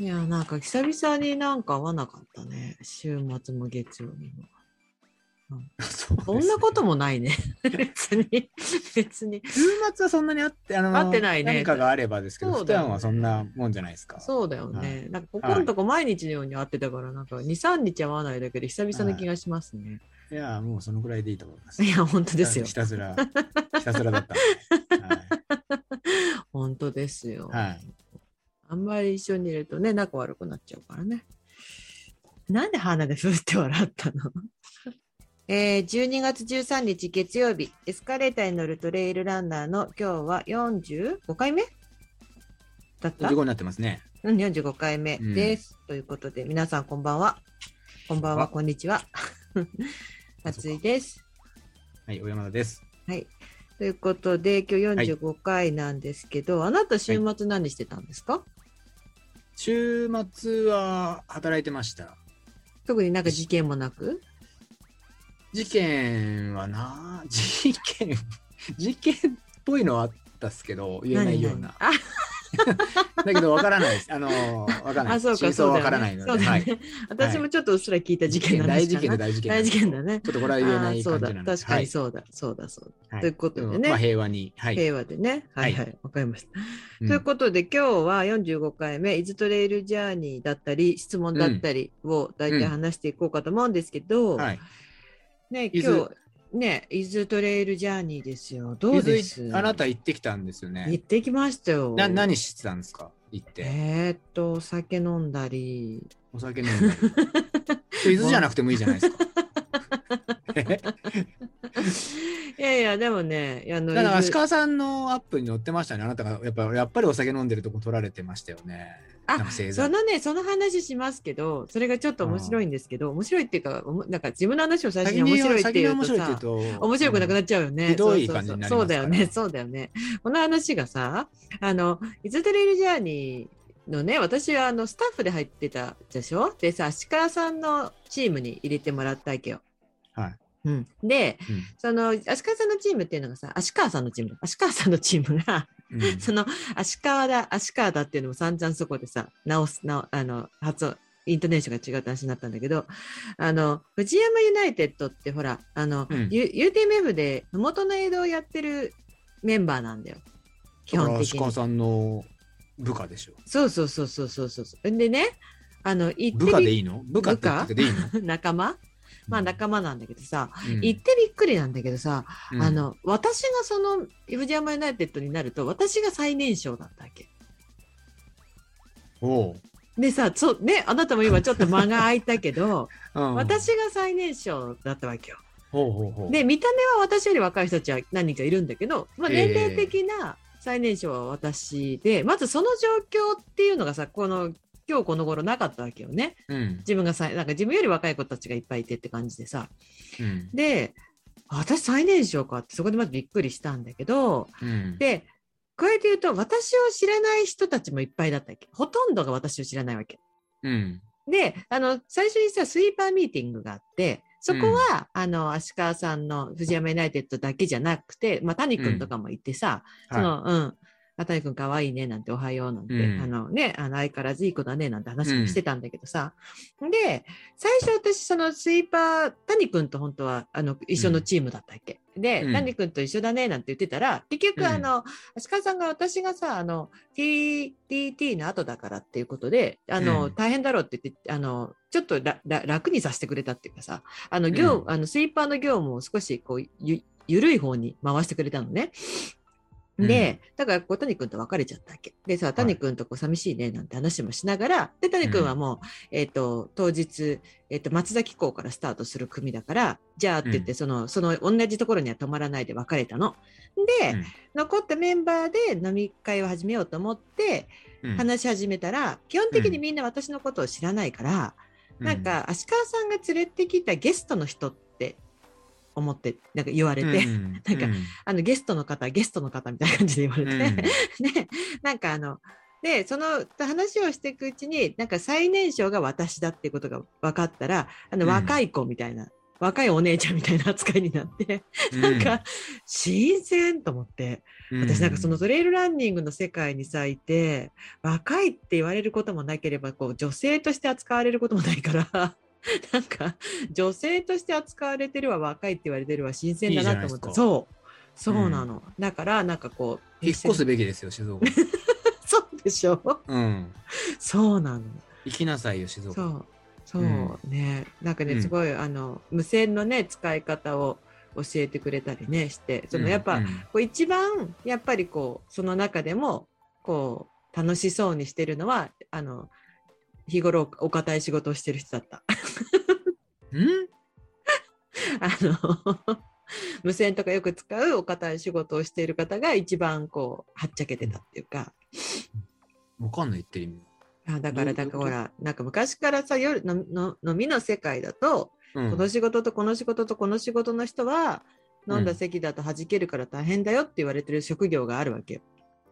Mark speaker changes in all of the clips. Speaker 1: いや、なんか久々になんか合わなかったね。週末も月曜日も。
Speaker 2: そうです
Speaker 1: そんなこともないね。 別に。別に。
Speaker 2: 週末はそんなにあって、あの
Speaker 1: 会ってないね
Speaker 2: 何かがあればですけど、
Speaker 1: そう
Speaker 2: 普
Speaker 1: だよね
Speaker 2: 段はそんなもんじゃないですか。
Speaker 1: そうだよね。
Speaker 2: はい
Speaker 1: なんかここのとこ毎日のように会ってたから、なんか2、3日は会わないだけで久々な気がしますね。
Speaker 2: いや、もうそのくらいでいいと思います。
Speaker 1: い、や、本当ですよ
Speaker 2: ひ。た すら、ひたすらだったんで。
Speaker 1: 本当ですよ。
Speaker 2: はい。はい
Speaker 1: あんまり一緒にいるとね、仲悪くなっちゃうからね。なんで鼻でふって笑ったの えー、12月13日月曜日、エスカレーターに乗るトレイルランナーの今日は45回目だった
Speaker 2: 45になってますね。
Speaker 1: うん、45回目
Speaker 2: うん
Speaker 1: です。ということで、皆さんこんばんは。こんばんは、
Speaker 2: あ
Speaker 1: こんに ちは。松井です。
Speaker 2: はい、小山田です。
Speaker 1: はい。ということで、今
Speaker 2: はい
Speaker 1: 日45回なんですけど、あなた週末何してたんですか、
Speaker 2: 週末は働いてました。
Speaker 1: 特になんか事件もなく
Speaker 2: 事件はな、事件、事件っぽいのはあったっすけど、言えないような。
Speaker 1: 何々
Speaker 2: だけど、わからないです。あの、わから
Speaker 1: あ、
Speaker 2: な
Speaker 1: あ、
Speaker 2: い。
Speaker 1: そうか、
Speaker 2: 真
Speaker 1: そ
Speaker 2: 相
Speaker 1: う
Speaker 2: は
Speaker 1: だよ
Speaker 2: わからな
Speaker 1: ね
Speaker 2: い。の
Speaker 1: そう
Speaker 2: で。
Speaker 1: だ
Speaker 2: はい
Speaker 1: ね。 私もちょっとうっすら聞いた事件なんで
Speaker 2: 大
Speaker 1: す
Speaker 2: 事件
Speaker 1: か
Speaker 2: だ、
Speaker 1: な
Speaker 2: 大事件。
Speaker 1: 大事件だね。
Speaker 2: ちょっとこれ
Speaker 1: あ
Speaker 2: は言えな
Speaker 1: ー
Speaker 2: い
Speaker 1: そう
Speaker 2: 感
Speaker 1: だ
Speaker 2: じなんで。
Speaker 1: 確かにそうだ、そうだ、そうだ。
Speaker 2: はい
Speaker 1: ということでね
Speaker 2: まあ平和に。はい。
Speaker 1: 平和でね。はいは、
Speaker 2: はい
Speaker 1: わかりました。
Speaker 2: うん
Speaker 1: ということで今日は45回目「イズトレイルジャーニー」だったり質問だったりを大体話していこうかと思うんですけど、
Speaker 2: はい。
Speaker 1: ね
Speaker 2: 伊
Speaker 1: 今
Speaker 2: 豆
Speaker 1: 日ねイズトレイルジャーニーですよどうです
Speaker 2: 伊豆あなた行ってきたんですよ
Speaker 1: 行
Speaker 2: ね
Speaker 1: っ。てきましたよ。
Speaker 2: な何してたんですか行って。
Speaker 1: えーっとお酒飲んだり
Speaker 2: お酒飲ん だり。それ伊豆じゃなくてもいいじゃないですか。え
Speaker 1: いやいやでもねあの
Speaker 2: だか
Speaker 1: 伊
Speaker 2: ら足
Speaker 1: 豆
Speaker 2: 利さんのアップに載ってましたね。あなたがやっぱやっぱりお酒飲んでるとこ撮られてましたよね。
Speaker 1: あ
Speaker 2: なんか星座
Speaker 1: そのねその話しますけどそれがちょっと面白いんですけど面白いっていうかおもなんか自分の話を最初に
Speaker 2: 先
Speaker 1: 面
Speaker 2: に
Speaker 1: 白いって
Speaker 2: 先
Speaker 1: い
Speaker 2: に
Speaker 1: う
Speaker 2: 面
Speaker 1: と
Speaker 2: 白いって
Speaker 1: さ
Speaker 2: 言うと
Speaker 1: 面白くなくなっちゃうよね。
Speaker 2: ひどい
Speaker 1: そうそうそう
Speaker 2: 感じになりますから
Speaker 1: そうだよね、そうだよね。この話がさ、あの、イズトレイルジャーニーのね、私はあのスタッフで入ってたでしょでさ、足利さんのチームに入れてもらったわけよ。
Speaker 2: はい。
Speaker 1: うん、で、
Speaker 2: うん
Speaker 1: その、足利さんのチームっていうのがさ、足川さんのチーム、足川さんのチームが、
Speaker 2: うん
Speaker 1: その、足川だ、足川だっていうのも散々そこでさ、直す、直あの、発音、イントネーションが違うって話になったんだけど、あの、藤山ユナイテッドってほら、あの、
Speaker 2: うん
Speaker 1: U- UTMF で元の映像をやってるメンバーなんだよ。基
Speaker 2: だか
Speaker 1: 本
Speaker 2: ら
Speaker 1: 的
Speaker 2: 足利
Speaker 1: に。
Speaker 2: さんの部下でしょ。
Speaker 1: そうそうそうそうそうそう。んでね、あの、行
Speaker 2: 部下
Speaker 1: って
Speaker 2: で
Speaker 1: び
Speaker 2: いいの部下って言ってていいの
Speaker 1: 仲間まあ仲間なんだけどさ、
Speaker 2: うん
Speaker 1: 行ってびっくりなんだけどさ、
Speaker 2: うん
Speaker 1: あの、私がその、藤山ユナイテッドになると、私が最年少だったわけ。
Speaker 2: おう
Speaker 1: でさ、そう、ね、あなたも今ちょっと間が空いたけど、
Speaker 2: うん
Speaker 1: 私が最年少だったわけよ。
Speaker 2: ほうほうほう
Speaker 1: で、見た目は私より若い人たちは何人かいるんだけど、まあ、
Speaker 2: ええ
Speaker 1: 年齢的な最年少は私で、まずその状況っていうのがさ、この、今日この頃なかったわけよね。
Speaker 2: うん
Speaker 1: 自分がさ、なんか自分より若い子たちがいっぱいいてって感じでさ。
Speaker 2: うん
Speaker 1: で、私最年少かってそこでまずびっくりしたんだけど、
Speaker 2: うん
Speaker 1: で、これで言うと私を知らない人たちもいっぱいだったわけ。ほとんどが私を知らないわけ。
Speaker 2: うん
Speaker 1: で、あの、最初にさ、スイーパーミーティングがあって、そこは、あの、足川さんの藤山ユナイテッドだけじゃなくて、まあ、谷くんとかも行ってさ、そ
Speaker 2: は
Speaker 1: の、うん。あ、谷くんかわいいね、なんて、おはよう、なんて、
Speaker 2: うん
Speaker 1: あのね、あの、相変わらずいい子だね、なんて話もしてたんだけどさ。で、最初私、そのスイーパー、谷くんと本当は、あの、一緒のチームだったっけ。で、
Speaker 2: うん
Speaker 1: 谷くんと一緒だね、なんて言ってたら、結
Speaker 2: うん
Speaker 1: 局、あの、足利さんが私がさ、あの、TTT の後だからっていうことで、あの、
Speaker 2: うん
Speaker 1: 大変だろうって言って、あの、ちょっとらら楽にさせてくれたっていうかさ、あの、業、
Speaker 2: うん
Speaker 1: あの、スイーパーの業務を少し、こう、ゆ、ゆるい方に回してくれたのね。で、だから、こう、谷くんと別れちゃったわけ。でさ、谷くんとこう、寂しいね、なんて話もしながら、で、谷くんはもう、えっ、と、当日、えっ、と、松崎港からスタートする組だから、じゃあって言って、
Speaker 2: うん
Speaker 1: その、その、同じところには泊まらないで別れたの。で、
Speaker 2: うん
Speaker 1: 残ったメンバーで飲み会を始めようと思って、
Speaker 2: うん
Speaker 1: 話し始めたら、基本的にみんな私のことを知らないから、なんか、足川さんが連れてきたゲストの人って思って、なんか言われ
Speaker 2: う
Speaker 1: て、
Speaker 2: んうん
Speaker 1: なんか
Speaker 2: うん
Speaker 1: あの、ゲストの方、ゲストの方みたいな感じで言われて、ね、なんかあの、でその話をしていくうちになんか最年少が私だっていうことが分かったらあの
Speaker 2: うん
Speaker 1: 若い子みたいな、若いお姉ちゃんみたいな扱いになって、なんか新鮮と思って
Speaker 2: うん、
Speaker 1: 私なんかその
Speaker 2: う
Speaker 1: トレイルランニングの世界に咲いて若いって言われることもなければこう女性として扱われることもないから なんか女性として扱われてるは若いって言われてるは新鮮だなと思った
Speaker 2: いいじゃ
Speaker 1: そうそうなの、だからなんかこう
Speaker 2: 引っ越すべきですよ、静岡。
Speaker 1: そうでしょ
Speaker 2: うん。
Speaker 1: そうなの
Speaker 2: 行きなさいよ、静
Speaker 1: そ
Speaker 2: 岡。
Speaker 1: うそう
Speaker 2: うん
Speaker 1: ね、なんかね、
Speaker 2: うん
Speaker 1: すごいあの無線のね使い方を教えてくれたりねしてそのやっぱ、
Speaker 2: うん
Speaker 1: こう一番やっぱりこうその中でもこう楽しそうにしてるのはあの日頃お堅い仕事をしてる人だった。
Speaker 2: うん
Speaker 1: あの無線とかよく使うお堅い仕事をしている方が一番こうはっちゃけてたっていうか。
Speaker 2: わかんない、言ってる意味。
Speaker 1: あだから、なんか
Speaker 2: どういうこと
Speaker 1: ほら、なんか昔からさ、夜のの飲みの世界だと、
Speaker 2: うん
Speaker 1: この仕事とこの仕事とこの仕事の人は、飲んだ席だと弾けるから大変だよって言われてる職業があるわけよ。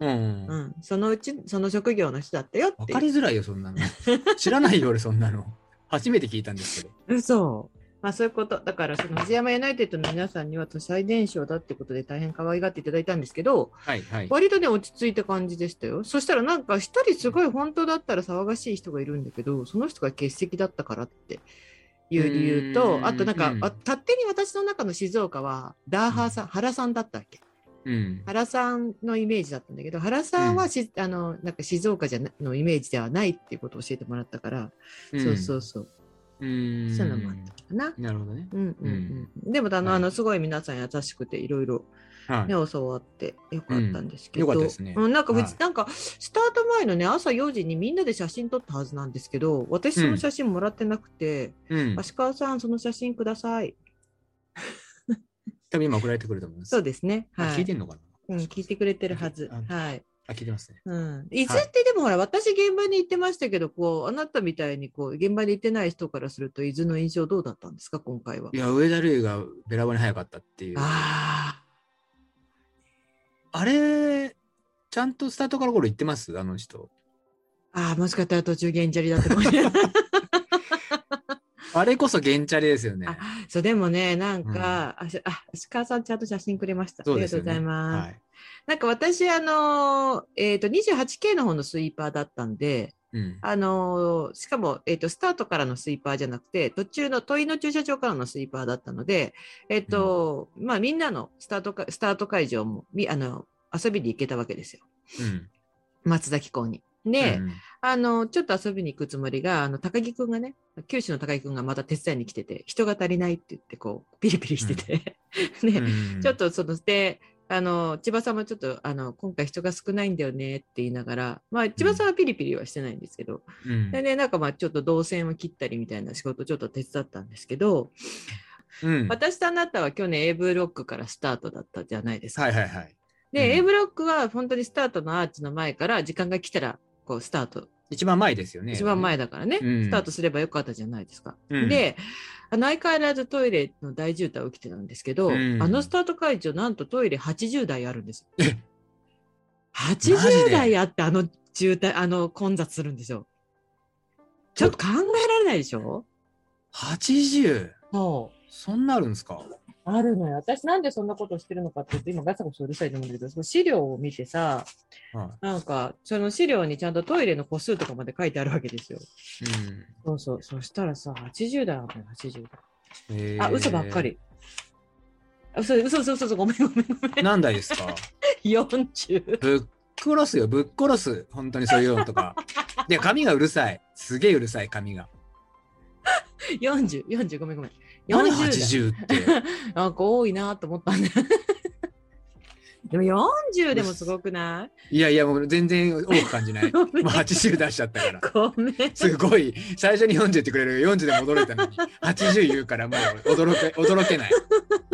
Speaker 2: うん
Speaker 1: う
Speaker 2: うん。
Speaker 1: ん。そのうち、その職業の人だったよっ
Speaker 2: わ
Speaker 1: て
Speaker 2: かりづらいよ、そんなの。知らないよ、俺、そんなの。初めて聞いたんですけど。
Speaker 1: 嘘。まあそういうこと。だから、その藤山ユナイテッドの皆さんには都最伝承だってことで大変可愛がっていただいたんですけど、
Speaker 2: はい、はい。
Speaker 1: 割とね、落ち着いた感じでしたよ。そしたらなんか一人すごい本当だったら騒がしい人がいるんだけど、その人が欠席だったからっていう理由
Speaker 2: う
Speaker 1: と、
Speaker 2: ん
Speaker 1: あとなんか、あ
Speaker 2: うん
Speaker 1: 勝手に私の中の静岡は、ダーハーさん、原さんだったっけ
Speaker 2: うん。
Speaker 1: 原さんのイメージだったんだけど、原さんはし、あの、なんか静岡じゃなのイメージではないっていうことを教えてもらったから、そうそうそう。
Speaker 2: うん。
Speaker 1: そういうのもあったかな。
Speaker 2: なるほどね。
Speaker 1: うんうんうん、でもあの、
Speaker 2: はい
Speaker 1: あのすごい皆さん優しくていろいろ
Speaker 2: はい
Speaker 1: ね。教わってよかったんですけど、
Speaker 2: うんよかったですね
Speaker 1: うんなんか別、
Speaker 2: はい
Speaker 1: なんかスタート前のね朝4時にみんなで写真撮ったはずなんですけど私その写真もらってなくて、
Speaker 2: うん。
Speaker 1: 足川さんその写真ください
Speaker 2: 多分今送られてくると思います。
Speaker 1: そうですね
Speaker 2: あ
Speaker 1: は
Speaker 2: 聞い
Speaker 1: い
Speaker 2: てんのかな
Speaker 1: うん、聞いてくれてるはず
Speaker 2: あ。
Speaker 1: はい。
Speaker 2: あ、聞いてますね。
Speaker 1: うん。いずれってでもほら、私現場に行ってましたけど、こう、あなたみたいに、こう、現場に行ってない人からすると、伊豆の印象どうだったんですか、今回は。
Speaker 2: いや、上田瑠唯がベラボに早かったっていう。
Speaker 1: あ
Speaker 2: あれ、ちゃんとスタートからゴール行ってますあの人。
Speaker 1: あ。ああ、もしかしたら途中ゲンジャリだったかもしれない。
Speaker 2: あれこそゲンチャリですよね。
Speaker 1: あそうでもねなんか、あしあ石川さんちゃんと写真くれました、
Speaker 2: そう
Speaker 1: あり
Speaker 2: で
Speaker 1: が
Speaker 2: す
Speaker 1: とう
Speaker 2: よ
Speaker 1: ご
Speaker 2: ね。
Speaker 1: ざいます、
Speaker 2: はい。
Speaker 1: なんか私あのーえっ、と 28K の方のスイーパーだったんで
Speaker 2: うん。
Speaker 1: あのーしかも、えー、とスタートからのスイーパーじゃなくて途中の問いの駐車場からのスイーパーだったのでえっ、と、まあみんなのスタートかスタート会場もみあの遊びに行けたわけですよ
Speaker 2: うん。
Speaker 1: 松崎港に。で、
Speaker 2: うん
Speaker 1: あの、ちょっと遊びに行くつもりが、あの、高木くんがね、九州の高木くんがまた手伝いに来てて、人が足りないって言って、こう、ピリピリしてて。ね、 ちょっ、とその、で、あの、千葉さんもちょっと、あの、今回人が少ないんだよねって言いながら、まあ、千葉さんはピリピリはしてないんですけど、
Speaker 2: うん
Speaker 1: でね、なんかまあ、ちょっと動線を切ったりみたいな仕事をちょっと手伝ったんですけど、
Speaker 2: うん。はい
Speaker 1: 私とあなたは去年 A ブロックからスタートだったじゃないですか。
Speaker 2: はいはい。
Speaker 1: で、
Speaker 2: うん
Speaker 1: A ブロックは本当にスタートのアーチの前から、時間が来たら、こう、スタート
Speaker 2: 一番前ですよね。
Speaker 1: 一番前
Speaker 2: だ。
Speaker 1: だからね、
Speaker 2: うん
Speaker 1: スタートすればよかったじゃないですか。
Speaker 2: うん
Speaker 1: であの相変わらずトイレの大渋滞起きてたんですけど、
Speaker 2: うん
Speaker 1: あのスタート会場なんとトイレ80台あるんですよ
Speaker 2: え。マジ
Speaker 1: 80
Speaker 2: で
Speaker 1: 台あってあの渋滞あの混雑するんですよ。ちょっと考えられないでしょ
Speaker 2: 80!
Speaker 1: も
Speaker 2: そんなあるんですか
Speaker 1: うあるのよ。私なんでそんなことしてるのかって言って今ガサガサうるさいと思うんだけどその資料を見てさ
Speaker 2: は
Speaker 1: なんかその資料にちゃんとトイレの個数とかまで書いてあるわけですよ。
Speaker 2: い。うん
Speaker 1: そうそうそしたらさ80台あるのよ80台。
Speaker 2: えー
Speaker 1: あ、嘘ばっか。り。あ嘘、嘘、嘘、嘘、嘘ごめん、ごめん、ご めん。
Speaker 2: 何台です か
Speaker 1: 40。
Speaker 2: ぶっ殺すよ、ぶっ殺す。本当にそういうのと か。で、髪がうるさい。すげえうるさい、髪が。
Speaker 1: 40、40、ごめん、ごめん。
Speaker 2: 何
Speaker 1: 40
Speaker 2: 80って。
Speaker 1: 代。なんか多いなと思ったんだ。 でも40でもすごくない
Speaker 2: やいや、もう全然多く感じない。も
Speaker 1: いご めん
Speaker 2: う。80出しちゃったから。
Speaker 1: ごめん。
Speaker 2: すごい、最初に40ってくれる40でも驚いたのに、80言うからもう驚け、驚けない。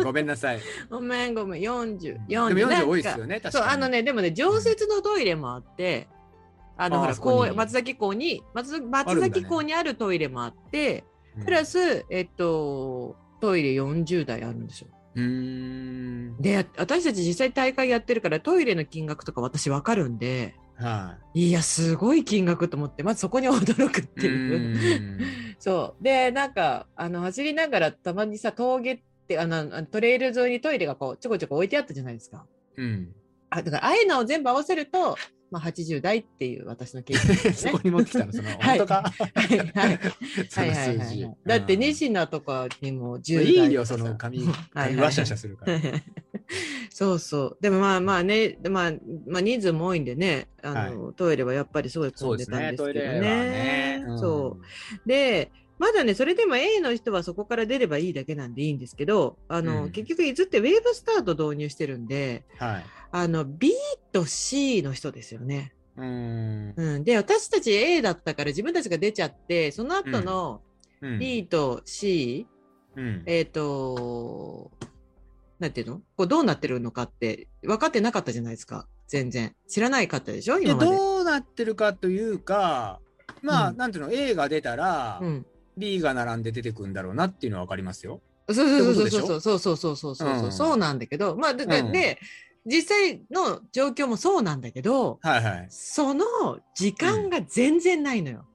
Speaker 2: ごめんなさい。
Speaker 1: ごめん、ごめん。40、40。
Speaker 2: でも40多いです
Speaker 1: なんか
Speaker 2: よね、確
Speaker 1: そう、
Speaker 2: かに。
Speaker 1: あのね、でもね、常設のトイレもあって、あの、
Speaker 2: あー
Speaker 1: ほら、
Speaker 2: そこに
Speaker 1: 公園松崎港に、松崎松
Speaker 2: あるんだ
Speaker 1: 崎
Speaker 2: ね
Speaker 1: 港にあるトイレもあって、
Speaker 2: うん、
Speaker 1: プラス、えっと、トイレ40台あるんですよ。
Speaker 2: うーん。
Speaker 1: で私たち実際大会やってるからトイレの金額とか私わかるんで
Speaker 2: はい
Speaker 1: や、すごい金額と思って、まずそこに驚くっ
Speaker 2: い。
Speaker 1: ていう。
Speaker 2: うん
Speaker 1: そう。で、なんか、あの、走りながら、たまにさ、峠って、あの、あのトレイル沿いにトイレがこう、ちょこちょこ置いてあったじゃないですか。
Speaker 2: うん。
Speaker 1: あ、だから、ああいうのを全部合わせると、まあ、80代っていう私の経験です
Speaker 2: そ
Speaker 1: ね
Speaker 2: こ。に持ってきたの、その、
Speaker 1: はい
Speaker 2: 本当か。
Speaker 1: はいはい。
Speaker 2: その数
Speaker 1: はいはいはい
Speaker 2: 字
Speaker 1: はい。だって、
Speaker 2: うん
Speaker 1: 西名とかにも10代とかさ。
Speaker 2: いいよ、その髪、
Speaker 1: はい
Speaker 2: 髪ワシャワシャするから。
Speaker 1: そうそう。でもまあまあね、でまあ、まあ人数も多いんでね、あの、トイレはやっぱりすごい
Speaker 2: そ
Speaker 1: 混
Speaker 2: うん
Speaker 1: で
Speaker 2: で
Speaker 1: すたん
Speaker 2: ね、
Speaker 1: です
Speaker 2: トイ
Speaker 1: け
Speaker 2: レ
Speaker 1: ど
Speaker 2: は
Speaker 1: ね。
Speaker 2: ね。うん
Speaker 1: そう。で、まだね、それでも A の人はそこから出ればいいだけなんでいいんですけど、あの、
Speaker 2: うん
Speaker 1: 結局、伊豆ってウェーブスタート導入してるんで、
Speaker 2: はい。
Speaker 1: あの、B と C の人ですよね。
Speaker 2: うーん。
Speaker 1: うん。で、私たち A だったから自分たちが出ちゃって、その後の
Speaker 2: うん
Speaker 1: B と C、
Speaker 2: うん
Speaker 1: えっ、と、なんていうのこうどうなってるのかって分かってなかったじゃないですか。全然。知らないかったでしょ
Speaker 2: で
Speaker 1: 今まで。
Speaker 2: どうなってるかというか、まあ、
Speaker 1: うん
Speaker 2: なんていうの、A が出たら、
Speaker 1: うん。
Speaker 2: B が並んで出てくるんだろうなっていうのは分かりますよ。
Speaker 1: そうそう
Speaker 2: って
Speaker 1: そ
Speaker 2: こと
Speaker 1: うそうそうそうそうそうそうそう
Speaker 2: うん
Speaker 1: そうなんだけど、まあでで
Speaker 2: うん
Speaker 1: で実際の状況もそうなんだけど
Speaker 2: はいはい。
Speaker 1: その時間が全然ないのよ。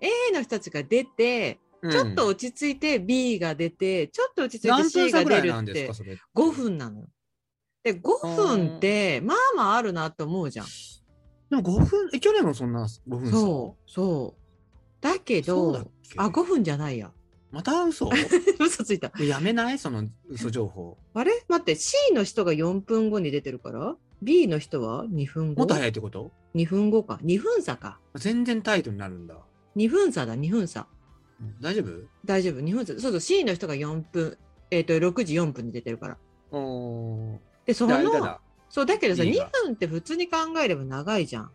Speaker 1: A の人たちが出てちょっと
Speaker 2: うん
Speaker 1: 落ち着いて B が出てちょっと落ち着いて
Speaker 2: 何
Speaker 1: C
Speaker 2: 分差
Speaker 1: が
Speaker 2: ぐら
Speaker 1: 出
Speaker 2: い
Speaker 1: る
Speaker 2: な
Speaker 1: っ
Speaker 2: んです
Speaker 1: て
Speaker 2: か、それ。
Speaker 1: 5。分なのよ。で5分ってまあまああるなと思うじゃん。
Speaker 2: でも5分、え、去年もそんな5分差
Speaker 1: そうそう。だけ
Speaker 2: そうだっ
Speaker 1: ど
Speaker 2: け
Speaker 1: あ5分じゃないや。
Speaker 2: また嘘
Speaker 1: 嘘ついた。
Speaker 2: やめないその嘘情報。
Speaker 1: あれ待って C の人が4分後に出てるから B の人は2分
Speaker 2: も
Speaker 1: 後
Speaker 2: っと早いってこと
Speaker 1: 2分後か2分差か
Speaker 2: 全然タイトになるんだ。
Speaker 1: 2分差だ2分差
Speaker 2: 大丈夫
Speaker 1: 大丈夫2分差そうそう C の人が4分えっ、と6時4分に出てるから
Speaker 2: おー。
Speaker 1: でそ
Speaker 2: だだ
Speaker 1: の
Speaker 2: だ
Speaker 1: そうだけどさ
Speaker 2: B
Speaker 1: 2
Speaker 2: が
Speaker 1: 分って普通に考えれば長いじゃん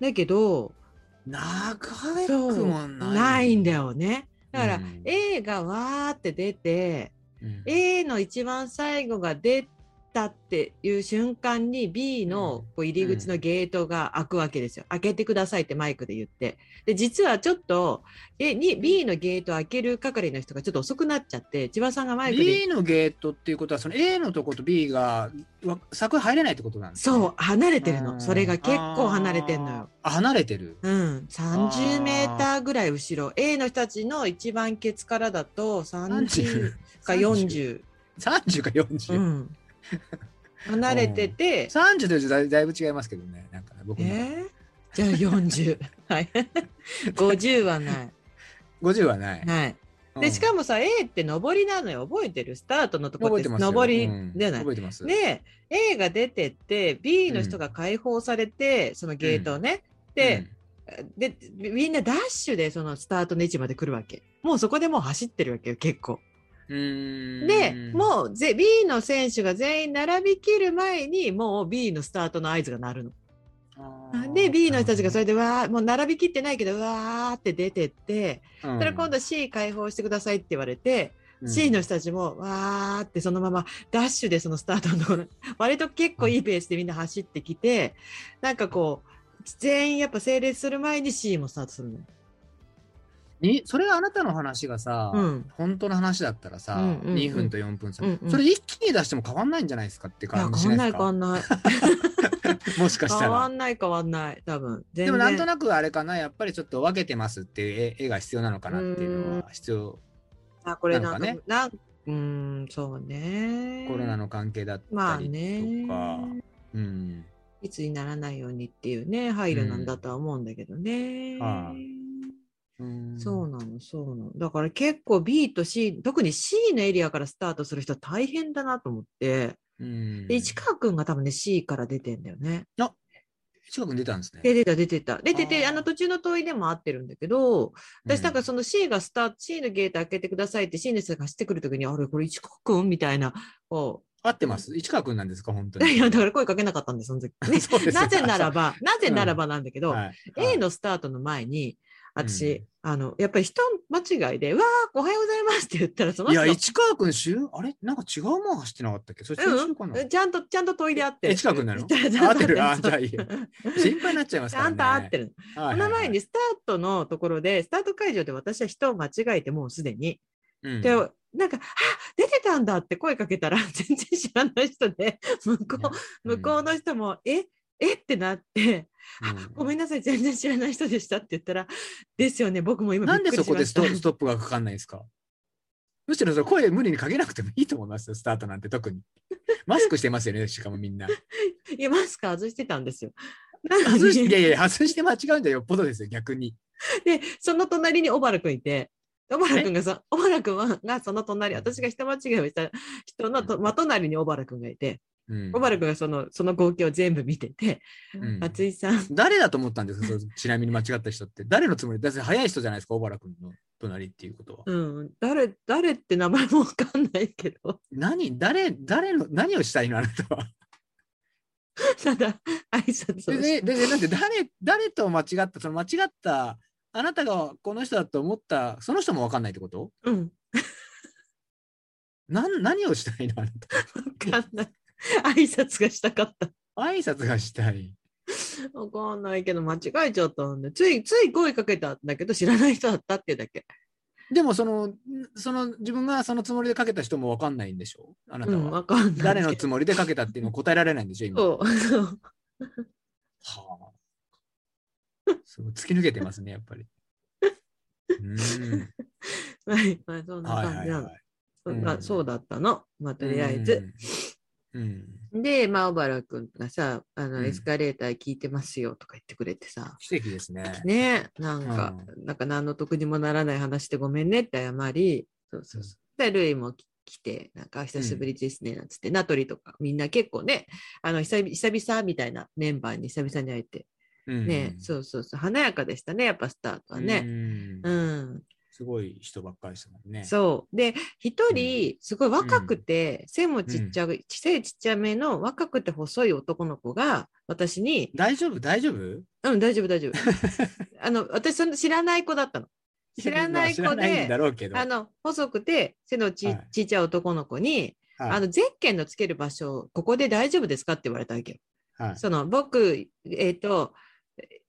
Speaker 1: だけど
Speaker 2: 長
Speaker 1: そ
Speaker 2: くも
Speaker 1: う
Speaker 2: ない。
Speaker 1: ないんだ。よねだから、
Speaker 2: うん
Speaker 1: A がわーって出て
Speaker 2: うん、
Speaker 1: A の一番最後が出たっていう瞬間に B のこう入り口のゲートが開くわけですよ。開けてくださいってマイクで言って。で、実はちょっと A に B のゲート開ける係の人がちょっと遅くなっちゃって、千葉さんがマイクで
Speaker 2: B のゲートっていうことは、その A のとこと B がわ柵入れないってことなんですね
Speaker 1: そう、離れてる
Speaker 2: う
Speaker 1: の。
Speaker 2: ん
Speaker 1: それが結構離れてんのよ。。
Speaker 2: あーあ離れてる。
Speaker 1: うん、30メーターぐらい後ろ。A の人たちの一番ケツからだと30
Speaker 2: 30
Speaker 1: か40。
Speaker 2: 30か
Speaker 1: う
Speaker 2: 40。
Speaker 1: ん。離れてて、
Speaker 2: 30と40だいだいぶ違いますけどね。なんか僕の中で
Speaker 1: えー、じゃあ40 はい50はない
Speaker 2: 50はない。
Speaker 1: はいでしかもさ A って上りなのよ覚えてるスタートのと
Speaker 2: も
Speaker 1: こ
Speaker 2: 覚
Speaker 1: って
Speaker 2: えてますよ
Speaker 1: 上り
Speaker 2: うん
Speaker 1: じゃない、
Speaker 2: 覚えてます。
Speaker 1: で A が出てって B の人が解放されて、そのゲートをね、で,、でみんなダッシュでそのスタートの位置まで来るわけもうそこでもう走ってるわけよ結構
Speaker 2: うん、うん
Speaker 1: でもうぜ B の選手が全員並びきる前にもう B のスタートの合図が鳴るの
Speaker 2: あ
Speaker 1: あ
Speaker 2: ー
Speaker 1: で B の人たちがそれでわーもう並びきってないけどわーって出てって
Speaker 2: うん
Speaker 1: それ今度 C 解放してくださいって言われて、C の人たちもわーってそのままダッシュでそのスタートのと ころ割と結構いいペースでみんな走ってきてなんかこう全員やっぱ整列する前に C もスタートするのよ。
Speaker 2: にそれあなたの話がさ、
Speaker 1: うん
Speaker 2: 本当の話だったらさ、
Speaker 1: うんうんうん
Speaker 2: 2分と4分さ、
Speaker 1: うんうん
Speaker 2: それ一気に出しても変わんないんじゃないですかって
Speaker 1: いや
Speaker 2: 感じし
Speaker 1: 変わ
Speaker 2: なんい
Speaker 1: な
Speaker 2: で
Speaker 1: い
Speaker 2: す
Speaker 1: 変わ
Speaker 2: か
Speaker 1: んない
Speaker 2: もしかした
Speaker 1: 変わ
Speaker 2: ら。
Speaker 1: んない変わん ない多分全然
Speaker 2: でもなんとなくあれかなやっぱりちょっと分けてますっていう絵絵が必要なのかなっていうのは必要
Speaker 1: あこれなんか
Speaker 2: なんかね
Speaker 1: なんうーんそうね
Speaker 2: コロナの関係だったりとか、
Speaker 1: まあね
Speaker 2: うん、
Speaker 1: いつにならないようにっていうね、配慮なんだとは思うんだけどね。
Speaker 2: は
Speaker 1: そうなの、そうなの。だから結構 B と C、特に C のエリアからスタートする人は大変だなと思って。
Speaker 2: うん、
Speaker 1: で、市川くんが多分ね、C から出てんだよね。
Speaker 2: 近くに出たんですね。
Speaker 1: で、出た、出てた。出てて、
Speaker 2: あ
Speaker 1: あ
Speaker 2: ー
Speaker 1: の途中の問いでも合ってるんだけど、私なんかその C がスタート、C のゲート開けてくださいって C の人が走ってくるときに、あれ、これ市川くんみたいな、こ
Speaker 2: 合ってます市川くんなんですか本当
Speaker 1: う。
Speaker 2: に。
Speaker 1: い や、だから声かけなかったんです、そ の時。ね
Speaker 2: そうですよ
Speaker 1: なぜならば、なぜならばなんだけど、
Speaker 2: はい
Speaker 1: A のスタートの前に、私、
Speaker 2: うん
Speaker 1: あの、やっぱり人間違いで、わー、おはようございますって言ったら、その
Speaker 2: い
Speaker 1: 人、
Speaker 2: や、市川くん、週、あれなんか違うもん走ってなかったっけそれ、
Speaker 1: う
Speaker 2: 週
Speaker 1: ん
Speaker 2: かな、
Speaker 1: うん、ちゃんと、ちゃんと問いであってる。
Speaker 2: え市川くんなの
Speaker 1: ち ゃんと
Speaker 2: 合ってる
Speaker 1: 合
Speaker 2: あ、
Speaker 1: っ
Speaker 2: じ
Speaker 1: て
Speaker 2: ゃあ
Speaker 1: る
Speaker 2: いいよ。心配になっちゃいます
Speaker 1: ち
Speaker 2: から
Speaker 1: ゃ
Speaker 2: ね。
Speaker 1: んと合ってる。
Speaker 2: は
Speaker 1: そ
Speaker 2: いはいは
Speaker 1: の
Speaker 2: い。
Speaker 1: 前にスタートのところで、スタート会場で私は人を間違えて、もうすでに。
Speaker 2: うん、
Speaker 1: で、なんか、あ出てたん だって声かけたら、全然知らない人で、向こう、向こうの人も、ええってなって、
Speaker 2: うん
Speaker 1: ごめんなさい、全然知らない人でしたって言ったら、ですよね、僕も今
Speaker 2: なん
Speaker 1: びっ
Speaker 2: で
Speaker 1: くりし
Speaker 2: そこ
Speaker 1: ま
Speaker 2: で
Speaker 1: し
Speaker 2: ス
Speaker 1: た
Speaker 2: トストップがかかんないんですかむしろそれ声無理にかけなくてもいいと思いますよ、スタートなんて特 に。マスクしてますよね、しかもみんな。
Speaker 1: いや、マスク外してたんですよ。なの
Speaker 2: 外し
Speaker 1: に
Speaker 2: いやいや、外して間違うんじゃよっぽどですよ、逆に。
Speaker 1: で、その隣に小原くんいて、小原くんがそ、小原くんはがその隣、私が人間違いをした人のと真隣に小原くんがいて、
Speaker 2: うん
Speaker 1: 小原くんがその、その号泣を全部見てて、
Speaker 2: うん
Speaker 1: 松井さん、
Speaker 2: 誰だと思ったんですかそうちなみに間違った人って。誰のつもりだって早い人じゃないですか、小原君の隣っていうことは。
Speaker 1: うん、誰、誰って名前もわかんないけど、
Speaker 2: 何誰、誰の、何をしたいのあなたは。
Speaker 1: ただ、挨拶
Speaker 2: で、
Speaker 1: をして。
Speaker 2: で、で、でなんで誰、誰と間違った、その間違った、あなたがこの人だと思った、その人も分かんないってこと
Speaker 1: うん、
Speaker 2: なん何をしたいのあ なた。
Speaker 1: わかんない。挨拶がしたかった。
Speaker 2: 挨拶がしたい。
Speaker 1: わかんないけど、間違えちゃったんで、つい、つい声かけたんだけど、知らない人だったっていうだけ。
Speaker 2: でも、その、んその、自分がそのつもりでかけた人も分かんないんでしょあな
Speaker 1: う
Speaker 2: た
Speaker 1: ん、
Speaker 2: は。
Speaker 1: わかんない。
Speaker 2: 誰のつもりでかけたっていうのを答えられないんでしょ今。
Speaker 1: そう そう。
Speaker 2: はあ。そう突き抜けてますね、やっぱり。うーん。
Speaker 1: はい、 まあ、そんな
Speaker 2: はい
Speaker 1: 感
Speaker 2: は
Speaker 1: じ
Speaker 2: い
Speaker 1: なの。
Speaker 2: はい。
Speaker 1: そんな
Speaker 2: うん
Speaker 1: そうだったの。まあ、とりあえず。
Speaker 2: うん。うん。
Speaker 1: で、まあ、小原くんがさ、あ
Speaker 2: う
Speaker 1: の、
Speaker 2: ん
Speaker 1: エスカレーター聞いてますよとか言ってくれてさ。
Speaker 2: 奇跡ですね。
Speaker 1: ねなんか、なんか何の得にもならない話でごめんねって謝り、そうそうそう。で、ルイもき来て、なんか、久しぶりですね、なんつって、ナトリとか、みんな結構ね、あの、久々久々みたいなメンバーに久々に会えて、
Speaker 2: うん
Speaker 1: ね、そうそうそう、華やかでしたね、やっぱスタートはね。
Speaker 2: うん
Speaker 1: うん、
Speaker 2: すごい人ばっかりでしたもんね。
Speaker 1: そう。で、一人、すごい若くて、背もちっちゃい、背ちっちゃめの若くて細い男の子が、私に、
Speaker 2: 大丈夫大丈夫
Speaker 1: うん、大丈夫、大 丈夫。あの、私、その知らない子だったの。知らない子で
Speaker 2: まあ知らないんだろうけど。
Speaker 1: あの、細くて、背のち,、
Speaker 2: はい
Speaker 1: ちっちゃい男の子に、
Speaker 2: はい
Speaker 1: あの、ゼッケンのつける場所、ここで大丈夫ですかって言われたわけよ。
Speaker 2: はい
Speaker 1: その、僕、えっ、と、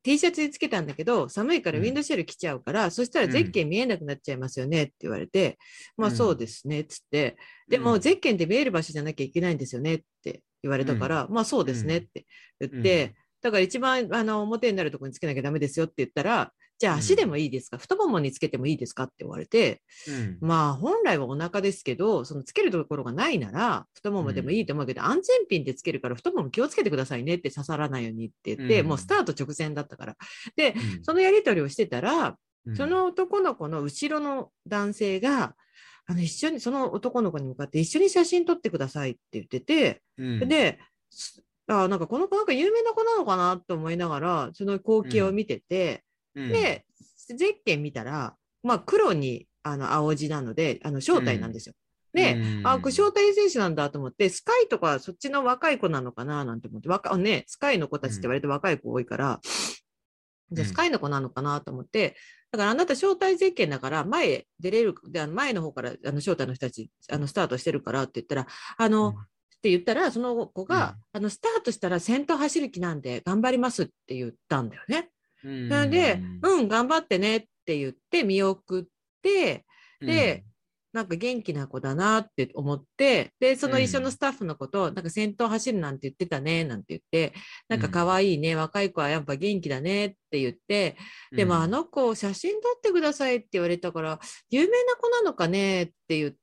Speaker 1: T シャツにつけたんだけど、寒いからウィンドシェル着ちゃうから、そしたらゼッケン見えなくなっちゃいますよねって言われて、まあ
Speaker 2: うん
Speaker 1: そうですね、つって、でも、ゼッケンって見える場所じゃなきゃいけないんですよねって言われたから、まあそうですねって言って、
Speaker 2: うん
Speaker 1: だから一番あの表になるところにつけなきゃダメですよって言ったら、じゃあ
Speaker 2: うん
Speaker 1: 足でもいいですか、太ももにつけてもいいですかって言われて、
Speaker 2: うん
Speaker 1: まあ本来はお腹ですけど、そのつけるところがないなら、太ももでもいいと思うけど、安全ピンでつけるから太もも気をつけてくださいねって刺さらないようにって言って、
Speaker 2: うん
Speaker 1: もうスタート直前だったから。
Speaker 2: うん
Speaker 1: そのやりとりをしてたら、
Speaker 2: うん
Speaker 1: その男の子の後ろの男性が、あの一緒に、その男の子に向かって一緒に写真撮ってくださいって言ってて、
Speaker 2: うん
Speaker 1: で、すあなんかこの子なんか有名な子なのかなと思いながら、その光景を見てて、
Speaker 2: うん
Speaker 1: で、ゼッケン見たら、まあ黒にあの青字なので、あの招待なんですよ。で、
Speaker 2: うん
Speaker 1: あ、これ招待選手なんだと思って、スカイとかそっちの若い子なのかななんて思って、若ね、スカイの子たちって割と若い子多いから、
Speaker 2: ん
Speaker 1: じゃあスカイの子なのかなと思って、だからあなた招待ゼッケンだから、前へ出れる、であの前の方からあの招待の人たち、あのスタートしてるからって言ったら、あの、
Speaker 2: うん
Speaker 1: って言ったら、その子が、あの、スタートしたら先頭走る気なんで頑張りますって言ったんだよね。
Speaker 2: うん
Speaker 1: それで、うん、頑張ってねって言って見送って、で、なんか元気な子だなって思って、で、その一緒のスタッフの子と、なんか先頭走るなんて言ってたね、なんて言って、なんか可愛いね、若い子はやっぱ元気だねって言って、
Speaker 2: うん
Speaker 1: でもあ、の子、写真撮ってくださいって言われたから、有名な子なのかねって言って、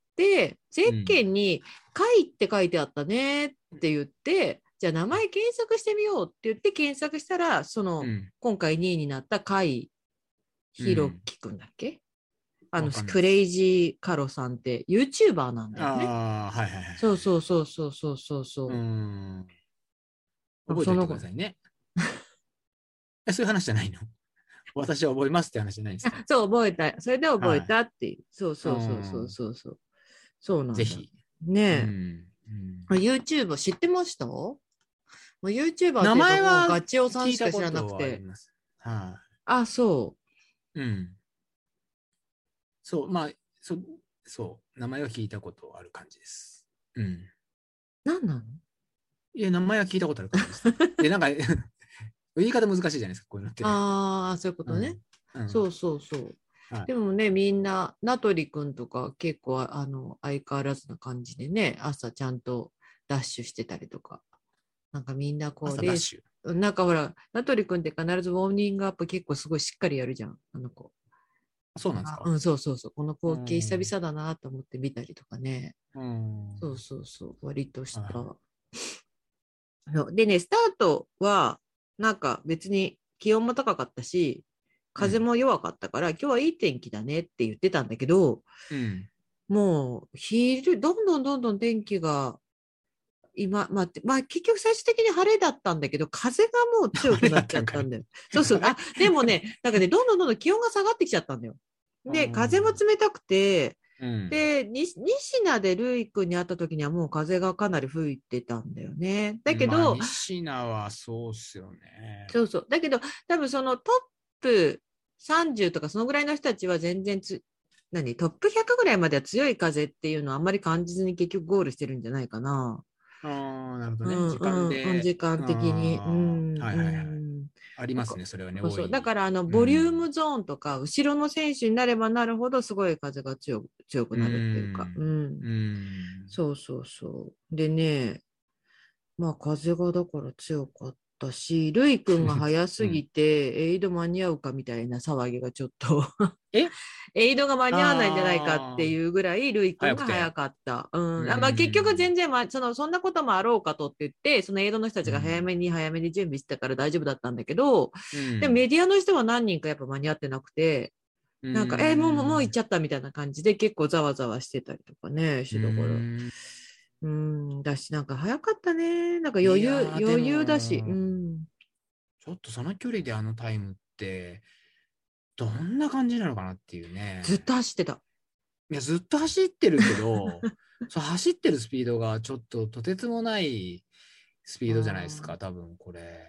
Speaker 1: ゼッケンに、会って書いてあったねって言って、じゃあ名前検索してみようって言って検索したら、その、
Speaker 2: うん
Speaker 1: 今回2位になった海ひろきくんだっけ、あの
Speaker 2: わかんないです
Speaker 1: クレイジーカロさんって YouTuber なんだよね。
Speaker 2: ああ、はいはいはい。
Speaker 1: そうそうそうそうそうそうそう。
Speaker 2: うん。覚えておいてくださ いね。え、そういう話じゃないの私は覚えますって話じゃないんですか
Speaker 1: そう覚えた。それで覚えたっていう。そうそうそうそうそうそう。そうなんだ。
Speaker 2: ぜひ。う
Speaker 1: ね
Speaker 2: ん
Speaker 1: え。YouTuber 知ってましたもう ?YouTuber っていうと
Speaker 2: 名前は
Speaker 1: もうガチオ
Speaker 2: うん
Speaker 1: さん
Speaker 2: 聞い
Speaker 1: したか
Speaker 2: こ
Speaker 1: 知
Speaker 2: と
Speaker 1: らな
Speaker 2: は
Speaker 1: く
Speaker 2: あり
Speaker 1: て。
Speaker 2: ます。は
Speaker 1: あ、そ
Speaker 2: い。うん。そう、まあ、そう、そう、名前は聞いたことある感じです。うん。
Speaker 1: う。なんなの
Speaker 2: いや、名前は聞いたことある感じ です。で、なんか、 言い方難しいじゃないですか、こういうのって。
Speaker 1: ああ、そういうことね。
Speaker 2: うん、うん
Speaker 1: そうそうそう。
Speaker 2: はい
Speaker 1: でもね、みんな、名取くんとか結構あの相変わらずな感じでね、朝ちゃんとダッシュしてたりとか、なんかみんなこ
Speaker 2: 朝
Speaker 1: う
Speaker 2: ダ
Speaker 1: レ
Speaker 2: ッ
Speaker 1: ース、
Speaker 2: シュ。
Speaker 1: なんかほら、名取くんって必ずウォーニングアップ結構すごいしっかりやるじゃん、あの子。
Speaker 2: そうなんです
Speaker 1: う
Speaker 2: か。
Speaker 1: ん、そうそうそう。この光景
Speaker 2: う
Speaker 1: 久
Speaker 2: ん
Speaker 1: 々だなと思って見たりとかね。
Speaker 2: うん。
Speaker 1: そうそうそう。割とした。
Speaker 2: は
Speaker 1: そうでね、スタートは、なんか別に気温も高かったし、風も弱かったから、今日はいい天気だねって言ってたんだけど、
Speaker 2: うん。
Speaker 1: もう昼、どんどんどんどん天気が、今、まあ、まあ、結局最終的に晴れだったんだけど、風がもう強 くなっちゃったんだよ。そうそう。あ、でもね、なんかね、どんどんどんどん気温が下がってきちゃったんだよ。で、
Speaker 2: うん
Speaker 1: 風も冷たくて、
Speaker 2: うん、
Speaker 1: で、に仁科でルイ君に会った時にはもう風がかなり吹いてたんだよね。だけど、
Speaker 2: まあ、西名はそうっすよね。
Speaker 1: そうそう。だけど、多分そのトップ30とかそのぐらいの人たちは全然つ、何、トップ100ぐらいまでは強い風っていうのはあんまり感じずに結局ゴールしてるんじゃないかな。
Speaker 2: ああ、なるほど
Speaker 1: う
Speaker 2: ね。
Speaker 1: ん
Speaker 2: 時間で、
Speaker 1: うん時間的に。
Speaker 2: あ
Speaker 1: う
Speaker 2: ー
Speaker 1: ん。
Speaker 2: はいはいはい
Speaker 1: うん
Speaker 2: ありますね、それはね。
Speaker 1: そう
Speaker 2: 多
Speaker 1: そう
Speaker 2: い
Speaker 1: だからあの、
Speaker 2: ん
Speaker 1: ボリュームゾーンとか、後ろの選手になればなるほど、すごい風が強く強くなるっていうか、
Speaker 2: う
Speaker 1: うん、
Speaker 2: うん。
Speaker 1: そうそうそう。でね、まあ風がだから強かったし、ルイ君が早すぎて、エイド間に合うかみたいな騒ぎがちょっと
Speaker 2: え
Speaker 1: エイドが間に合わないんじゃないかっていうぐらい、ルイ君が早かった。うん。あまあ
Speaker 2: うん
Speaker 1: 結局全然、まあ、その、そんなこともあろうかとって言って、そのエイドの人たちが早めに早めに準備してたから大丈夫だったんだけど、
Speaker 2: うん
Speaker 1: でもメディアの人は何人かやっぱ間に合ってなくて、なんか、えもう、もうもう行っち
Speaker 2: ゃ
Speaker 1: ゃったみたいな感じで結構ざわざわしてたりとかね、してたから。うん、だし、なんか早かったね。なんか余
Speaker 2: い
Speaker 1: 裕、
Speaker 2: やー
Speaker 1: 余裕だし。
Speaker 2: で
Speaker 1: う
Speaker 2: も
Speaker 1: ん。
Speaker 2: ちょっとその距離であのタイムって、どんな感じなのかなっていうね。
Speaker 1: ずっと走ってた。
Speaker 2: いや、ずっと走ってるけ ど、そう走ってるスピードがちょっととてつもないスピードじゃないです
Speaker 1: あ
Speaker 2: か、多分これ。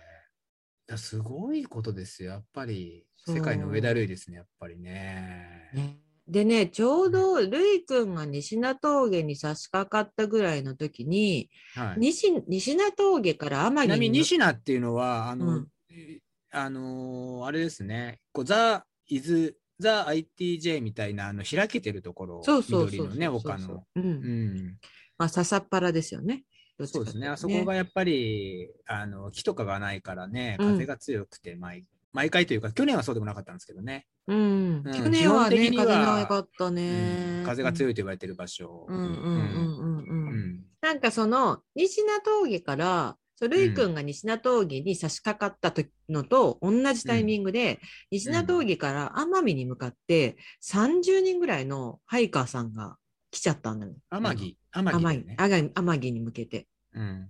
Speaker 2: だすごいことですよ、やっぱり。
Speaker 1: そう
Speaker 2: 世界の上だるいですね、やっぱりね。
Speaker 1: でね、ちょうど、るいくんが西名峠に差し掛かったぐらいの時に、
Speaker 2: はい、
Speaker 1: 西、西名峠から天
Speaker 2: ち
Speaker 1: 城
Speaker 2: なみに
Speaker 1: の
Speaker 2: 西名っていうのは、あの、
Speaker 1: うん
Speaker 2: えあのーあれですね、こうザ・イズ・ザ・ ITJ みたいな、あの、開けてるところ、
Speaker 1: そうそうそう
Speaker 2: 緑
Speaker 1: そう
Speaker 2: のね、丘の。。
Speaker 1: う。
Speaker 2: うんん。
Speaker 1: まあ、笹っぱらですよね。どっちか
Speaker 2: そう
Speaker 1: って
Speaker 2: で
Speaker 1: い
Speaker 2: す
Speaker 1: と
Speaker 2: ね、あそこがやっぱりあの木とかがないからね、
Speaker 1: うん
Speaker 2: 風が強くて毎、毎回というか、去年はそうでもなかったんですけどね、
Speaker 1: うん。
Speaker 2: うん
Speaker 1: 去年は
Speaker 2: 基本
Speaker 1: ね、
Speaker 2: 的に
Speaker 1: 風
Speaker 2: は
Speaker 1: が早かった
Speaker 2: うん
Speaker 1: ね。
Speaker 2: 風が強いと言われてる場所。
Speaker 1: うんうんうんうん
Speaker 2: う
Speaker 1: うん。
Speaker 2: ん
Speaker 1: なんかその西名峠から、そうルイ君が西名峠に差し掛かった時のと同じタイミングで、西名峠から奄美に向かって30人ぐらいのハイカーさんが来ちゃったのよ。
Speaker 2: 天城、天城だ
Speaker 1: 奄
Speaker 2: よ
Speaker 1: 美
Speaker 2: ね、
Speaker 1: 奄美奄美に向けて。
Speaker 2: うん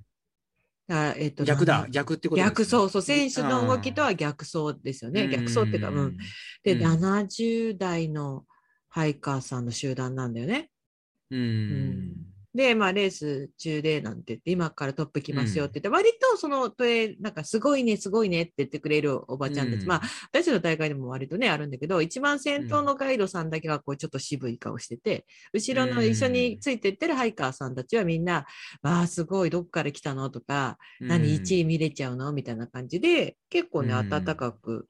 Speaker 1: だからえっと
Speaker 2: 逆
Speaker 1: な
Speaker 2: だ
Speaker 1: ん、
Speaker 2: 逆ってことですね
Speaker 1: 逆走、そう、選手の動きとは逆走ですよね。逆走っていうか、うん。、で、
Speaker 2: うん
Speaker 1: 70代のハイカーさんの集団なんだよね。
Speaker 2: うんうん
Speaker 1: で、まあ、レース中でなんて言って、今からトップ来ますよって言って、割とその、トレなんか、すごいね、すごいねって言ってくれるおばちゃんたち、
Speaker 2: うん
Speaker 1: まあ、私たちの大会でも割とね、あるんだけど、一番先頭のガイドさんだけは、こう、ちょっと渋い顔してて、後ろの一緒についてってるハイカーさんたちはみんな、わあ、すごい、どっから来たのとか、何1位見れちゃうのみたいな感じで、結構ね、
Speaker 2: うん
Speaker 1: 温かく、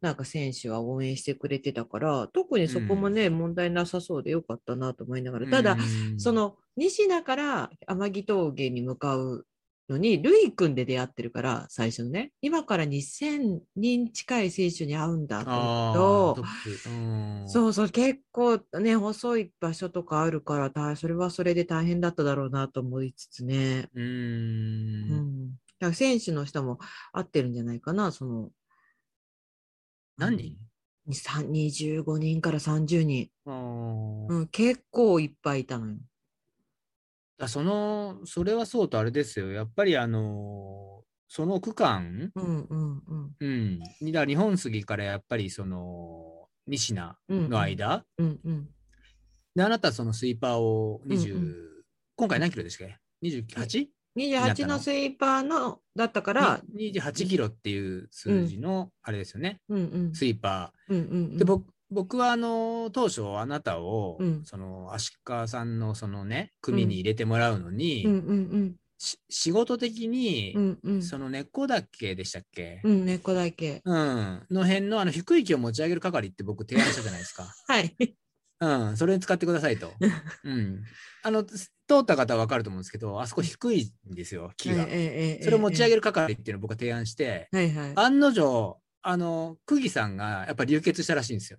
Speaker 1: なんか選手は応援してくれてたから、特にそこもね、問題なさそうでよかったなと思いながら、ただ、、
Speaker 2: うん
Speaker 1: そ、の西名から天城峠に向かうのに、ルイ君で出会ってるから、最初のね、今から2000人近い選手に会うんだと思う
Speaker 2: あー
Speaker 1: と
Speaker 2: トップうん
Speaker 1: そうそう、結構ね、細い場所とかあるから、大それはそれで大変だっただろうなと思いつつね。う
Speaker 2: う。
Speaker 1: んん。だから選手の人も会ってるんじゃないかな、その、
Speaker 2: 何人
Speaker 1: にさん25人から30人。
Speaker 2: あー
Speaker 1: うん、結構いっぱいいたのよ。
Speaker 2: あその、それはそうとあれですよ。やっぱりあのーその区間、
Speaker 1: うんうんうん。
Speaker 2: うん、にだから日本杉からやっぱりその、西名
Speaker 1: うん、
Speaker 2: の。間、
Speaker 1: うんうん。
Speaker 2: で、あなたはそのスイーパーを20、
Speaker 1: うんう
Speaker 2: 今回何キロでしたっけ ?28?
Speaker 1: 28のスイーパーのだったから、
Speaker 2: に28キロっていう数字の、あれですよね、
Speaker 1: うんうん
Speaker 2: スイーパ
Speaker 1: うんうん
Speaker 2: ー。で、僕、僕はあの、当初あなたを、
Speaker 1: うん
Speaker 2: その、足利さんのそのね、組に入れてもらうのに、
Speaker 1: うんうん
Speaker 2: し仕事的に、
Speaker 1: うんうん
Speaker 2: その猫だけでしたっけ、
Speaker 1: うんうん猫だけ
Speaker 2: うん、の辺のあの低い木を持ち上げる係って僕提案したじゃないですか。
Speaker 1: はい
Speaker 2: うん、それに使ってください と。うん。あの、通った方はわかると思うんですけど、あそこ低いんですよ、木が。それを持ち上げ
Speaker 1: る。
Speaker 2: る係っていうのを僕は提案して、
Speaker 1: はいはい。
Speaker 2: 案の定、あの、釘さんがやっぱ流血したらしいん ですよ。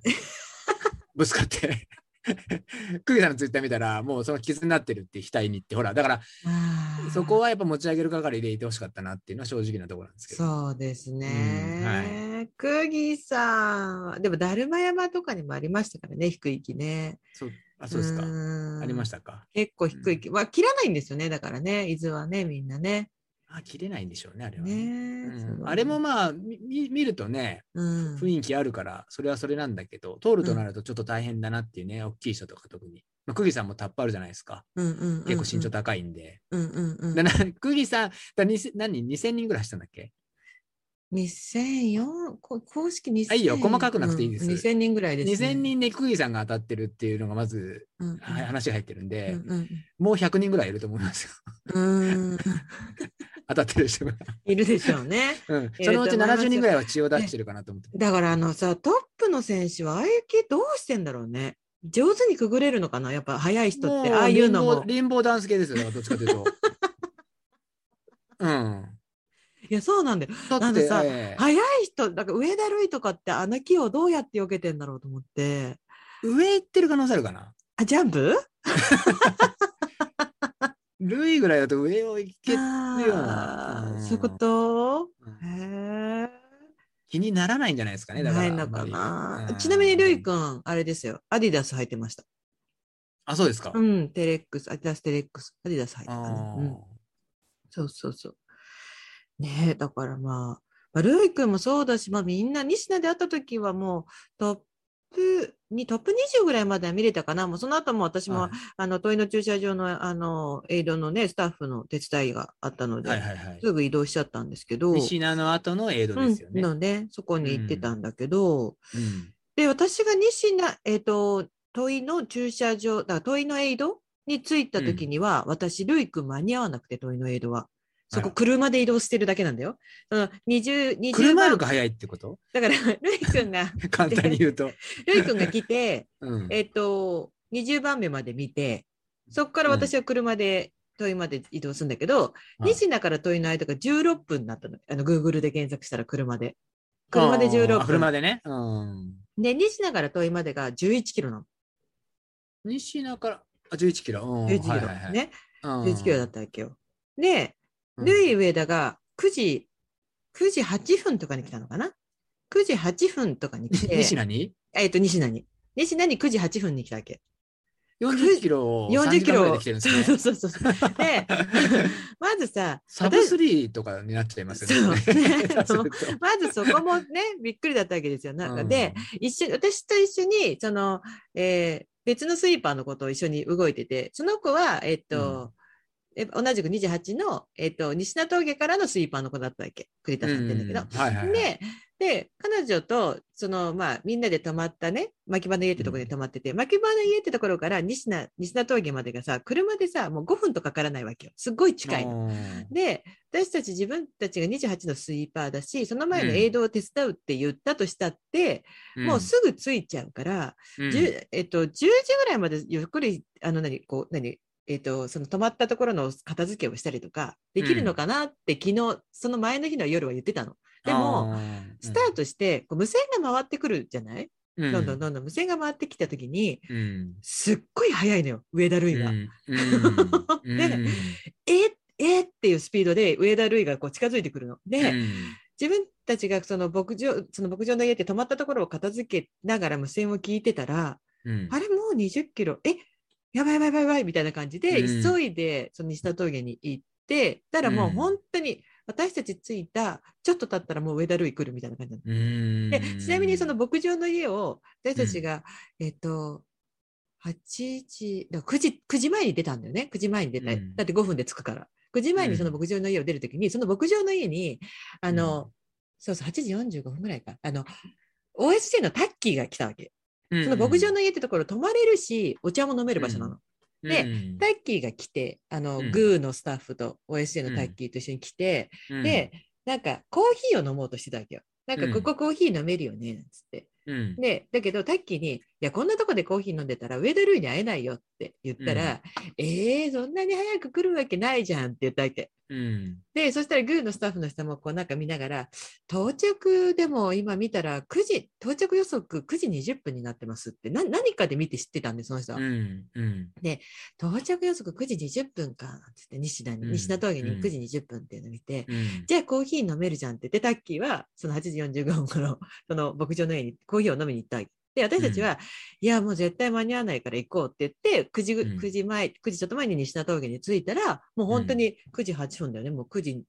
Speaker 2: ぶつかって。 釘さんのツイッター見たら、もうその傷になってるって額にって、ほら、だから
Speaker 1: あー
Speaker 2: そこはやっぱ持ち上げる係でいてほしかったなっていうのは正直なところなんですけ
Speaker 1: そ
Speaker 2: ど。
Speaker 1: うですね。くぎさんは、でも、だるま山とかにもありましたからね、低い木ね。
Speaker 2: そうあ、そうですか。あ
Speaker 1: あ。
Speaker 2: りましたたか。
Speaker 1: 結構低い木。まあ、切らないんですよね、だからね、伊豆はね、みんなね。
Speaker 2: あ、切れないんでしょうね、あれはね。
Speaker 1: ね
Speaker 2: うん
Speaker 1: そう
Speaker 2: あれもまあみみ見るとね
Speaker 1: うん
Speaker 2: 雰囲気あるからそれはそれなんだけど通るとなるとちょっと大変だなっていうね、大きい人とか特に、まあ、クギさんもタッパあるじゃないですか
Speaker 1: うんうんうん
Speaker 2: 結構身長高いんで、
Speaker 1: うんうんうん
Speaker 2: だなクギさんだにせ何2000人ぐらいしたんだっけ
Speaker 1: 2004こ公式2000
Speaker 2: いいよ細かくなくていいです
Speaker 1: うん2000人ぐらいです、ね。
Speaker 2: 2000人でクギさんが当たってるっていうのがまず、
Speaker 1: うんうん、
Speaker 2: はい話が入ってるんで、
Speaker 1: うん
Speaker 2: もう100人ぐらいいると思いますよ
Speaker 1: うんうん、
Speaker 2: 当たってる人が、
Speaker 1: いるでしょうね。
Speaker 2: うん、
Speaker 1: え
Speaker 2: そのう
Speaker 1: と
Speaker 2: ち
Speaker 1: 思います
Speaker 2: 70人ぐらいは血を出してるかなと思って、
Speaker 1: だからあのさトップの選手はああいう系どうしてんだろうね。上手にくぐれるのかなやっぱ速い人って
Speaker 2: も
Speaker 1: ああいうのも
Speaker 2: リンボー。リンボーダンス系ですよだからどっちかというとうん
Speaker 1: いやそうなんだよ。
Speaker 2: だ
Speaker 1: な
Speaker 2: っ
Speaker 1: ん
Speaker 2: て
Speaker 1: でさ
Speaker 2: ええ
Speaker 1: 速い人だから上田瑠衣とかってあの木をどうやって避けてんだろうと思って。
Speaker 2: 上行ってる可能性あるかな
Speaker 1: あジャンプ？
Speaker 2: ルイぐらいだと上を行け、
Speaker 1: あー
Speaker 2: うん
Speaker 1: そういうこと？
Speaker 2: うん
Speaker 1: へえ。
Speaker 2: 気にならないんじゃないですかねだか
Speaker 1: な
Speaker 2: ら
Speaker 1: いのか
Speaker 2: あん
Speaker 1: な
Speaker 2: まり。
Speaker 1: ちなみにルイく
Speaker 2: うん
Speaker 1: んあれですよ。アディダス履いてました。
Speaker 2: あそうですか、
Speaker 1: うん、テレックス、アディダステレックス、アディダス履いてた
Speaker 2: あ
Speaker 1: ね
Speaker 2: ー。
Speaker 1: うん、そうそうそう。ねえ、だからまあ、まあ、ルイ君もそうだし、まあみんな、西名で会った時はもうトップに、トップ20ぐらいまでは見れたかな。もうその後も私も、
Speaker 2: はい
Speaker 1: あの、問いの駐車場の、あの、エイドのね、スタッフの手伝いがあったので、
Speaker 2: はいはいはい
Speaker 1: すぐ移動しちゃったんですけど、
Speaker 2: 西名の後のエイドですよ
Speaker 1: う
Speaker 2: ね、
Speaker 1: ん、
Speaker 2: う
Speaker 1: の
Speaker 2: ん
Speaker 1: ね、そこに行ってたんだけど、で、私が西な、えっ、と、問いの駐車場、だから問いのエイドに着いた時には、私、ルイ君間に合わなくて、問いのエイドは。そ
Speaker 2: あ
Speaker 1: こ、
Speaker 2: ら
Speaker 1: 車で移動してるだけなんだよ。その、20、20
Speaker 2: 車より
Speaker 1: 番
Speaker 2: か早いってこと
Speaker 1: だから、ルイ君が、
Speaker 2: 簡単に言うと、
Speaker 1: ルイ君が来て、
Speaker 2: うん、
Speaker 1: えっと、20番目まで見て、そこから私は車で、問いまで移動するんだけど、
Speaker 2: はい
Speaker 1: 西名から問いの間が16分になったの。あの、Google で検索したら車で。車で16
Speaker 2: あー
Speaker 1: 分。
Speaker 2: 車でね、うん、
Speaker 1: で、西名から問いまでが11キロなの。
Speaker 2: 西名からあ11キロ、うん、
Speaker 1: 11キロ。
Speaker 2: はいはいはい
Speaker 1: ね。
Speaker 2: うん
Speaker 1: 11キロだったわけよ。で、
Speaker 2: うん
Speaker 1: ルイ・上田が9時、9時8分とかに来たのかな ?9 時8分とかに来て、
Speaker 2: 西名に
Speaker 1: えっと、西名に。西名に9時8分に来たわけ。
Speaker 2: 40キロを3
Speaker 1: 40
Speaker 2: 時
Speaker 1: キ
Speaker 2: 間ぐらい
Speaker 1: ロ。
Speaker 2: で来てるんで
Speaker 1: そ
Speaker 2: す
Speaker 1: うそ
Speaker 2: ね。
Speaker 1: うそうそう。 で、まずさ、
Speaker 2: サブスリーとかになっちゃいますよね。
Speaker 1: そうね
Speaker 2: そうすると
Speaker 1: 私まず そこもね、びっくりだったわけですよ。なんかで、、
Speaker 2: う
Speaker 1: 一緒に、私と一緒に、その、えー別のスイーパーの子と一緒に動いてて、その子は、えっと、え同じく28の、えっと、西名峠からのスイーパーの子だったわけ。栗田さんって言うんだけど。
Speaker 2: うはいはいはい、
Speaker 1: で、で、彼女と、その、まあ、みんなで泊まったね、牧場の家ってところに泊まってて、牧場の家ってところから西名、西名峠までがさ、車でさ、もう5分とかからないわけよ。すっごい近いの。
Speaker 2: うん
Speaker 1: で、私たち自分たちが28のスイーパーだし、その前の
Speaker 2: うん
Speaker 1: エイドを手伝うって言ったとしたって、もうすぐ着いちゃうから、
Speaker 2: うん
Speaker 1: じゅえっと、10時ぐらいまでゆっくり、あの、何、こう、何、えっと、その泊まったところの片付けをしたりとか、できるのかなって、昨日、その前の日の夜は言ってたの。でも、
Speaker 2: うん
Speaker 1: スタートして、こう無線が回ってくるじゃない、
Speaker 2: う
Speaker 1: どんどんどんどん無線が回ってきた時に、
Speaker 2: うん
Speaker 1: すっごい速いのよ、上田瑠
Speaker 2: うん
Speaker 1: 衣が。
Speaker 2: うん
Speaker 1: で
Speaker 2: うん
Speaker 1: ええっていうスピードで上田瑠衣がこう近づいてくるの。で、
Speaker 2: うん
Speaker 1: 自分たちがその牧場、その牧場の家って泊まったところを片付けながら無線を聞いてたら、
Speaker 2: うん
Speaker 1: あれもう20キロ、えやばいやばいやばいやばいみたいな感じで、
Speaker 2: うん
Speaker 1: 急いでその西田峠に行って、たらもう本当に私たち着いた、ちょっと経ったらもう上田瑠衣来るみたいな感じなの。
Speaker 2: うん
Speaker 1: で、ちなみにその牧場の家を、私たちが、えっと、8時、だから9時、9時前に出たんだよね。9時前に出た。
Speaker 2: うん
Speaker 1: だって5分で着くから。9時前にその牧場の家を出るときに、その牧場の家に、あの、
Speaker 2: う
Speaker 1: そうそう、8時45分ぐらいか。あの、OSJ のタッキーが来たわけ。
Speaker 2: うん
Speaker 1: その牧場の家ってところ泊まれるし、お茶も飲める場所なの。で
Speaker 2: うん
Speaker 1: タッキーが来て、あの、
Speaker 2: うん
Speaker 1: グーのスタッフと OSJ のタッキーと一緒に来て、で、なんかコーヒーを飲もうとしてたわけよ。なんか
Speaker 2: うん
Speaker 1: ここコーヒー飲めるよね、なんつって。
Speaker 2: うん
Speaker 1: で、だけどタッキーに、や、こんなとこでコーヒー飲んでたら、上田ルーに会えないよって言ったら、えー、そんなに早く来るわけないじゃんって言ったわけ。
Speaker 2: うん。
Speaker 1: で、そしたらグーのスタッフの人もこうなんか見ながら、到着でも今見たら9時、到着予測9時20分になってますって、な何かで見て知ってたんで、その人は。
Speaker 2: うん。うん。
Speaker 1: 到着予測9時20分か、つって西田に、
Speaker 2: うん
Speaker 1: 西田峠に
Speaker 2: うん
Speaker 1: 9時20分っていうのを見て、
Speaker 2: うん。
Speaker 1: じゃあコーヒー飲めるじゃんって言って、タッキーはその8時45分頃、 その牧場の家にコーヒーを飲みに行ったわけ。で、私たちは、いや、もう絶対間に合わないから行こうって言って、9時ぐ、
Speaker 2: うん
Speaker 1: 9時前、9時ちょっと前に西田峠に着いたら、もう本当に9時8分だよね、もう9時に。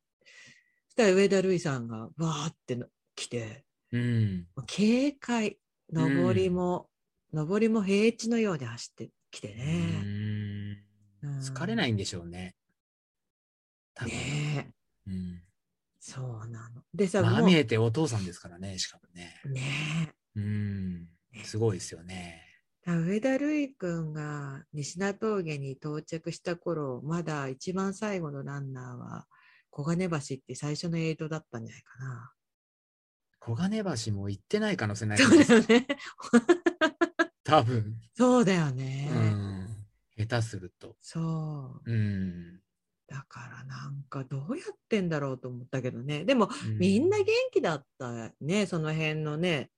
Speaker 1: そしたら上田瑠衣さんがわーっての来て、
Speaker 2: うん。
Speaker 1: もう警戒、上りも、上りも平地のように走ってきて
Speaker 2: う
Speaker 1: ね。
Speaker 2: ん
Speaker 1: うん
Speaker 2: 疲れないんでしょうね。多分
Speaker 1: ねえ。
Speaker 2: うん。
Speaker 1: そうなの。でさ、
Speaker 2: まあ、
Speaker 1: もう
Speaker 2: 見えてお父さんですからね、しかもね。
Speaker 1: ねえ。
Speaker 2: うん。すごいですよね。
Speaker 1: だ上田瑠唯君が西名峠に到着した頃、まだ一番最後のランナーは小金橋って最初のエイドだったんじゃないかな。
Speaker 2: 小金橋も行ってない可能性ない
Speaker 1: そう
Speaker 2: で
Speaker 1: だよ
Speaker 2: す。
Speaker 1: ね。
Speaker 2: 多分。
Speaker 1: そうだよ
Speaker 2: う
Speaker 1: ね。
Speaker 2: ん。下手すると。
Speaker 1: そう。
Speaker 2: うん。
Speaker 1: だからなんかどうやってんだろうと思ったけどね。でも
Speaker 2: う
Speaker 1: みんな元気だったね、その辺のね。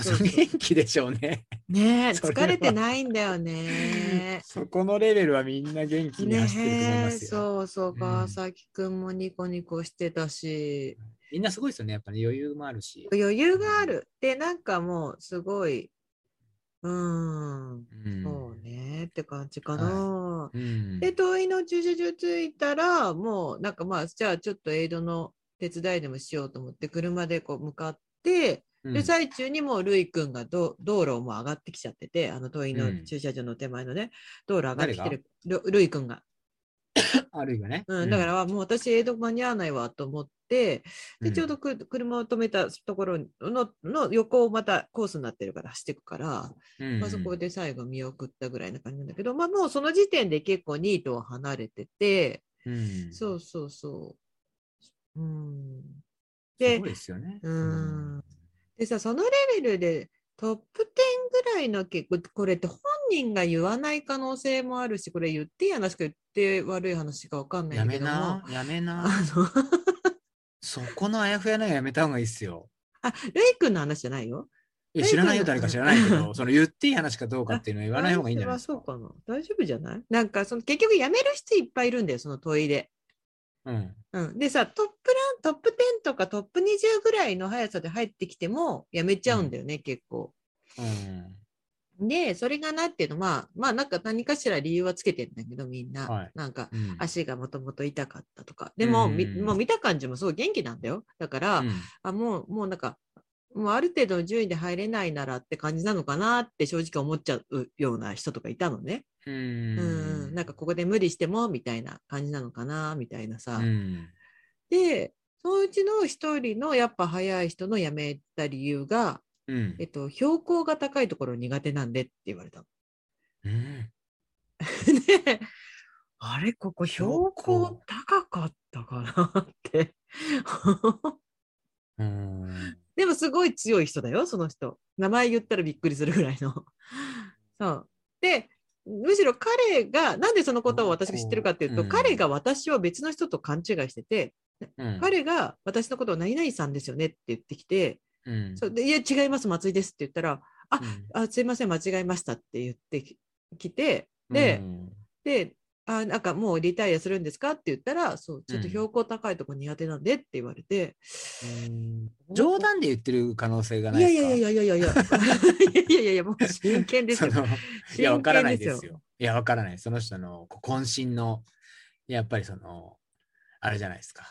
Speaker 2: その元気でしょうね。
Speaker 1: ねえ
Speaker 2: それ
Speaker 1: 疲
Speaker 2: は。
Speaker 1: れてないんだよね
Speaker 2: そこのレベルはみんな元 気に
Speaker 1: ね
Speaker 2: 走ってると思いま
Speaker 1: え、
Speaker 2: すよ。
Speaker 1: そうそうう、
Speaker 2: ん
Speaker 1: 川崎くんもニコニコしてたし。
Speaker 2: みんなすごいですよね。やっぱり余裕もあるし。
Speaker 1: 余裕がある。で、なんかもう、すごい、うーん、
Speaker 2: うん
Speaker 1: そうね、って感じかな。
Speaker 2: うん。
Speaker 1: で、遠いの駐車場着いたら、もう、なんかまあ、じゃあちょっとエイドの手伝いでもしようと思って、車でこう向かって、
Speaker 2: うん
Speaker 1: で、最中にもう、るいくんがど道路をもう上がってきちゃってて、あの、遠いうの
Speaker 2: ん
Speaker 1: 駐車場の手前のね、道路上がってきてる、るるいくんが。
Speaker 2: あるよね。
Speaker 1: うん、だから、あもう私、エイド間に合わないわと思って、で、ちょうどく車を止めたところのの横をまたコースになってるから走っていくから、
Speaker 2: うん、うん
Speaker 1: まあ、そこで最後見送ったぐらいな感じなんだけど、まあもうその時点で結構ニートを離れてて、
Speaker 2: うん
Speaker 1: そうそうそう。うん、
Speaker 2: す
Speaker 1: で
Speaker 2: ごいですよね。
Speaker 1: うんでさ、そのレベルでトップ10ぐらいの結構、これって本人が言わない可能性もあるし、これ言っていい話か言って悪い話かわかんない
Speaker 2: や
Speaker 1: んだけ
Speaker 2: め
Speaker 1: ども。
Speaker 2: な、やめな。
Speaker 1: あの、
Speaker 2: そこのあやふやなのやめた方がいいっすよ。
Speaker 1: あ、レイ君の話じゃないよ。
Speaker 2: いや知らないよ、誰か知らないけ ど、その言っていい話かどうかっていうのは言わない方がいいんじゃないです
Speaker 1: そ
Speaker 2: か
Speaker 1: う。かな。大丈夫じゃないなんか、その結局辞める人いっぱいいるんだよ、その問いで。
Speaker 2: うん。
Speaker 1: うん。でさ、トップラン、トップ10とかトップ20ぐらいの速さで入ってきても辞めちゃうんだよね、結構。
Speaker 2: うん。
Speaker 1: で、それがなっていうのは、まあ、まあ、なんか何かしら理由はつけてんだけど、みんな。
Speaker 2: はい
Speaker 1: なんか、
Speaker 2: うん。
Speaker 1: 足がもともと痛かったとか。でも、み
Speaker 2: うん
Speaker 1: もう見た感じもすごい元気なんだよ。だから、
Speaker 2: うん
Speaker 1: あ、もう、もうなんか、もうある程度の順位で入れないならって感じなのかなって正直思っちゃうような人とかいたのね。
Speaker 2: う
Speaker 1: うん
Speaker 2: ん。
Speaker 1: なんかここで無理してもみたいな感じなのかなみたいなさ、
Speaker 2: うん。
Speaker 1: でそのうちの一人のやっぱ早い人の辞めた理由が、
Speaker 2: うん
Speaker 1: えっと、標高が高いところ苦手なんでって言われたの。
Speaker 2: うん。
Speaker 1: であれここ標高
Speaker 2: 高
Speaker 1: 高かったかなって
Speaker 2: うん。
Speaker 1: でもすごい強い人だよその人名前言ったらびっくりするぐらいのそうでむしろ彼がなんでそのことを私が知ってるかっていうと、
Speaker 2: うん
Speaker 1: 彼が私を別の人と勘違いしてて、
Speaker 2: うん、
Speaker 1: 彼が私のことを何々さんですよねって言ってきて、
Speaker 2: うん、
Speaker 1: そうでいや違います松井ですって言ったら
Speaker 2: うん
Speaker 1: あすいません間違えましたって言ってききてで,、
Speaker 2: うん
Speaker 1: であなんかもうリタイアするんですかって言ったらそうちょっと
Speaker 2: うん
Speaker 1: 標高高いとこ苦手なんでって言われて、
Speaker 2: 冗談で言ってる可能性がないい
Speaker 1: や
Speaker 2: で
Speaker 1: い
Speaker 2: す
Speaker 1: や
Speaker 2: か
Speaker 1: いやいやいやいやいやいやいやもう真剣ですよ
Speaker 2: そ。のいや、わからないです
Speaker 1: 真剣
Speaker 2: よ。いや、わからない。その人のこ渾身の、やっぱりその、あれじゃないですか。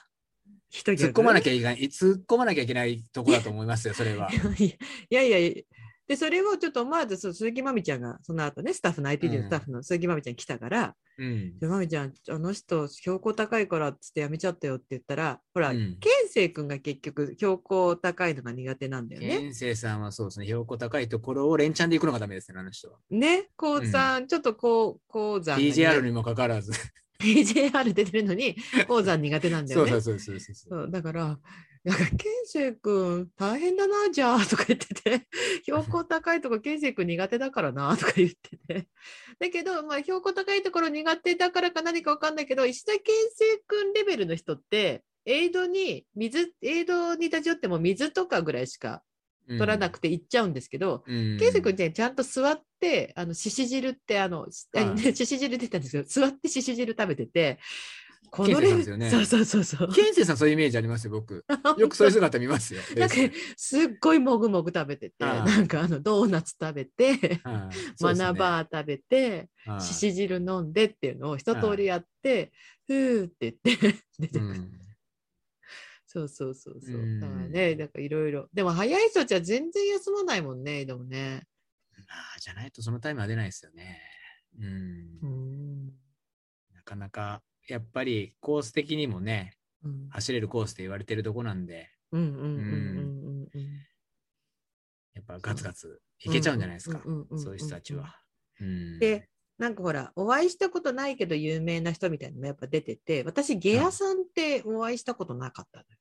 Speaker 1: 一人
Speaker 2: 突っ込まなきゃいけない、突っ込まなきゃいけないとこだと思いますよ、それ は。
Speaker 1: いやいやいや。で、それをちょっと思わず、そう鈴木まみちゃんが、その後ね、スタッフの IT のスタッフの鈴木まみちゃん来たから、
Speaker 2: うん。
Speaker 1: でまみちゃん、あの人、標高高いからっつってやめちゃったよって言ったら、ほら、
Speaker 2: う
Speaker 1: 健
Speaker 2: ん
Speaker 1: 生君が結局、標高高いのが苦手なんだよね。
Speaker 2: 天生さんはそうですね、標高高いところを連チャンで行くのがダメですね、あの人は。
Speaker 1: ね、高山、ちょっと高高山が苦手。
Speaker 2: TJR にもかかわらず。
Speaker 1: TJR 出てるのに、高山苦手なんだ
Speaker 2: そ
Speaker 1: よ
Speaker 2: う
Speaker 1: ね。
Speaker 2: そうそうそうそう。
Speaker 1: そうだから、なんか、ケンセイ君大変だな、じゃあ、とか言って て、標高高いとこ、ケンセイ君苦手だからな、とか言ってて。だけど、まあ、標高高いところ苦手だからか何かわかんないけど、石田ケンセイ君レベルの人って、エイドに、水、エイドに立ち寄っても水とかぐらいしか取らなくて行っちゃうんですけど、
Speaker 2: うん
Speaker 1: ケイセ君ね、ちゃんと座って、あの、獅子汁って、あの、し
Speaker 2: は
Speaker 1: 獅子汁って言ったんですけど、座って獅子汁食べてて、こ
Speaker 2: ケイセイさんですよね
Speaker 1: そうそうそうそう。
Speaker 2: ケンセイさんそういうイメージありますよ、僕。よくそういう姿見ますよ。
Speaker 1: なんかすっごいもぐもぐ食べてて、
Speaker 2: ああ
Speaker 1: なんかあのドーナツ食べて、
Speaker 2: はい
Speaker 1: マナバー食べて、し、し汁飲んでっていうのを一通りやって、ふーって言って 出て
Speaker 2: そう
Speaker 1: く
Speaker 2: で
Speaker 1: る、
Speaker 2: すね
Speaker 1: そうそうそうそうう。
Speaker 2: ん
Speaker 1: だからね、なんかいろいろ。でも早い人たちは全然休まないもんね、でもね。
Speaker 2: うんあーじゃないとそのタイムは出ないですよね。うん
Speaker 1: うん。
Speaker 2: なかなか、やっぱりコース的にもね、
Speaker 1: うん
Speaker 2: 走れるコースって言われてるとこなんで、
Speaker 1: うんうんうんうんうんうん。
Speaker 2: やっぱガツガツいけちゃうんじゃないですか
Speaker 1: うんうんうんうんうんう、ん
Speaker 2: そういう人たちは。うん
Speaker 1: で、なんかほら、お会いしたことないけど有名な人みたいなのもやっぱ出てて、私、ゲアさんってお会いしたことなかったのよ。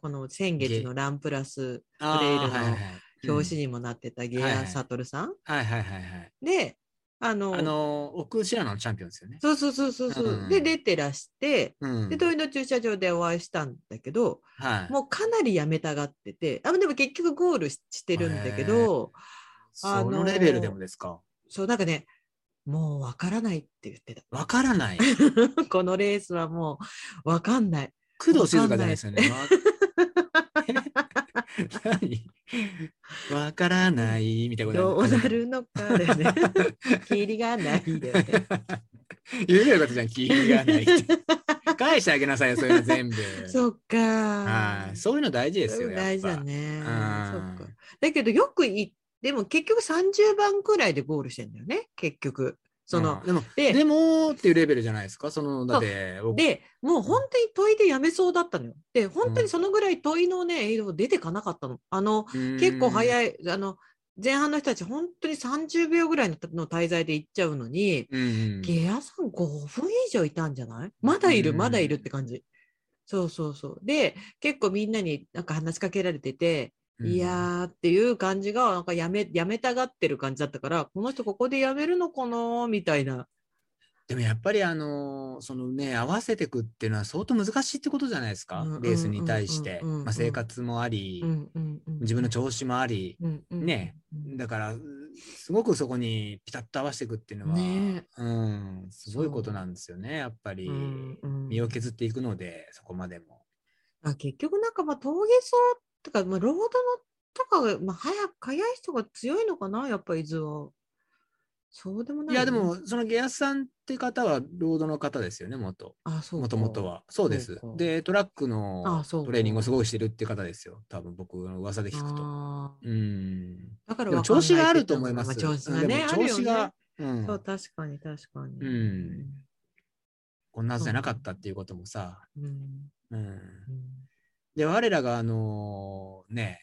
Speaker 1: この先月のランプラス
Speaker 2: あー
Speaker 1: トレイルの
Speaker 2: はいはいはい
Speaker 1: 表紙にもなってたゲ
Speaker 2: はいは
Speaker 1: ア
Speaker 2: い
Speaker 1: サトルさん、
Speaker 2: うんはいはいはいはい。
Speaker 1: で、あの、
Speaker 2: あの、奥シアノのチャンピオンですよね。
Speaker 1: そうそうそうそうそう、
Speaker 2: うん
Speaker 1: で、出てらして、
Speaker 2: うん
Speaker 1: で、トイの駐車場でお会いしたんだけど、
Speaker 2: はい。
Speaker 1: もうかなりやめたがってて、あでも結局ゴールししてるんだけど、あ
Speaker 2: そ
Speaker 1: の
Speaker 2: のレベルでもですか。
Speaker 1: そう、なんかね、もうわからないって言ってた。
Speaker 2: わからない。
Speaker 1: このレースはもうわかんない。
Speaker 2: 工藤静香じゃないですよね。わ 何わからないみたいな
Speaker 1: ど
Speaker 2: こ
Speaker 1: う
Speaker 2: と
Speaker 1: なるのかだよ ね。キリがないだよね。
Speaker 2: 言うようなことじゃん、聞いがないって。返してあげなさいよ、そういうの全部。
Speaker 1: そっか
Speaker 2: は
Speaker 1: ー
Speaker 2: い。。そういうの大事です
Speaker 1: そ
Speaker 2: よ。
Speaker 1: う大事だね。そっ
Speaker 2: やっぱ
Speaker 1: か。だけどよくい、でも結局30番くらいでゴールしてんだよね、結局。そ
Speaker 2: そ
Speaker 1: の、
Speaker 2: の、でも、
Speaker 1: で
Speaker 2: でもっていうレベルじゃないですか、その、だって、僕
Speaker 1: で、もう本当に問いでやめそうだったのよ。で、本当にそのぐらい問いのね、映像出てかなかったの。あの、結構
Speaker 2: い。
Speaker 1: 早い、あの、前半の人たち本当に30秒ぐらいのの滞在で行っちゃうのに、
Speaker 2: うんうん
Speaker 1: ゲアさん5分以上いたんじゃないまだいる、
Speaker 2: うん
Speaker 1: まだいるって感じ。そうそうそう。で、結構みんなになんか話しかけられてて、いやーっていう感じが、なんかやめ、やめたがってる感じだったから、この人ここでやめるのかなーみたいな。
Speaker 2: でもやっぱりあのーそのね合わせてくっていうのは相当難しいってことじゃないですか、
Speaker 1: うんうん
Speaker 2: レースに対して、
Speaker 1: うんうんうん
Speaker 2: まあ、生活もあり、
Speaker 1: うんうんうん
Speaker 2: 自分の調子もあり、
Speaker 1: うんうん
Speaker 2: ね
Speaker 1: うん
Speaker 2: だからすごくそこにピタッと合わせていくっていうのは、
Speaker 1: ね
Speaker 2: うん、すごいことなんですよねやっぱり、
Speaker 1: うんうん
Speaker 2: 身を削っていくのでそこまでも。
Speaker 1: あ結局なんかまあ峠走とか、まあ、ロードのとかが、まあ、早く早い人が強いのかなやっぱ伊豆は。そうでもないい
Speaker 2: やでもそのゲアスさんって方はロードの方ですよね元
Speaker 1: あそうか
Speaker 2: もともとはそうです
Speaker 1: そうか
Speaker 2: でトラック
Speaker 1: あ
Speaker 2: の
Speaker 1: そうか
Speaker 2: トレーニングをすごいしてるって方ですよ多分僕の噂で聞くと。
Speaker 1: あー
Speaker 2: うん
Speaker 1: だからわ
Speaker 2: でも
Speaker 1: かん
Speaker 2: 調子があ
Speaker 1: ない
Speaker 2: る
Speaker 1: って
Speaker 2: と
Speaker 1: 言っ
Speaker 2: 思い
Speaker 1: たの
Speaker 2: ま
Speaker 1: か
Speaker 2: す。
Speaker 1: なまあ、調子がね、
Speaker 2: うん
Speaker 1: あ
Speaker 2: で
Speaker 1: る
Speaker 2: も調
Speaker 1: よ
Speaker 2: 子
Speaker 1: ね。
Speaker 2: が、うん
Speaker 1: そう、確かに確かに。
Speaker 2: うんこんなはずじゃなかったっていうこともさ、
Speaker 1: うん。うん。
Speaker 2: うん、
Speaker 1: うん
Speaker 2: で、我らがあのーね、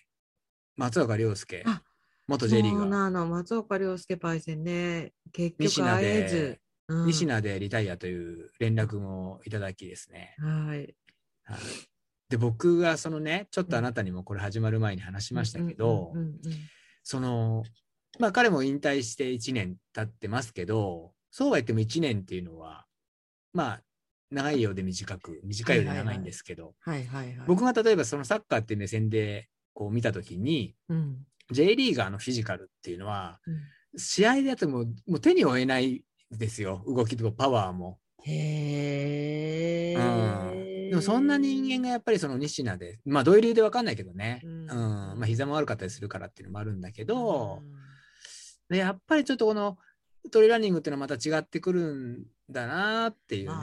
Speaker 2: 松岡亮介
Speaker 1: あ、
Speaker 2: 元 J リ
Speaker 1: そう
Speaker 2: ーガー、
Speaker 1: なの、松岡亮介パイセンね、結
Speaker 2: 西
Speaker 1: 局
Speaker 2: 名
Speaker 1: 会えず
Speaker 2: で、、
Speaker 1: うん
Speaker 2: 西名でリタイアという連絡もいただきですね。
Speaker 1: はい。
Speaker 2: はいで、僕がそのね、ちょっとあなたにもこれ始まる前に話し
Speaker 1: し
Speaker 2: ましたけど
Speaker 1: うんう、んうん
Speaker 2: その、まあ彼も引退して1年経ってますけど、そうは言っても1年っていうのは、まあ、長いようで短く、短いようで長いんですけど、
Speaker 1: はいはいはい。
Speaker 2: 僕が例えばそのサッカーっていう目線でこう見たときに、
Speaker 1: うん、
Speaker 2: J リーガーのフィジカルっていうのは、
Speaker 1: うん
Speaker 2: 試合でやってももう手に負えないですよ、動きとパワーも。
Speaker 1: へ
Speaker 2: う
Speaker 1: え。
Speaker 2: んでもそんな人間がやっぱりその西名で、まあ、どういう理由で分かんないけどね、
Speaker 1: う
Speaker 2: うんんまあ、膝も悪かったりするからっていうのもあるんだけど、でやっぱりちょっとこのトレーランニングっていうのはまた違ってくるんだなっていうね,、
Speaker 1: ま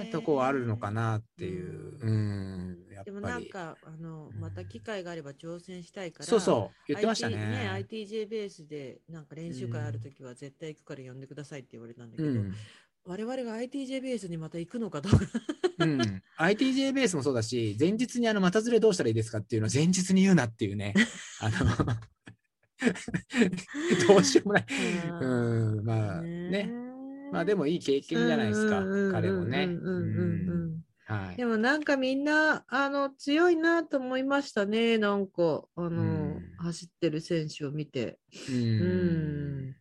Speaker 1: あね
Speaker 2: とこはあるのかなってい
Speaker 1: う
Speaker 2: う、うん、やっぱり
Speaker 1: でもなんかあのまた機会があれば挑戦したいから、
Speaker 2: そうそう言ってましたね。
Speaker 1: IT ITJ ベースでなんか練習会あるときは絶対行くから呼んでくださいって言われたんだけ
Speaker 2: う
Speaker 1: ど、
Speaker 2: ん
Speaker 1: 我々が ITJ ベースにまた行くのかどうか
Speaker 2: うん、ITJ ベースもそうだし、前日にあの、股ずれどうしたらいいですかっていうのを前日に言うなっていうね、あ の、どうしようもない。
Speaker 1: あー
Speaker 2: うん、まあね、まあでもいい経験じゃないですか、
Speaker 1: うんうんうんうん
Speaker 2: 彼もね。
Speaker 1: うんうんうんうん
Speaker 2: うんはい
Speaker 1: で。もなんかみんなあの強いなと思いましたねなんかあの、
Speaker 2: うん
Speaker 1: 走ってる選手を見て。
Speaker 2: う
Speaker 1: うんん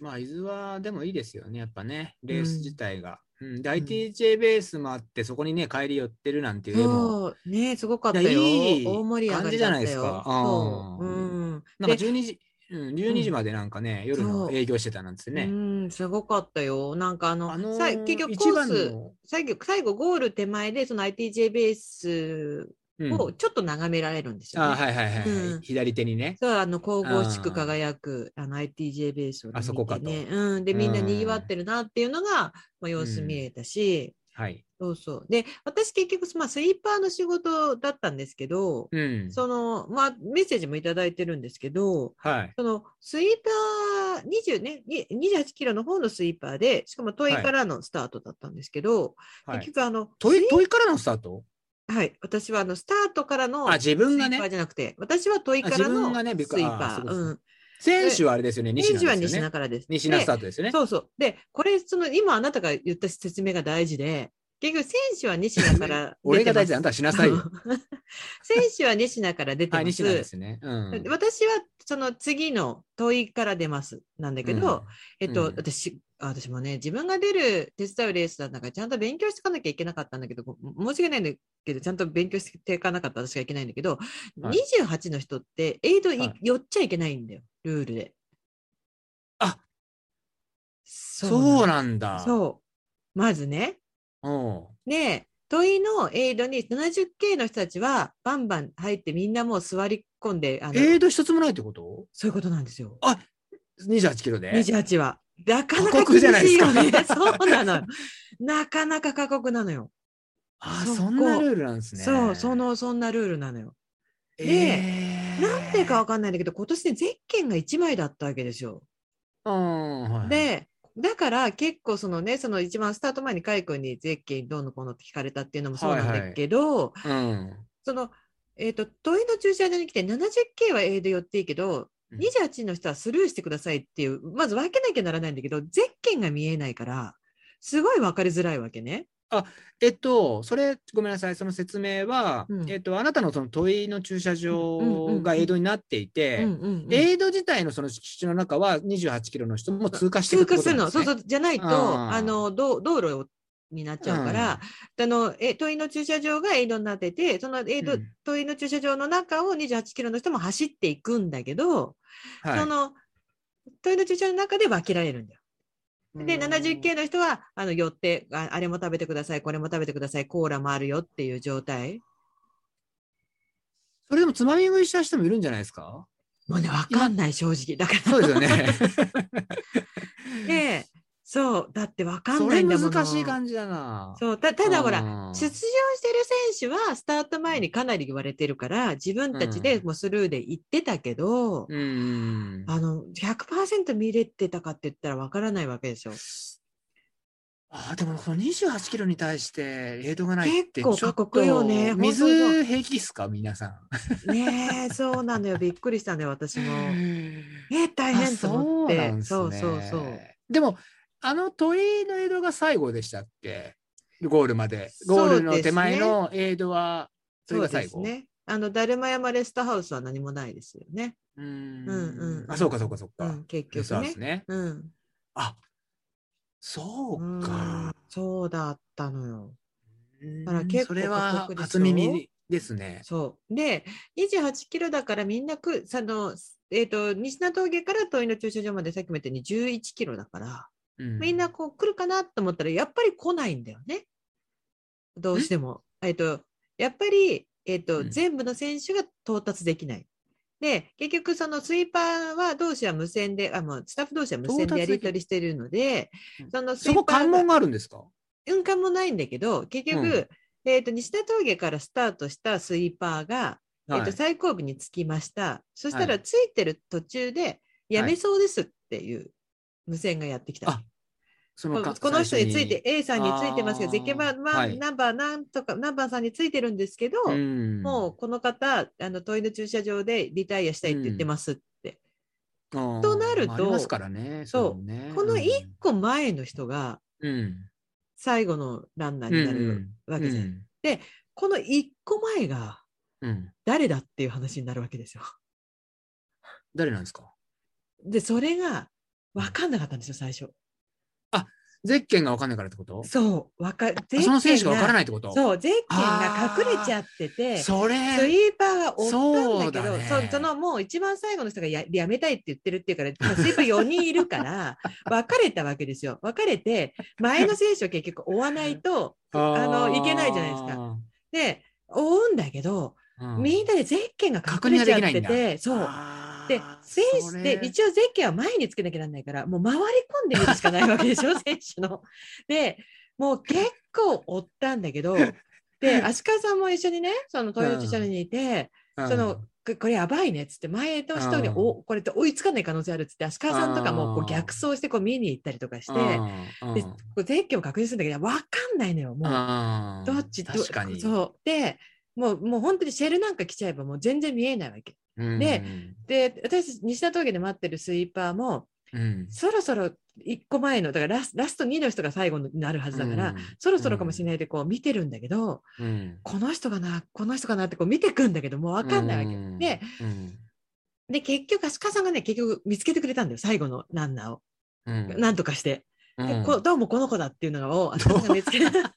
Speaker 2: まあ、伊豆はでもいいですよね、やっぱね、レー
Speaker 1: う
Speaker 2: ス
Speaker 1: ん
Speaker 2: 自体が。うん、で、ITJ ベースもあって、そこにね、帰り寄ってるなんていう絵も、
Speaker 1: そうねすごかった
Speaker 2: いや
Speaker 1: よ。
Speaker 2: いい
Speaker 1: 大盛り上がりだったよ。
Speaker 2: 感じじゃないですか
Speaker 1: そうう。
Speaker 2: ん
Speaker 1: うん。
Speaker 2: なん
Speaker 1: で
Speaker 2: か12時、うん、12時までなんかね、夜の営業してたなんつって
Speaker 1: う
Speaker 2: ね。
Speaker 1: ん、すごかったよ。なんかあの、
Speaker 2: あの
Speaker 1: さ
Speaker 2: ー、
Speaker 1: 結局コ
Speaker 2: 一番
Speaker 1: ース
Speaker 2: の、
Speaker 1: 最後、最後ゴール手前で、その ITJ ベース
Speaker 2: うん
Speaker 1: をちょっと眺められるんですよ、ね
Speaker 2: あはいはいはいはい、
Speaker 1: うん
Speaker 2: 左手にね。
Speaker 1: そう、あの、神々し
Speaker 2: あ
Speaker 1: く
Speaker 2: ー
Speaker 1: 輝く、あの、ITJ ベースを、ね、
Speaker 2: あそこか
Speaker 1: 見てね。うん。で、みんな賑わってるなっていうのが、まあ、様子見えたし、
Speaker 2: はい。
Speaker 1: そうそう。で、私結局、まあ、スイーパーの仕事だったんですけど、
Speaker 2: うん。
Speaker 1: その、まあ、メッセージもいただいてるんですけど、
Speaker 2: はい。
Speaker 1: その、スイーパー、20ね、に28キロの方のスイーパーで、しかも遠いからのスタートだったんですけど、
Speaker 2: はい
Speaker 1: 結。局、あの、
Speaker 2: 遠
Speaker 1: ス
Speaker 2: い、
Speaker 1: イ
Speaker 2: 遠いからのスタート
Speaker 1: はい、私はあの、スタートからの、
Speaker 2: あ、自分が
Speaker 1: スイーパー
Speaker 2: ね、
Speaker 1: じゃなくて、私は問いから
Speaker 2: あ自
Speaker 1: の
Speaker 2: 分がねびっ
Speaker 1: ス
Speaker 2: くり
Speaker 1: イーパ
Speaker 2: あそ
Speaker 1: ー。
Speaker 2: うですね
Speaker 1: うん。
Speaker 2: 選手はあれですよね、西
Speaker 1: 選
Speaker 2: 野
Speaker 1: 手は
Speaker 2: です
Speaker 1: 西
Speaker 2: よね
Speaker 1: 名。からです。
Speaker 2: 西名スタ
Speaker 1: で
Speaker 2: ートですよね。
Speaker 1: そうそう。で、これ、その、今あなたが言った説明が大事で、結局、選手は西名から
Speaker 2: 俺
Speaker 1: 出
Speaker 2: が
Speaker 1: てます
Speaker 2: 大事だ、あんたはしなさいよ。
Speaker 1: 選手は西名から出て
Speaker 2: はい、
Speaker 1: ま
Speaker 2: 西
Speaker 1: す。
Speaker 2: 野ですね。うん。
Speaker 1: 私はその次の問いから出ますなんだけど、えっと、
Speaker 2: うん
Speaker 1: 私あ私もね自分が出る手伝うレースなんだからちゃんと勉強していかなきゃいけなかったんだけどご申し訳ないんだけどちゃんと勉強していかなかった私がいけないんだけど、
Speaker 2: はい
Speaker 1: 28の人ってエイドい、
Speaker 2: はい
Speaker 1: 寄っちゃいけないんだよルールで。
Speaker 2: あ
Speaker 1: そ
Speaker 2: そう
Speaker 1: う
Speaker 2: なんだ。
Speaker 1: そうまずね
Speaker 2: うん。
Speaker 1: で、問いのエイドに 70K の人たちはバンバン入ってみんなもう座り込んで、あの
Speaker 2: エイド一つもないってこと
Speaker 1: そういうことなんですよ。
Speaker 2: 28キロで
Speaker 1: 28は。なかなか
Speaker 2: 過酷
Speaker 1: 厳
Speaker 2: じゃないで
Speaker 1: し
Speaker 2: す
Speaker 1: い
Speaker 2: か
Speaker 1: よね。 そうなのよ。なかなか過酷なのよ。
Speaker 2: あ
Speaker 1: そ
Speaker 2: そ
Speaker 1: こ
Speaker 2: んなルールなんですね。
Speaker 1: そう、その、そんなルールなのよ。
Speaker 2: えー、
Speaker 1: なんでかわかんないんだけど、今年ね、ゼッケンが1枚だったわけですよ。
Speaker 2: うん、はい、
Speaker 1: で、だから結構そのね、その一番スタート前にカイ君にゼッケンどうのこうのって聞かれたっていうのもそうなんだけど、
Speaker 2: うん、
Speaker 1: その、えっ、と、問いの駐車場に来て 70K は A で寄っていいけど、
Speaker 2: うん
Speaker 1: 28の人はスルーしてくださいっていう、まず分けなきゃならないんだけど、ゼッケンが見えないから、すごい分かりづらいわけね。
Speaker 2: えっと、それ、ごめんなさい、その説明は、
Speaker 1: うん
Speaker 2: えっと、あなたのその問いの駐
Speaker 1: う
Speaker 2: 車
Speaker 1: んうんう
Speaker 2: 場
Speaker 1: ん
Speaker 2: がエイドになっていて、
Speaker 1: うんうんうん
Speaker 2: エイド自体のその敷地の中は28キロの人も通過していく
Speaker 1: 通
Speaker 2: っ
Speaker 1: 過
Speaker 2: てこ
Speaker 1: す
Speaker 2: と
Speaker 1: る
Speaker 2: なん
Speaker 1: の、
Speaker 2: です
Speaker 1: そう
Speaker 2: ね。
Speaker 1: そう、じゃないと、
Speaker 2: あー
Speaker 1: あの、道道路になっちゃうから、あの、え、問いの駐車場がエイドになってて、そのエイド、
Speaker 2: うん
Speaker 1: 問いの駐車場の中を28キロの人も走っていくんだけど、
Speaker 2: はい
Speaker 1: その、問いの駐車場の中で分けられるんだよ。で、70系の人は、あの、寄ってあ、あれも食べてください、これも食べてください、コーラもあるよっていう状態。
Speaker 2: それでもつまみ食いした人もいるんじゃないですか
Speaker 1: もうね、わかんない、正直。だ から。
Speaker 2: そうですよね。
Speaker 1: ねえそう、だってわかん
Speaker 2: そ
Speaker 1: な
Speaker 2: れ
Speaker 1: いんだもの。
Speaker 2: 難しい感じだな。
Speaker 1: そう、た、ただほら、
Speaker 2: ら
Speaker 1: 出場してる選手は、スタート前にかなり言われてるから、自分たちでもうスルーで行ってたけど、
Speaker 2: うん。
Speaker 1: あの、100%見れてたかって言ったらわからないわけでしょ。
Speaker 2: ああ、でもこの28キロに対してレードがないって
Speaker 1: 結構
Speaker 2: ちょっ
Speaker 1: 過
Speaker 2: と
Speaker 1: 酷よね本当
Speaker 2: 水平気ですか皆さ
Speaker 1: ねえ、そうなのよ。びっくりしたね、私
Speaker 2: ん。
Speaker 1: も。えー、大変と思っ
Speaker 2: あ
Speaker 1: て。
Speaker 2: そうなんですね
Speaker 1: そうそうそう。
Speaker 2: でも、あの問いのエイドが最後でしたっけゴールまで。ゴールの手前のエイドは、それが最後。
Speaker 1: そうですね。あの、だるま山レストハウスは何もないですよね。
Speaker 2: うーん
Speaker 1: うんうん
Speaker 2: あ、そうかそうかそう
Speaker 1: う
Speaker 2: か
Speaker 1: ん、。結
Speaker 2: レス
Speaker 1: 局
Speaker 2: トハウ
Speaker 1: ね
Speaker 2: ス。ね。
Speaker 1: うん。
Speaker 2: あ、そう
Speaker 1: うん
Speaker 2: か。
Speaker 1: そうだったのよ。だから
Speaker 2: うん
Speaker 1: 結構
Speaker 2: それは
Speaker 1: 過酷でしょ
Speaker 2: 初耳ですね。
Speaker 1: そう。で、28キロだからみんなく、その、えっ、と、西名峠から遠いの駐車場までさっきも言ったように11キロだから、み
Speaker 2: み
Speaker 1: んなこう来るかなと思ったら、やっぱり来ないんだよね。どうしても。えっと、やっぱり、えっと、
Speaker 2: うん
Speaker 1: 全部の選手が到達できない。で、結局そのスイーパーは同士は無線で、あ、もうスタッフ同士は無線
Speaker 2: 到達
Speaker 1: で
Speaker 2: で
Speaker 1: や
Speaker 2: きな
Speaker 1: り取
Speaker 2: い
Speaker 1: りしてるので
Speaker 2: うん、
Speaker 1: そのスイ
Speaker 2: そ
Speaker 1: ー
Speaker 2: こ
Speaker 1: パー
Speaker 2: 関
Speaker 1: が
Speaker 2: 門があるんですか
Speaker 1: 運搬もないんだけど、結局、
Speaker 2: うん
Speaker 1: えっと、西田峠からスタートしたスイーパーが、えっと、最後尾に着きました。そした
Speaker 2: は
Speaker 1: ら、
Speaker 2: い
Speaker 1: 着いてる途中で、やめそうですっていう無線がやってきた。
Speaker 2: あそ
Speaker 1: こ
Speaker 2: か
Speaker 1: この人について
Speaker 2: 最
Speaker 1: A さんについてますけど、
Speaker 2: あー
Speaker 1: ゼッケンバー、まあ
Speaker 2: はい
Speaker 1: ナンバーなんとか、ナンバーさんについてるんですけど、
Speaker 2: 初に
Speaker 1: もうこの方、あの問いの駐車場でリタイアしたいって言ってますって。
Speaker 2: うん
Speaker 1: となると
Speaker 2: ありますからね。
Speaker 1: そう
Speaker 2: うね
Speaker 1: この
Speaker 2: うん
Speaker 1: 1個前の人が、
Speaker 2: うん
Speaker 1: 最後のランナーになるわけじゃん。
Speaker 2: うん
Speaker 1: この一個前が
Speaker 2: うん。
Speaker 1: 誰だっていう話になるわけですよ。
Speaker 2: 誰なんですか
Speaker 1: で、それが分かんなかったんですよ、最初。
Speaker 2: ゼッケンが分かんないからってこと
Speaker 1: そう、わか、
Speaker 2: あその選手が分から
Speaker 1: い。
Speaker 2: ないってこと
Speaker 1: そう、ゼッケンが隠れちゃってて、ス
Speaker 2: それ
Speaker 1: イーパーが追ったんだけ
Speaker 2: そ
Speaker 1: ど、
Speaker 2: うだね
Speaker 1: そうそのもう一番最後の人がややめたいって言ってるっていうから、まあスイーパー4人いる から、別れたわけですよ。別れて、前の選手を結局追わないと、あのいけないじゃないですか
Speaker 2: か。
Speaker 1: で、追うんだけど、
Speaker 2: うん
Speaker 1: みんなでゼッケンが
Speaker 2: 確
Speaker 1: 隠
Speaker 2: 認
Speaker 1: れち
Speaker 2: がで
Speaker 1: ゃっ
Speaker 2: きない
Speaker 1: て
Speaker 2: んだ
Speaker 1: て、そう。
Speaker 2: あー
Speaker 1: で、選手って一応ゼッケンは前につけなきゃなんないから、もう回り込んでみるしかないわけでしょ、 選手の。で、もう結構追ったんだけ ど、で、足利さんも一緒にね、そのトイレチャルにいて、
Speaker 2: それ
Speaker 1: そ
Speaker 2: うん
Speaker 1: の、ここれやばいねっつって、前と人に、
Speaker 2: うん
Speaker 1: お、これって追いつかない可能性あるっつって、足利さんとかもこ
Speaker 2: う
Speaker 1: うん逆走してこう見に行ったりとかして、
Speaker 2: うん
Speaker 1: で
Speaker 2: うん
Speaker 1: こうゼッケンを確認するんだけど、わかんないのよ、もう。
Speaker 2: あー
Speaker 1: どっちど
Speaker 2: 確かに。
Speaker 1: そう。で、もう、もう本当にシェルなんか来ちゃえばもう全然見えないわけ。
Speaker 2: うん
Speaker 1: で、で、私、西田峠で待ってるスイーパーも、
Speaker 2: うん
Speaker 1: そろそろ1個前の、だからラスラスト2の人が最後になるはずだから、、そろそろかもしれないでこう見てるんだけど、
Speaker 2: うんうん
Speaker 1: この人かな、この人かなってこう見てくんだけど、もうわかんないわけ。
Speaker 2: うん
Speaker 1: で、
Speaker 2: うん
Speaker 1: で、結局、足利さんがね、結局見つけてくれたんだよ、最後のランナーを。
Speaker 2: うん
Speaker 1: なんとかして。で
Speaker 2: うん
Speaker 1: こどうもこの子だっていうのが、を足利さんが見つけた。 で、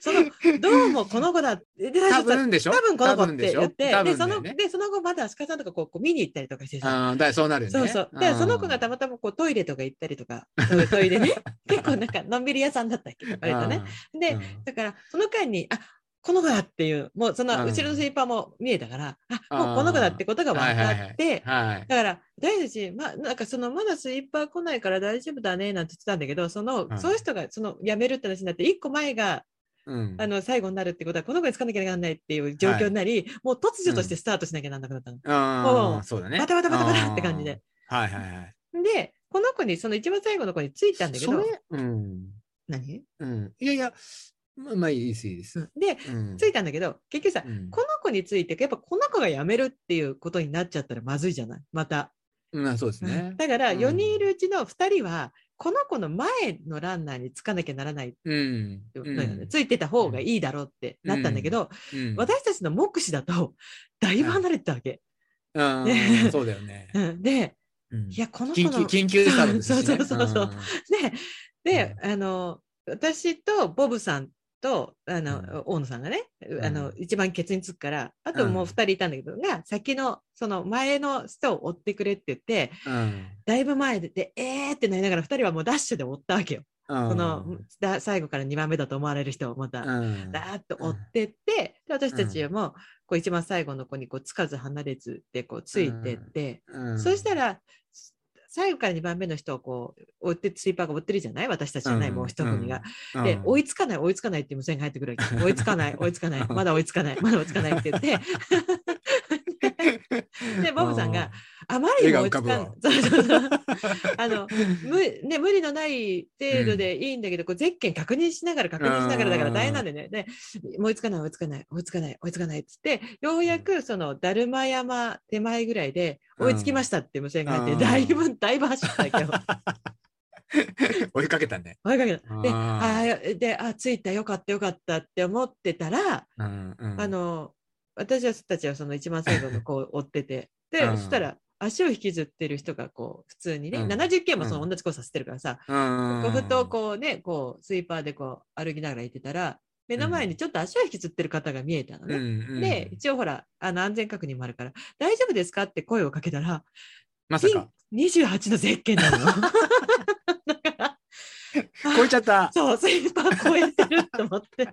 Speaker 1: その、どうもこの子だって、で
Speaker 2: 多分でしょ
Speaker 1: 多分この子って言って、
Speaker 2: 多
Speaker 1: で
Speaker 2: 分だ
Speaker 1: そ
Speaker 2: よ
Speaker 1: の
Speaker 2: ね
Speaker 1: でその後まだ足利さんとかこうこう見に行ったりとかしてさ、
Speaker 2: ああ、だからそうなるよね。
Speaker 1: そうそうで
Speaker 2: ん
Speaker 1: その子がたまたまこうトイレとか行ったりと かそういうトイレね 結構なんかのんびり屋さんだったっけ割とね。。
Speaker 2: う
Speaker 1: で
Speaker 2: ん
Speaker 1: だからその間にあこの子だっていうもうその
Speaker 2: うん
Speaker 1: 後ろのスイーパーも見えたから、あもう
Speaker 2: あー
Speaker 1: この子だってことが分かって、
Speaker 2: はいはいはい。
Speaker 1: だから私たち、まあ、なんかそのまだスイーパー来ないから大丈夫だねなんて言ってたんだけどその、
Speaker 2: うん
Speaker 1: そういう人がその辞めるって話になって一個前が
Speaker 2: うん
Speaker 1: あの最後になるってことはこの子につかなきゃならないっていう状況になり、もう突如としてスタートしなきゃならなくなったの。う
Speaker 2: ああ、
Speaker 1: ん
Speaker 2: そうだね。
Speaker 1: バタバタバタバタって感じで
Speaker 2: あー。はいはいはい。
Speaker 1: でこの子にその一番最後の子についたんだけ
Speaker 2: そ
Speaker 1: ど
Speaker 2: れうん。
Speaker 1: 何、
Speaker 2: うん。いやいや、ままあいいです、いいです。
Speaker 1: で
Speaker 2: うん
Speaker 1: ついたんだけど結局さ、
Speaker 2: うん
Speaker 1: この子についてやっぱこの子が辞めるっていうことになっちゃったらまずいじゃないまた。
Speaker 2: うんあそうですね。
Speaker 1: だから
Speaker 2: うん
Speaker 1: 4人いるうちの2人は、この子の前のランナーにつかなきゃならない、
Speaker 2: うん。うん
Speaker 1: なんかねついてた方がいいだろうってなったんだけど、
Speaker 2: うん
Speaker 1: 私たちの目視だとだいぶ離れてたわけ。
Speaker 2: うん
Speaker 1: ね
Speaker 2: そうだよね。
Speaker 1: うんで
Speaker 2: うん
Speaker 1: いやこの子
Speaker 2: 緊
Speaker 1: の
Speaker 2: 急緊急スタートですしね。
Speaker 1: そうそうそうそうね、で、あの、私とボブさんと、あの、
Speaker 2: うん
Speaker 1: 大野さんがね、
Speaker 2: ん
Speaker 1: あの、一番ケツにつくから、あともう
Speaker 2: うん
Speaker 1: 二人いたんだけど、が、先の、その前の人を追ってくれって言って、
Speaker 2: うん。
Speaker 1: だいぶ前で、でえーってなりながら二人はもうダッシュで追ったわけよ。
Speaker 2: こ
Speaker 1: この、だ最後から二番目だと思われる人をまた、だーっと追ってって、で、私たちも、こう一番最後の子にこうつかず離れずでこうついてって、そうした
Speaker 2: ら、
Speaker 1: ら、最後から2番目の人をこう、追って、スイーパーが追ってるじゃない私たちじゃない、
Speaker 2: うん
Speaker 1: もう一組が。
Speaker 2: うん
Speaker 1: で、追いつかない、追いつかないっていう無線が入ってくるわ け。追いつかない、追いつかない、まだ追いつかない、まだ追いつかないって言って、でボブさんが、あまりにも追いつかな
Speaker 2: 絵
Speaker 1: い
Speaker 2: が。
Speaker 1: そうそうそうあ
Speaker 2: う
Speaker 1: の 無ね、無理のない程度でいいんだけど、こうゼッケン確認しながら確認しながらだから大変なんでね、で追いつかない追いつかない追いつかない追いつかないっつってようやくそのだるま山手前ぐらいで
Speaker 2: うん
Speaker 1: 追いつきましたって無線が入って、
Speaker 2: うん
Speaker 1: だいぶだいぶ走ったけど
Speaker 2: ん追いかけたね。
Speaker 1: 追いかけたで
Speaker 2: うん
Speaker 1: あーであ着いたよかったよかったって思ってたら、
Speaker 2: うんうん
Speaker 1: あの私たちはその一番最後 の子を追っててで、
Speaker 2: うん
Speaker 1: そしたら足を引きずってる人がこう普通にね、
Speaker 2: うん
Speaker 1: 70件もその同じ交差してるからさ、
Speaker 2: うん
Speaker 1: こうふとこうね、こうスイーパーでこう歩きながら行ってたら、目の前にちょっと足を引きずってる方が見えたの
Speaker 2: うん
Speaker 1: ね。
Speaker 2: うん
Speaker 1: で、一応ほら、あの安全確認もあるから、大丈夫ですかって声をかけたら、
Speaker 2: まさ
Speaker 1: ピ
Speaker 2: か
Speaker 1: ン、28のゼッケンな の。だから、
Speaker 2: 超えちゃっ た。
Speaker 1: そう、スイーパー超えてると思って。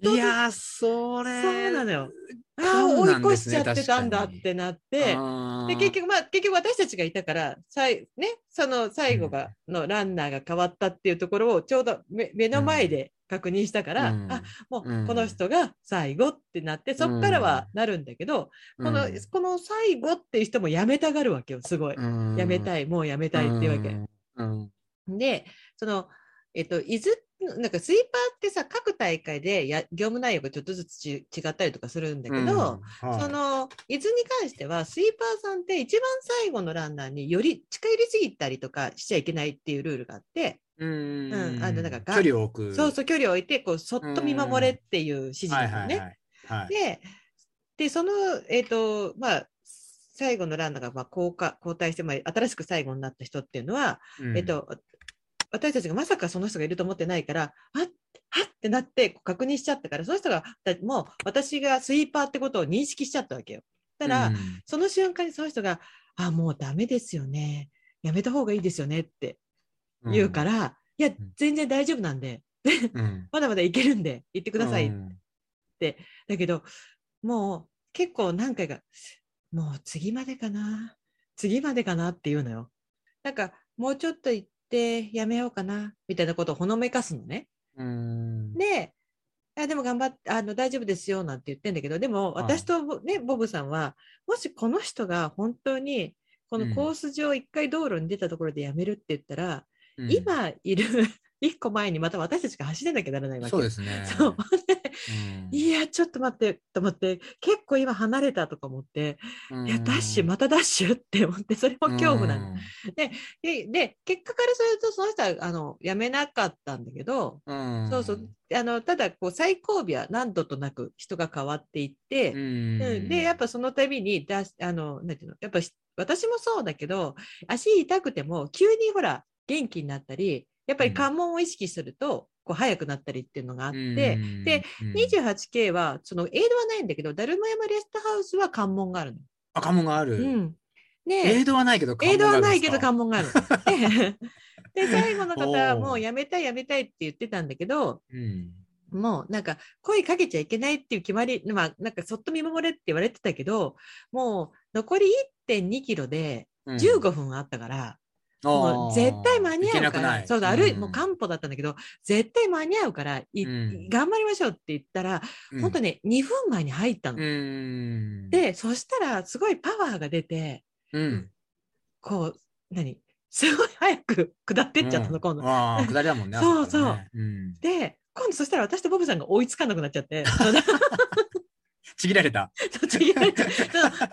Speaker 2: いやー、そ
Speaker 1: そ
Speaker 2: れ。
Speaker 1: うなのよ。ああ、
Speaker 2: そうなん
Speaker 1: 追い
Speaker 2: で
Speaker 1: 越し
Speaker 2: す
Speaker 1: ち
Speaker 2: ね
Speaker 1: ゃってたんだ
Speaker 2: 確か
Speaker 1: っ
Speaker 2: に
Speaker 1: てなって、
Speaker 2: あー
Speaker 1: で結局、まあ、結局私たちがいたから、さいね、その最後が、のランナーが変わったっていうところをちょうど目目の前で確認したから、
Speaker 2: うん
Speaker 1: あも
Speaker 2: う
Speaker 1: うんこの人が最後ってなって、そっからはなるんだけど、この、この最後っていう人もやめたがるわけよ、すごい。やめ
Speaker 2: い、
Speaker 1: たい、もうやめたいっていうわけ。
Speaker 2: うんうん
Speaker 1: で、その、えっと、伊豆っなんかスイーパーってさ、各大会でや業務内容がちょっとずつち違ったりとかするんだけど、
Speaker 2: うんはい
Speaker 1: その、伊豆に関しては、スイーパーさんって一番最後のランナーにより近寄りすぎたりとかしちゃいけないっていうルールがあって、
Speaker 2: うん
Speaker 1: うんあのなんか
Speaker 2: 距離を置く。
Speaker 1: そうそう距離を置いて、こう、そっと見守れっていう指示な
Speaker 2: は
Speaker 1: いの
Speaker 2: はい
Speaker 1: ね。
Speaker 2: はい。はい
Speaker 1: で、で、その、えっ、と、まあ、最後のランナーが、まあ、交代、交代して、まあ、新しく最後になった人っていうのは、
Speaker 2: うん
Speaker 1: えっ、と、私たちがまさかその人がいると思ってないから、あっ、はっってなってこう確認しちゃったから、その人が、だもう私がスイーパーってことを認識しちゃったわけよ。だから、
Speaker 2: うん、
Speaker 1: その瞬間にその人が、あ、もうダメですよね。やめた方がいいですよねって言うからら、いや、全然大丈夫なんで、
Speaker 2: うん
Speaker 1: まだまだいけるんで、行ってくださいっ
Speaker 2: うん
Speaker 1: だけど、もう結構何回か、もう次までかな、次までかなっていうのよ。なんか、もうちょっと行ってやめようかな、みたいなことをほのめかすのね。
Speaker 2: うん
Speaker 1: で、あでも頑張って、あの、大丈夫ですよ、なんて言ってんだけど、でも
Speaker 2: はい
Speaker 1: 私とボね、ボブさんは、もしこの人が本当に、こ
Speaker 2: うん
Speaker 1: のコース上一回道路に出たところでやめるって言ったら、
Speaker 2: うん
Speaker 1: 今いる 一個前にまた私たちが走らなきゃならないわけ。
Speaker 2: そうですね。
Speaker 1: そう。
Speaker 2: うん
Speaker 1: いや、ちょっと待って、と思って、結構今離れたとか思って、
Speaker 2: うん
Speaker 1: いや、ダッシュ、またダッシュって思って、それも恐怖なの。で、で、結果からすると、その人は、あの、やめなかったんだけど、
Speaker 2: うん
Speaker 1: そうそう、あの、ただ、こう、最後尾は何度となく人が変わっていって、
Speaker 2: う
Speaker 1: うん
Speaker 2: ん
Speaker 1: で、やっぱその度にだし、あの、なんていうの、やっぱし私もそうだけど、足痛くても、急にほら、元気になったり、やっぱり関門を意識すると、こう、速くなったりっていうのがあって、で、
Speaker 2: うん
Speaker 1: 28K は、そのエイドはないんだけど、ダルマ山レストハウスは関門があるの。
Speaker 2: 赤門がある。
Speaker 1: うん。
Speaker 2: エ
Speaker 1: で
Speaker 2: イ、ドはないけど、
Speaker 1: エイドはないけど関
Speaker 2: 関
Speaker 1: 門がある。で、 で最後の方は
Speaker 2: おー
Speaker 1: もうやめたいやめたいって言ってたんだけど、
Speaker 2: 門があるんですか
Speaker 1: もうなんか声かけちゃいけないっていう決まり、まあなんかそっと見守れって言われてたけど、もう残り1.2キロで
Speaker 2: うんうん
Speaker 1: 15分あったから、も
Speaker 2: あ
Speaker 1: う
Speaker 2: ー
Speaker 1: 絶対間に
Speaker 2: いけ
Speaker 1: 合う
Speaker 2: な
Speaker 1: か
Speaker 2: くな
Speaker 1: ら、
Speaker 2: い
Speaker 1: そうだ、歩い、
Speaker 2: ん
Speaker 1: もう漢方だったんだけど、絶対間に合うから、い
Speaker 2: うん
Speaker 1: 頑張りましょうって言ったら、
Speaker 2: うん
Speaker 1: 本当ね、2分前に入ったの。
Speaker 2: うん。
Speaker 1: で、そしたら、すごいパワーが出て、
Speaker 2: うん、
Speaker 1: こう、何 すごい早く下ってっちゃったの、今度。
Speaker 2: ああ、下りだもんね。
Speaker 1: そう
Speaker 2: あからねうん
Speaker 1: で、今度そしたら私とボブさんが追いつかなくなっちゃって、そうだ
Speaker 2: ちぎられた。
Speaker 1: 途中でそ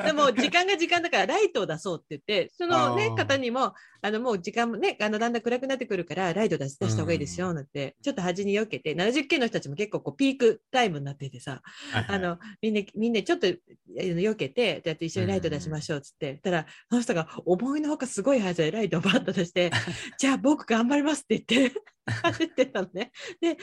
Speaker 1: うでも時間が時間だからライトを出そうって言って、その
Speaker 2: あ
Speaker 1: ね
Speaker 2: ー、
Speaker 1: 方にも、あのもう時間もね、あのだんだん暗くなってくるからライト出し出した方がいいですよ、なんて、ちょっと端に避けて、70K の人たちも結構こうピークタイムになっててさ、
Speaker 2: はいはい
Speaker 1: あ、の、みんな、みんなちょっと、あの、避けて、だって一緒にライト出しましょう、つって。たら、その人が思いのほかすごい速さでライトをバッと出 して、じゃあ僕頑張りますって言って、 走ってたのね。で、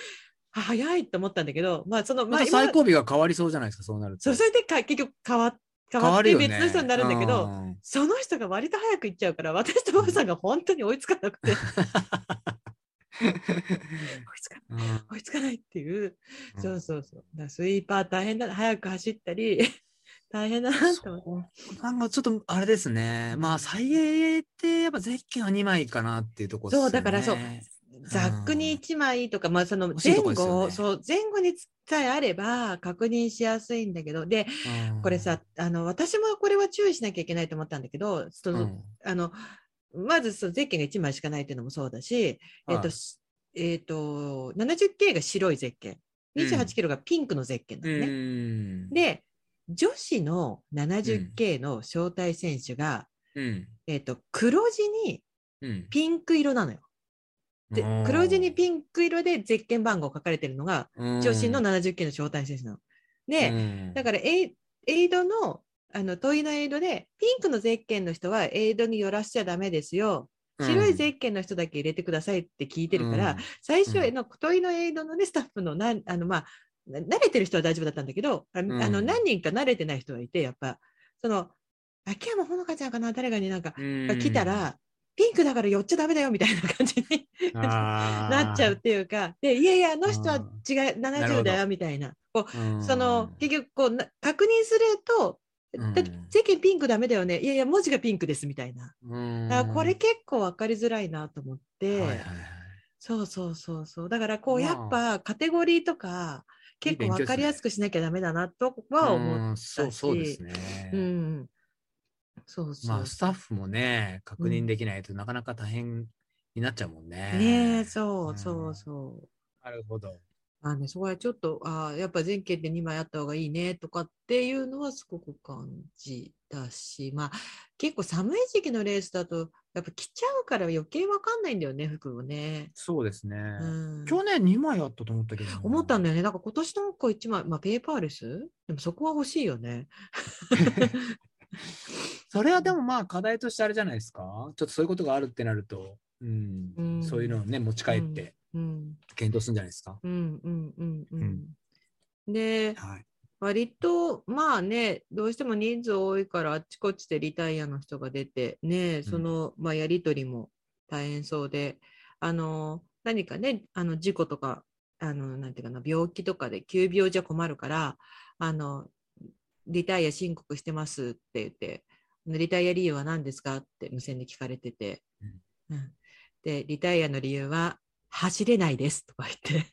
Speaker 1: あ早いと思ったんだけど、まあ、その、まあ、
Speaker 2: また
Speaker 1: 今
Speaker 2: 最、後尾が変わりそうじゃないですか、そうなると。
Speaker 1: そう、それでか結局変わ、変
Speaker 2: 変
Speaker 1: わ
Speaker 2: わ
Speaker 1: っ
Speaker 2: る
Speaker 1: て
Speaker 2: よね。
Speaker 1: 別の人になるんだけど、
Speaker 2: うん
Speaker 1: その人が割と早く行っちゃうから、私とボブさんが本当に追いつかなくて、追いつかない、
Speaker 2: う ん
Speaker 1: 追いつかないっていう、そうそうそう。だからスイーパー大変だな、早く走ったり、 大変だなって思って。
Speaker 2: なんかちょっとあれですね。まあ、再エーってやっぱゼッケンは2枚かなっていうところです
Speaker 1: そ
Speaker 2: よ
Speaker 1: う、
Speaker 2: ね。
Speaker 1: だからそう、ざっくに1枚とか、まあその前
Speaker 2: 欲しいとこです
Speaker 1: 後、
Speaker 2: よね
Speaker 1: そう、前後にさえあれば確認しやすいんだけど、で、
Speaker 2: うん
Speaker 1: これさ、、あの、私もこれは注意しなきゃいけないと思ったんだけど、そ
Speaker 2: うん
Speaker 1: の、あの、まずそのゼッケンが1枚しかないっていうのもそうだし、えっ、
Speaker 2: はい
Speaker 1: と、すえっ、と、70K が白いゼッケン、28キロがピンクのゼッケンだ
Speaker 2: う
Speaker 1: ね。
Speaker 2: ん。
Speaker 1: で、女子の 70K の招待選手が、
Speaker 2: うん、
Speaker 1: えっ、と、黒地に
Speaker 2: うん。
Speaker 1: ピンク色なのよ。で
Speaker 2: うん
Speaker 1: 黒地にピンク色でゼッケン番号書かれてるのが女子の70件の招待選手なの。で、だからエイエイドのあの問いのエイドでピンクのゼッケンの人はエイドに寄らしちゃダメですよ白いゼッケンの人だけ入れてくださいって聞いてるから、最初
Speaker 2: うん
Speaker 1: の問いのエイドの、ね、スタッフのなんあの、まあ、な慣れてる人は大丈夫だったんだけどああ
Speaker 2: ん
Speaker 1: の何人か慣れてない人がいてやっぱその秋山ほのかちゃんかな誰かになんか、
Speaker 2: が
Speaker 1: 来た、らピンクだから寄っちゃダメだよみたいな感じに。 な
Speaker 2: な
Speaker 1: っちゃうっ、ていうか、で、いやいや、あの人は
Speaker 2: うん
Speaker 1: 違う、
Speaker 2: なるほ
Speaker 1: 70
Speaker 2: ど
Speaker 1: だよ、みたいな。こ
Speaker 2: うん
Speaker 1: う、その、結局、こうな、確認すると、
Speaker 2: うん
Speaker 1: だって、世間ピンクダメだよね。いやいや、文字がピンクです、みたいな。
Speaker 2: うん
Speaker 1: だからこれ結構わかりづらいなと思って、
Speaker 2: はいはいはい
Speaker 1: そうそうそうそう。だから、こう、
Speaker 2: まあ
Speaker 1: やっぱ、カテゴリーとか、結構わかりやすくしなきゃダメだな、とは思っ
Speaker 2: うんそうそうですね。
Speaker 1: て、うん。そうそう。
Speaker 2: まあ、スタッフもね、確認できないとなかなか大変になっちゃうもんね。
Speaker 1: ねえ、そううんそうそう。
Speaker 2: なるほど。
Speaker 1: あのね、そこはちょっと、あーやっぱ全県で2枚あった方がいいねとかっていうのはすごく感じだし、まあ結構寒い時期のレースだと、やっぱ着ちゃうから余計わかんないんだよね、服をね。
Speaker 2: そうですね。
Speaker 1: うん、
Speaker 2: 去年2枚あったと思ったけどな。
Speaker 1: 思ったんだよね。なんか今年なんか1枚、まあペーパーレスでもそこは欲しいよね。
Speaker 2: それはでもまあ課題としてあれじゃないですか。ちょっとそういうことがあるってなると、うん、
Speaker 1: うん
Speaker 2: そういうのをね、持ち帰って
Speaker 1: うん、
Speaker 2: 検討するんじゃないですか。
Speaker 1: うん、うん、うん、うん。で、
Speaker 2: はい。
Speaker 1: 割とまあねどうしても人数多いからあっちこっちでリタイアの人が出てねその、まあ、やり取りも大変そうであの何かねあの事故とかあのなんていうかな病気とかで急病じゃ困るからあのリタイア申告してますって言ってリタイア理由は何ですかって無線で聞かれてて、うんでリタイアの理由は走れないですとか言って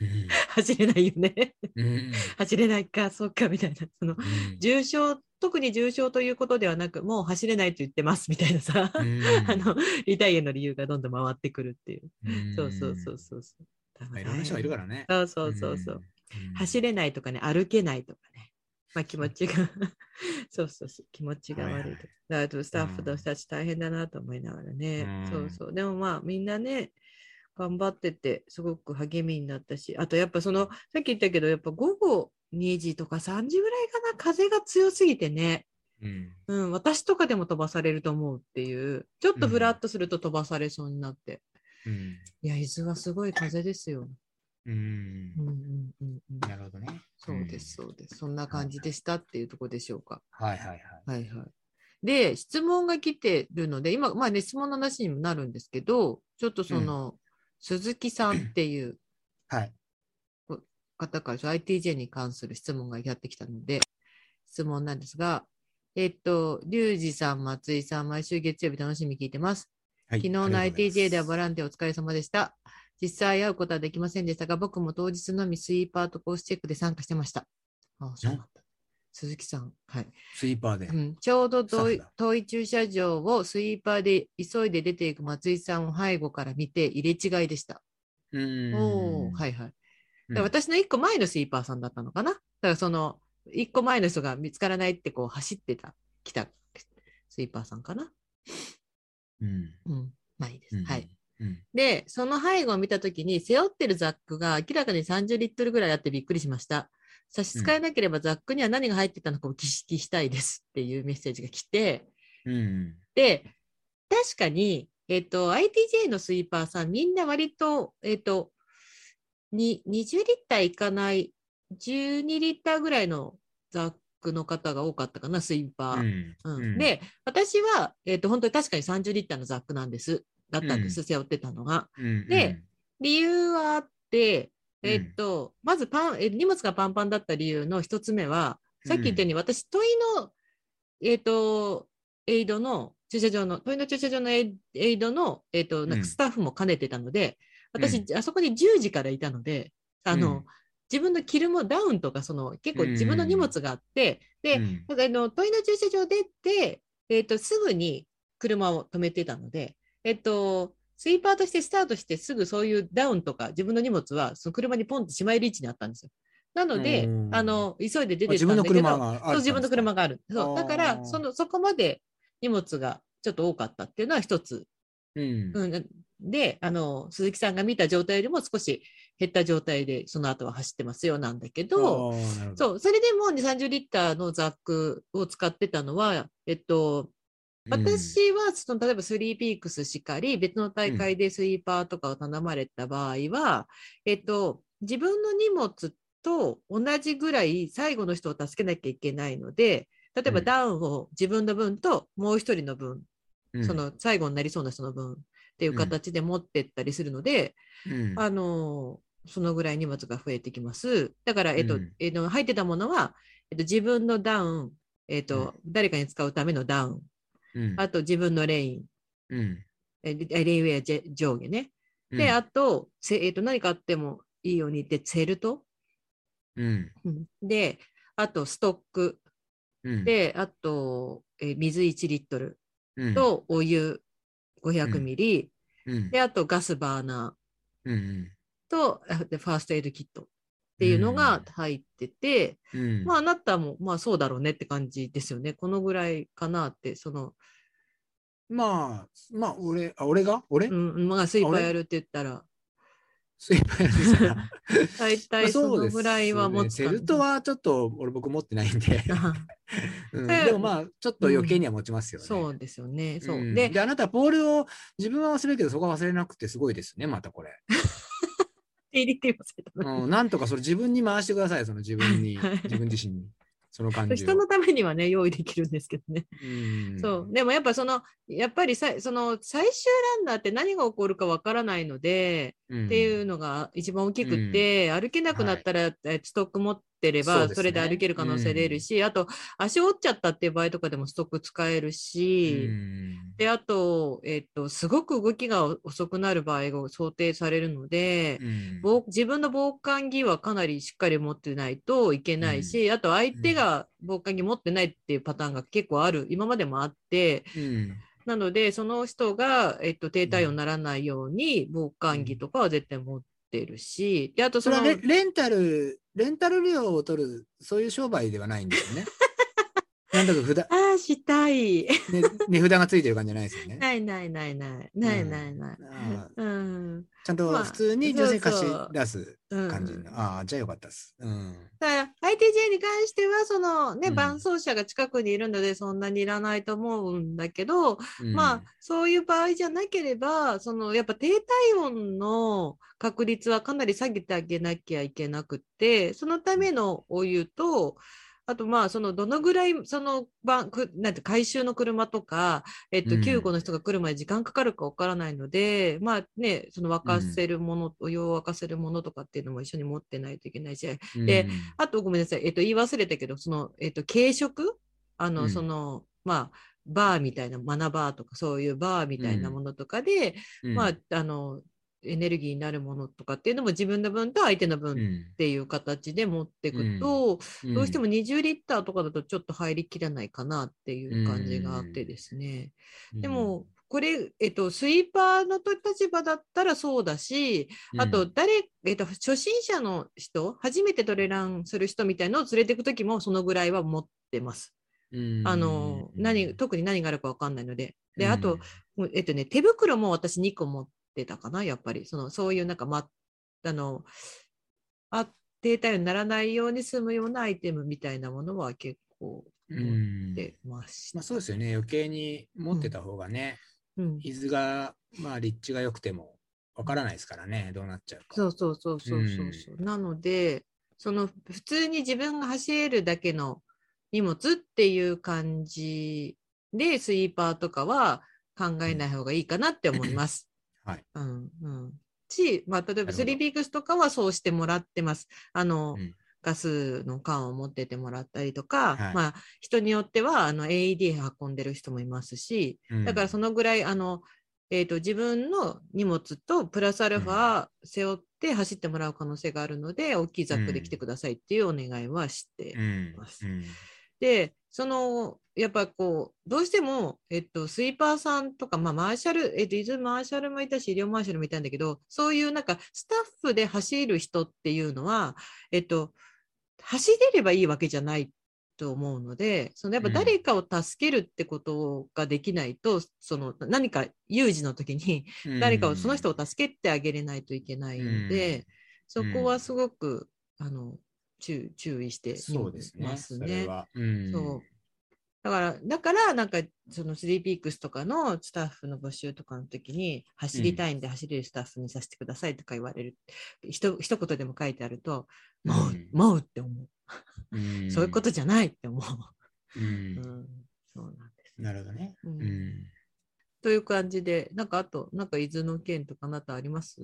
Speaker 1: 走れないよね
Speaker 2: うんうん
Speaker 1: 走れないか、そうか、みたいな。その、
Speaker 2: うん
Speaker 1: 重症、特に重症ということではなく、もう走れないと言ってます、みたいなさ、
Speaker 2: う
Speaker 1: あ
Speaker 2: ん
Speaker 1: の、リタイアの理由がどんどん回ってくるっていう。
Speaker 2: うん
Speaker 1: そうそうそうそうそう。だか
Speaker 2: ま
Speaker 1: ら
Speaker 2: あいろんな人がいるからね。
Speaker 1: そうそうそうそう。
Speaker 2: うん。
Speaker 1: 走
Speaker 2: れ
Speaker 1: れないとかね、歩けないとかね。まあ気持ちが、 そうそうそう、気持ちが悪いとか。
Speaker 2: はいはい
Speaker 1: だからあとスタッフの人たち大変だなと思いながらね。
Speaker 2: う
Speaker 1: そ
Speaker 2: ん
Speaker 1: うそう。でもまあみんなね、頑張ってて、すごく励みになったし、あとやっぱその、さっき言ったけど、やっぱ午後2時とか3時ぐらいかな、風が強すぎてね。
Speaker 2: うん。
Speaker 1: うん、私とかでも飛ばされると思うっていう、ちょっと
Speaker 2: うん
Speaker 1: フラッとすると飛ばされそうになって。
Speaker 2: うん
Speaker 1: いや、伊豆はすごい風ですよ。
Speaker 2: うん
Speaker 1: うんうんうんうん。
Speaker 2: なるほどね。
Speaker 1: そうです、そうです。そんな感じでしたっていうところでしょうか。
Speaker 2: はいはいはい。
Speaker 1: はいはい。で、質問が来てるので、今、まあね、質問の話にもなるんですけど、ちょっとその、鈴木さんっていう
Speaker 2: はい。
Speaker 1: 方から、ITJ に関する質問がやってきたので、質問なんですが、えっと、リュウジさん、松井さん、毎週月曜日楽しみに聞いてます。
Speaker 2: はい
Speaker 1: 昨日の ITJ ではボ
Speaker 2: ラ
Speaker 1: ランティアお疲れ様でした。実際会うことはできませんでしたが、僕も当日のみスイーパーとコースチェックで参加してました。あそうなんだ鈴木さん、はい
Speaker 2: スイーパーで。
Speaker 1: うん、ちょうど遠
Speaker 2: スタッフ
Speaker 1: い
Speaker 2: だ
Speaker 1: 遠い駐車場をスイーパーで急いで出ていく松井さんを背後から見て入れ違いでした。
Speaker 2: うん
Speaker 1: おーはいはい。
Speaker 2: う
Speaker 1: だ
Speaker 2: ん
Speaker 1: から私の一個前のスイーパーさんだったのかな。だからその一個前の人が見つからないってこう走ってた、来たスイーパーさんかな。
Speaker 2: うん
Speaker 1: うん、まあいいです。
Speaker 2: うん
Speaker 1: はい。。
Speaker 2: うん
Speaker 1: で、その背後を見たときに、背負ってるザックが明らかに30リットルぐらいあってびっくりしました。差し支えなければザックには何が入ってたのかを記識したいですっていうメッセージが来て、
Speaker 2: うん。
Speaker 1: で、確かに、えっと、ITJ のスイーパーさん、みんな割と、えっと、に20リッターいかない、12リッターぐらいのザックの方が多かったかな、スイーパー。
Speaker 2: うん
Speaker 1: うん
Speaker 2: うん
Speaker 1: で、私は、えっと、本当に確かに30リッターのザックなんです。だったんです、
Speaker 2: う
Speaker 1: 背負ってたのが。
Speaker 2: うん
Speaker 1: で、理由はあって、え
Speaker 2: うん
Speaker 1: っと、まずパン、え荷物がパンパンだった理由の一つ目は、さっき言ったように、私、問いの、えっと、エイドの駐車場の、問いの駐車場のエイエイドの、えっと、なん
Speaker 2: うん
Speaker 1: かスタッフも兼ねてたので、
Speaker 2: う
Speaker 1: 私、あそこに10時からいたので、あの、
Speaker 2: うん
Speaker 1: 自分の着るもダウンとか、その、結構
Speaker 2: うん
Speaker 1: 自分の荷物があって、で、
Speaker 2: うん
Speaker 1: なんかあの、問いの駐車場出て、えっ、と、すぐに車を止めてたので、えっ、と、スイーパーとしてスタートしてすぐそういうダウンとか自分の荷物はその車にポンとしまえる位置にあったんですよ。なので
Speaker 2: う、ん
Speaker 1: あの、急いで出
Speaker 2: あ
Speaker 1: てっ
Speaker 2: 自
Speaker 1: たんだ
Speaker 2: 分
Speaker 1: けど、
Speaker 2: の車がある
Speaker 1: そう、自分の車がある。そう。だか
Speaker 2: あ
Speaker 1: ら、
Speaker 2: ー
Speaker 1: その、そこまで荷物がちょっと多かったっていうのは一つ。
Speaker 2: うん
Speaker 1: うん。で、あの、鈴木さんが見た状態よりも少し減った状態でその後は走ってますよなんだけど、
Speaker 2: あーなるほど
Speaker 1: そう、それでも2、30リッターのザックを使ってたのは、えっと、
Speaker 2: うん
Speaker 1: 私は、その、例えばスリーピークスしかり、別の大会でスイーパーとかを頼まれた場合は、えっと、自分の荷物と同じぐらい最後の人を助けなきゃいけないので、例えば
Speaker 2: うん
Speaker 1: ダウンを自分の分ともう一人の分、
Speaker 2: うん
Speaker 1: その最後になりそうな人の分っていう形で持ってったりするので、
Speaker 2: うん
Speaker 1: あのーそのぐらい荷物が増えてきます。だから、えっと、
Speaker 2: うん
Speaker 1: えっと、入ってたものは、えっと、自分のダウン、えっと、誰かに使うためのダウン、
Speaker 2: うん
Speaker 1: あと自分のレイン、
Speaker 2: うん
Speaker 1: えレインウェアじゃ上下ね。で、
Speaker 2: うん
Speaker 1: あと、せえっと、何かあってもいいようにって、セルト、
Speaker 2: うん
Speaker 1: うんで、あと、ストック。
Speaker 2: うん
Speaker 1: で、あと、えー水1リットル
Speaker 2: うん
Speaker 1: と、お湯500ミリ。
Speaker 2: うん
Speaker 1: で、あと、ガスバーナー。
Speaker 2: うん
Speaker 1: と、あでファーストエイドキットっていうのが入ってて、
Speaker 2: うん
Speaker 1: まあ、あなたも、まあ、そうだろうねって感じですよね。このぐらいかなって、その、
Speaker 2: まあ、まあ、俺、あ、俺が俺、
Speaker 1: うん、まあ、スイパーやるって言ったら、
Speaker 2: スイパーやるんだ から
Speaker 1: 大体そのぐらいは持
Speaker 2: まあそう
Speaker 1: って
Speaker 2: ですねフェルトはちょっと、俺僕持ってないんで。うん
Speaker 1: ええ
Speaker 2: でもまあ、ちょっと余計には持ちますよね。
Speaker 1: そうですよね。そう。
Speaker 2: ん
Speaker 1: で、
Speaker 2: で、あなた、ボールを自分は忘れるけど、そこは忘れなくてすごいですね、またこれ。
Speaker 1: TDT もそうだ
Speaker 2: うん、なんとかそれ自分に回してください、その自分に
Speaker 1: はい、
Speaker 2: 自分自身に。その感じ を。
Speaker 1: 人のためにはね、用意できるんですけどね。
Speaker 2: うん
Speaker 1: そう。でもやっぱその、やっぱりさその最終ランナーって何が起こるかわからないので、
Speaker 2: うん
Speaker 1: っていうのが一番大きくて、歩けなくなったら、えストック持ってれ
Speaker 2: そう
Speaker 1: ば、
Speaker 2: ですね
Speaker 1: それで歩ける可能性出るし、あと、足折っちゃったっていう場合とかでもストック使えるし、
Speaker 2: うん
Speaker 1: で、あと、えっと、すごく動きが遅くなる場合が想定されるので、
Speaker 2: うん
Speaker 1: 防自分の防寒着はかなりしっかり持ってないといけないし、あと相手が防寒着持ってないっていうパターンが結構ある、今までもあって、
Speaker 2: うん
Speaker 1: なので、その人が、えっと、低体温にならないように、防寒着とかは絶対持ってるし、で、あと
Speaker 2: そ
Speaker 1: そ
Speaker 2: れ
Speaker 1: の、
Speaker 2: はレレンタル、レンタル料を取る、そういう商売ではない んですよね。なんとか札、
Speaker 1: ああ、したい。
Speaker 2: ね、値札がついてる感じじゃないですよ ね。
Speaker 1: ないないないない。ないないない。
Speaker 2: ああ
Speaker 1: うん。
Speaker 2: ちゃんと
Speaker 1: まあ
Speaker 2: 普通に女性に貸し
Speaker 1: そうそう
Speaker 2: 出す
Speaker 1: うん、
Speaker 2: 感じの。ああ、じゃあよかったです。うん。
Speaker 1: だから ITJ に関しては、そのね、
Speaker 2: うん
Speaker 1: 伴走者が近くにいるので、そんなにいらないと思うんだけど、
Speaker 2: うん
Speaker 1: まあ、そういう場合じゃなければ、そのやっぱ低体温の確率はかなり下げてあげなきゃいけなくて、そのためのお湯と、あとまあ、そのどのぐらい、その晩、くなんて回収の車とか、えっと、
Speaker 2: うん
Speaker 1: 救護の人が来るまで時間かかるかわからないので、まあね、その沸かせるもの、お湯を沸かせるものとかっていうのも一緒に持ってないといけないし、で
Speaker 2: うん、
Speaker 1: あとごめんなさい、えっと、言い忘れたけど、その、えっと、軽食あの、
Speaker 2: うん
Speaker 1: その、まあ、バーみたいな、マナバーとか、そういうバーみたいなものとかで、
Speaker 2: うん
Speaker 1: まあ、あの、エネルギーになるものとかっていうのも自分の分と相手の分っ
Speaker 2: ん
Speaker 1: ていう形で持っていくと、どうしても20リッターとかだとちょっと入りきらないかなっていう感じがあってですね。
Speaker 2: うん
Speaker 1: でも、これ、えっと、スイーパーの立場だったらそうだし、
Speaker 2: うん
Speaker 1: あと、誰、えっと、初心者の人、初めてトレランする人みたいのを連れていくときも、そのぐらいは持ってます。
Speaker 2: うん
Speaker 1: あの、
Speaker 2: う
Speaker 1: 何、
Speaker 2: ん
Speaker 1: 特に何があるかわかんないので。で、
Speaker 2: うん
Speaker 1: あと、えっとね、手袋も私2個持ってたかな、やっぱり。その、そういうなんか、ま、あの、あ、低体温にならないように済むようなアイテムみたいなものは結構
Speaker 2: う
Speaker 1: 持
Speaker 2: ん
Speaker 1: ってました
Speaker 2: まあ。そうですよね。余計に持ってた方がね、
Speaker 1: うん。
Speaker 2: 伊豆が、まあ、立地が良くても、わからないですからね、どうなっちゃうか。
Speaker 1: そうそうそうそうそうそう、なのでその普通に自分が走れるだけの荷物っていう感じでスイーパーとかは考えない方がいいかなって思います。
Speaker 2: はい。
Speaker 1: うんうん。し、まあ、例え
Speaker 2: なるほど
Speaker 1: ばスリービークスとかはそうしてもらってます。あの、
Speaker 2: うん
Speaker 1: ガスの缶を持っててもらったりとか、
Speaker 2: はい
Speaker 1: まあ人によってはあの AED 運んでる人もいますし、
Speaker 2: うん
Speaker 1: だからそのぐらい、あの、えっ、と、自分の荷物とプラスアルファ背負って走ってもらう可能性があるので、大きいザックで来てくださいっていうお願いはして、
Speaker 2: うん
Speaker 1: ます
Speaker 2: うん
Speaker 1: で、その、やっぱこう、どうしても、えっと、スイーパーさんとか、まあ、マーシャル、えっと、伊豆マーシャルもいたし、医療マーシャルもいたんだけど、そういうなんか、スタッフで走る人っていうのは、えっと、走れればいいわけじゃないと思うので、そのやっぱ
Speaker 2: うん
Speaker 1: 誰かを助けるってことができないと、その何か有事の時に、誰かを、その人を助けてあげれないといけないので、そこはすごく、あの、注注意して
Speaker 2: そうですね。
Speaker 1: ます
Speaker 2: それ
Speaker 1: ね。
Speaker 2: は。うん
Speaker 1: そう。だから、だから、なんか、その3ピークスとかのスタッフの募集とかの時に、走りたいんで走れるスタッフにさせてくださいとか言われる。ひと一言でも書いてあると、もう
Speaker 2: うん、
Speaker 1: もうって思う。
Speaker 2: うん
Speaker 1: そういうことじゃないって思
Speaker 2: うん
Speaker 1: う。うん。そうなんです。
Speaker 2: なるほどね。
Speaker 1: う
Speaker 2: うんん。
Speaker 1: という感じで、なんかあと、なんか伊豆の件とかあなたあります